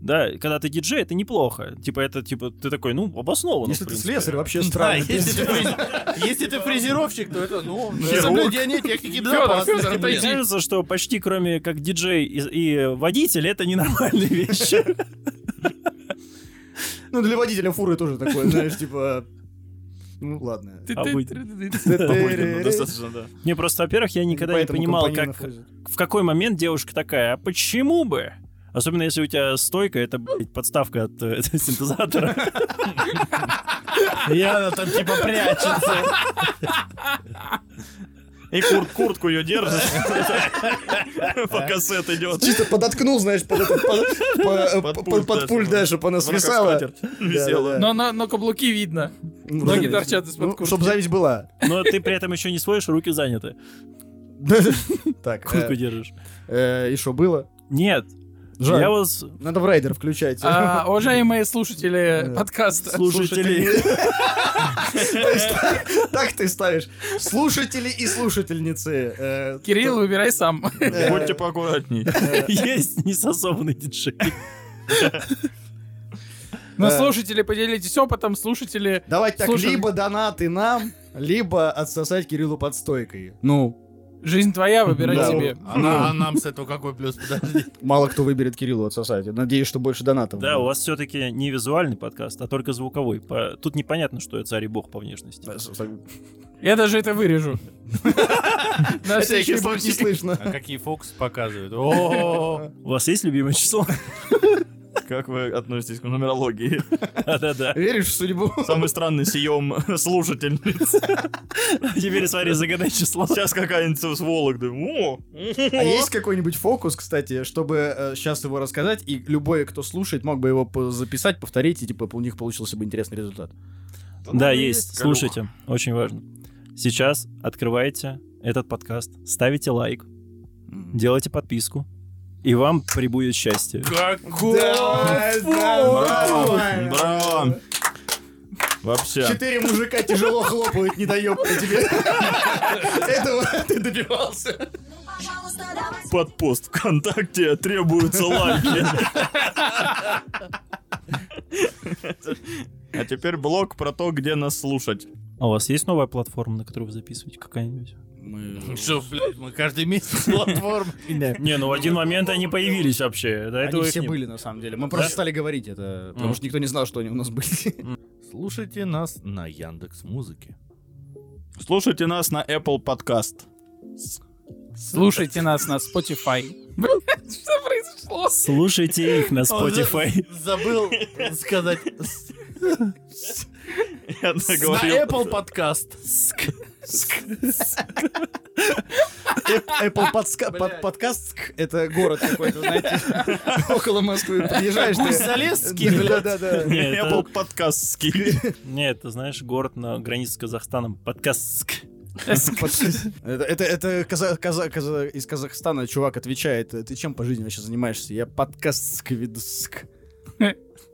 [SPEAKER 6] Да, когда ты диджей, это неплохо. Типа, это, типа, ты такой, ну, обоснованно.
[SPEAKER 2] Если
[SPEAKER 6] в
[SPEAKER 2] ты
[SPEAKER 6] принципе.
[SPEAKER 2] слесарь, вообще
[SPEAKER 4] Да,
[SPEAKER 2] странно.
[SPEAKER 4] если ты, фрез- если ты фрезеровщик, то это, ну, соблюдение техники
[SPEAKER 3] Фёдор, Фёдор,
[SPEAKER 4] безопасности.
[SPEAKER 6] Мне
[SPEAKER 3] отойди.
[SPEAKER 4] блин.
[SPEAKER 6] кажется, что почти кроме как диджей и, и водитель, это *laughs* ненормальные вещи.
[SPEAKER 2] Ну, для водителя фуры тоже
[SPEAKER 5] *laughs*
[SPEAKER 2] такое, знаешь, типа... Ну, ладно.
[SPEAKER 3] Ты- ты-
[SPEAKER 6] Обыденно.
[SPEAKER 3] ты-
[SPEAKER 5] Обыденно, ну, Достаточно, да.
[SPEAKER 6] Мне просто, во-первых, я никогда не
[SPEAKER 2] Поэтому
[SPEAKER 6] понимал,
[SPEAKER 2] компаньонов
[SPEAKER 6] как,
[SPEAKER 2] возят.
[SPEAKER 6] в какой момент девушка такая, а почему бы? Особенно если у тебя стойка, это,
[SPEAKER 2] Ну.
[SPEAKER 6] блядь, подставка от э, *laughs* синтезатора.
[SPEAKER 4] И она там типа прячется.
[SPEAKER 5] И кур- куртку ее *laughs* держит. Пока сет идет.
[SPEAKER 2] Чисто подоткнул, знаешь, под этот- под- по-
[SPEAKER 5] Под
[SPEAKER 2] по-
[SPEAKER 5] пульт,
[SPEAKER 2] под- под
[SPEAKER 5] да,
[SPEAKER 2] пульт,
[SPEAKER 5] да.
[SPEAKER 2] да, чтобы она
[SPEAKER 5] Вон как
[SPEAKER 2] свисала.
[SPEAKER 5] скатерть висела.
[SPEAKER 2] Да, да, да.
[SPEAKER 3] Но, на- но каблуки видно.
[SPEAKER 2] Ну,
[SPEAKER 3] Ноги
[SPEAKER 2] конечно.
[SPEAKER 3] торчат из-под
[SPEAKER 2] Ну,
[SPEAKER 3] куртки.
[SPEAKER 2] Чтобы зависть была.
[SPEAKER 5] *laughs*
[SPEAKER 6] Но ты при этом еще не сводишь, руки заняты.
[SPEAKER 2] Так,
[SPEAKER 6] Куртку
[SPEAKER 2] э,
[SPEAKER 6] держишь.
[SPEAKER 2] э, и что было?
[SPEAKER 6] Нет,
[SPEAKER 2] Жаль.
[SPEAKER 6] я вас,
[SPEAKER 2] Надо в райдер включать.
[SPEAKER 3] А, уважаемые слушатели подкаста.
[SPEAKER 6] слушатели,
[SPEAKER 2] То есть так- *laughs* Так ты ставишь. Слушатели и слушательницы. э,
[SPEAKER 3] Кирилл, выбирай сам.
[SPEAKER 2] э,
[SPEAKER 5] Будьте поаккуратней.
[SPEAKER 6] *laughs* есть несособный диджей.
[SPEAKER 3] Но
[SPEAKER 2] Да.
[SPEAKER 3] слушатели, поделитесь опытом, слушатели...
[SPEAKER 2] Давайте так,
[SPEAKER 3] Слушай,
[SPEAKER 2] либо донаты нам, либо отсосать Кириллу под стойкой. Ну,
[SPEAKER 3] Жизнь твоя, выбирай
[SPEAKER 2] Да.
[SPEAKER 3] себе.
[SPEAKER 4] А а нам с этого какой плюс? Подожди.
[SPEAKER 2] мало кто выберет Кириллу отсосать. Я Надеюсь, что больше донатов.
[SPEAKER 6] Да,
[SPEAKER 2] будет.
[SPEAKER 6] у вас все-таки не визуальный подкаст, а только звуковой. По- Тут непонятно, что я царь и бог по внешности.
[SPEAKER 2] Да, с- с-
[SPEAKER 3] Я даже
[SPEAKER 6] *laughs*
[SPEAKER 3] это вырежу. На
[SPEAKER 2] Это
[SPEAKER 3] всякий
[SPEAKER 2] еще будет не
[SPEAKER 3] случай.
[SPEAKER 2] слышно.
[SPEAKER 4] А какие фокусы показывают? О,
[SPEAKER 6] У вас есть любимое число? *laughs*
[SPEAKER 5] Как вы относитесь к нумерологии?
[SPEAKER 6] Да-да-да.
[SPEAKER 2] Веришь в судьбу?
[SPEAKER 5] Самый странный *laughs* съем слушательниц.
[SPEAKER 6] Теперь смотри, загадай число.
[SPEAKER 5] Сейчас какая-нибудь сволок. думаю,
[SPEAKER 2] А есть какой-нибудь фокус, кстати, чтобы сейчас его рассказать, и любой, кто слушает, мог бы его по- записать, повторить, и типа у них получился бы интересный результат.
[SPEAKER 5] «О,
[SPEAKER 6] Да,
[SPEAKER 5] ну,
[SPEAKER 6] есть.
[SPEAKER 5] колюха».
[SPEAKER 6] Слушайте, очень важно. Сейчас открываете этот подкаст, ставите лайк, делайте подписку, и вам прибудет счастье.
[SPEAKER 5] Браво, браво. Вообще.
[SPEAKER 2] Четыре мужика тяжело хлопают, не даем тебе. Этого ты добивался.
[SPEAKER 7] Пожалуйста, давай
[SPEAKER 5] Под пост ВКонтакте требуются лайки. А теперь блог про то, где нас слушать.
[SPEAKER 6] А у вас есть новая платформа, на которую вы записываете какая-нибудь?
[SPEAKER 4] Что, блядь, мы каждый месяц платформ.
[SPEAKER 6] Не, ну в один момент они появились вообще. До
[SPEAKER 2] Они
[SPEAKER 6] этого их
[SPEAKER 2] все
[SPEAKER 6] не
[SPEAKER 2] были, на самом деле. Мы просто стали говорить это, потому
[SPEAKER 4] Ну.
[SPEAKER 2] что никто не знал, что они у нас были.
[SPEAKER 4] Слушайте нас на Яндекс *laughs* Музыке.
[SPEAKER 5] Слушайте нас на Apple Podcast.
[SPEAKER 3] Слушайте нас на Spotify. Блядь, что произошло?
[SPEAKER 6] Слушайте *laughs* их на Spotify.
[SPEAKER 4] Забыл сказать.
[SPEAKER 5] Я
[SPEAKER 4] На
[SPEAKER 5] наговорил.
[SPEAKER 4] Apple подкаст.
[SPEAKER 2] Apple подска- под- подкаст — это город какой-то, знаете, около Москвы. Приезжаешь ты.
[SPEAKER 4] Гусь-Залесский,
[SPEAKER 2] Да-да-да.
[SPEAKER 6] Не, это-
[SPEAKER 5] Apple Podcastский.
[SPEAKER 6] *laughs* Нет, ты знаешь, город на границе с Казахстаном. Подкаст.
[SPEAKER 2] *laughs* Это, это, это каза- каза- каза- из Казахстана чувак отвечает, ты чем по жизни вообще занимаешься? Я подкаст ведуск.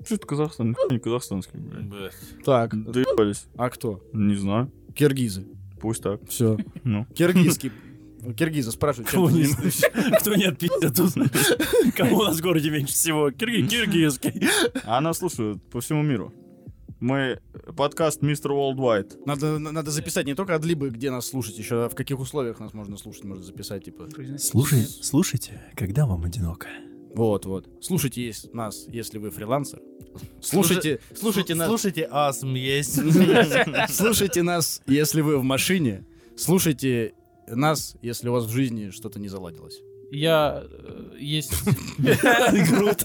[SPEAKER 5] Что это Казахстан? Нихуя Не казахстанский, блядь.
[SPEAKER 2] Так,
[SPEAKER 5] Доебались.
[SPEAKER 2] а кто?
[SPEAKER 5] Не знаю.
[SPEAKER 2] Киргизы.
[SPEAKER 5] Пусть так.
[SPEAKER 2] Все.
[SPEAKER 5] Ну.
[SPEAKER 2] Киргизский. У Киргиза спрашивают, чем
[SPEAKER 6] Кого
[SPEAKER 2] ты
[SPEAKER 6] не
[SPEAKER 2] занимаешься?
[SPEAKER 6] *laughs* Кто не отпиздит тут? *laughs* Кому у нас в городе меньше всего? Кирги- Киргизский.
[SPEAKER 5] А нас слушают по всему миру. Мы подкаст Мистер Worldwide.
[SPEAKER 2] *laughs* Надо, на- надо записать не только адлибы, где нас слушать, еще в каких условиях нас можно слушать, можно записать, типа.
[SPEAKER 6] Слушай, слушайте, когда вам одиноко.
[SPEAKER 2] Вот, вот. Слушайте есть нас, если вы фрилансер. Слушайте, слушайте нас.
[SPEAKER 4] Слушайте, а, асм есть.
[SPEAKER 2] *laughs*
[SPEAKER 4] *laughs*
[SPEAKER 2] Слушайте нас, если вы в машине. Слушайте нас, если у вас в жизни что-то не заладилось.
[SPEAKER 3] Я э, есть...
[SPEAKER 6] Груд.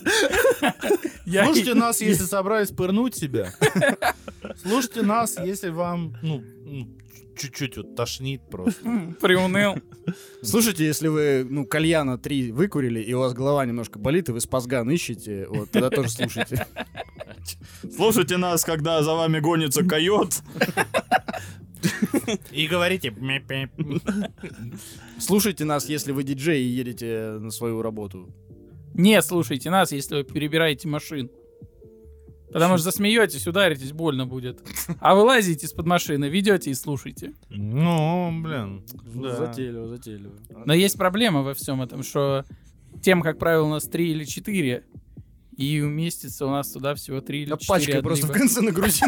[SPEAKER 3] Я-
[SPEAKER 4] Слушайте нас, если собрались пырнуть себя. Слушайте нас, если вам, ну, ну, чуть-чуть вот тошнит просто.
[SPEAKER 3] М, Приуныл.
[SPEAKER 2] Слушайте, если вы, ну, кальяна 3 выкурили, и у вас голова немножко болит, и вы спазган ищете, вот, тогда тоже
[SPEAKER 5] *laughs*
[SPEAKER 2] слушайте.
[SPEAKER 5] Слушайте нас, когда за вами гонится койот.
[SPEAKER 4] И говорите... «Мяп-мяп».
[SPEAKER 2] Слушайте нас, если вы диджей и едете на свою работу.
[SPEAKER 3] Не слушайте нас, если вы перебираете машин. Потому что засмеетесь, ударитесь, больно будет. А вы лазите из-под машины, ведете и слушаете.
[SPEAKER 5] Ну, блин. да.
[SPEAKER 2] Затейливо, затейливо.
[SPEAKER 3] Но есть проблема во всем этом, что тем, как правило, у нас три или четыре, и уместится у нас туда всего три или
[SPEAKER 2] Да
[SPEAKER 3] четыре.
[SPEAKER 2] пачкой просто в
[SPEAKER 3] одноиба.
[SPEAKER 2] конце нагрузи.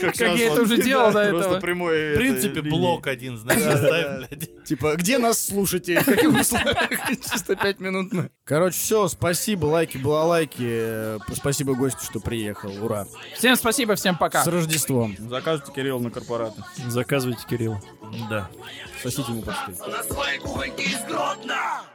[SPEAKER 3] Как я это уже делал до этого.
[SPEAKER 5] прямой...
[SPEAKER 4] В принципе, Типа блок один, знаешь, оставь,
[SPEAKER 2] *laughs*
[SPEAKER 4] блядь.
[SPEAKER 2] Типа, где нас слушаете? В каких условиях? *laughs* Чисто пять минут. мы. Короче, все, спасибо, лайки, балалайки. Э, Спасибо гостю, что приехал. Ура.
[SPEAKER 3] Всем спасибо, всем пока.
[SPEAKER 2] С Рождеством.
[SPEAKER 5] Закажете Кирилл на корпораты.
[SPEAKER 6] Заказывайте Кирилл.
[SPEAKER 4] Да.
[SPEAKER 2] Сосите ему пошли.
[SPEAKER 1] На свои кухоньки из Гродно!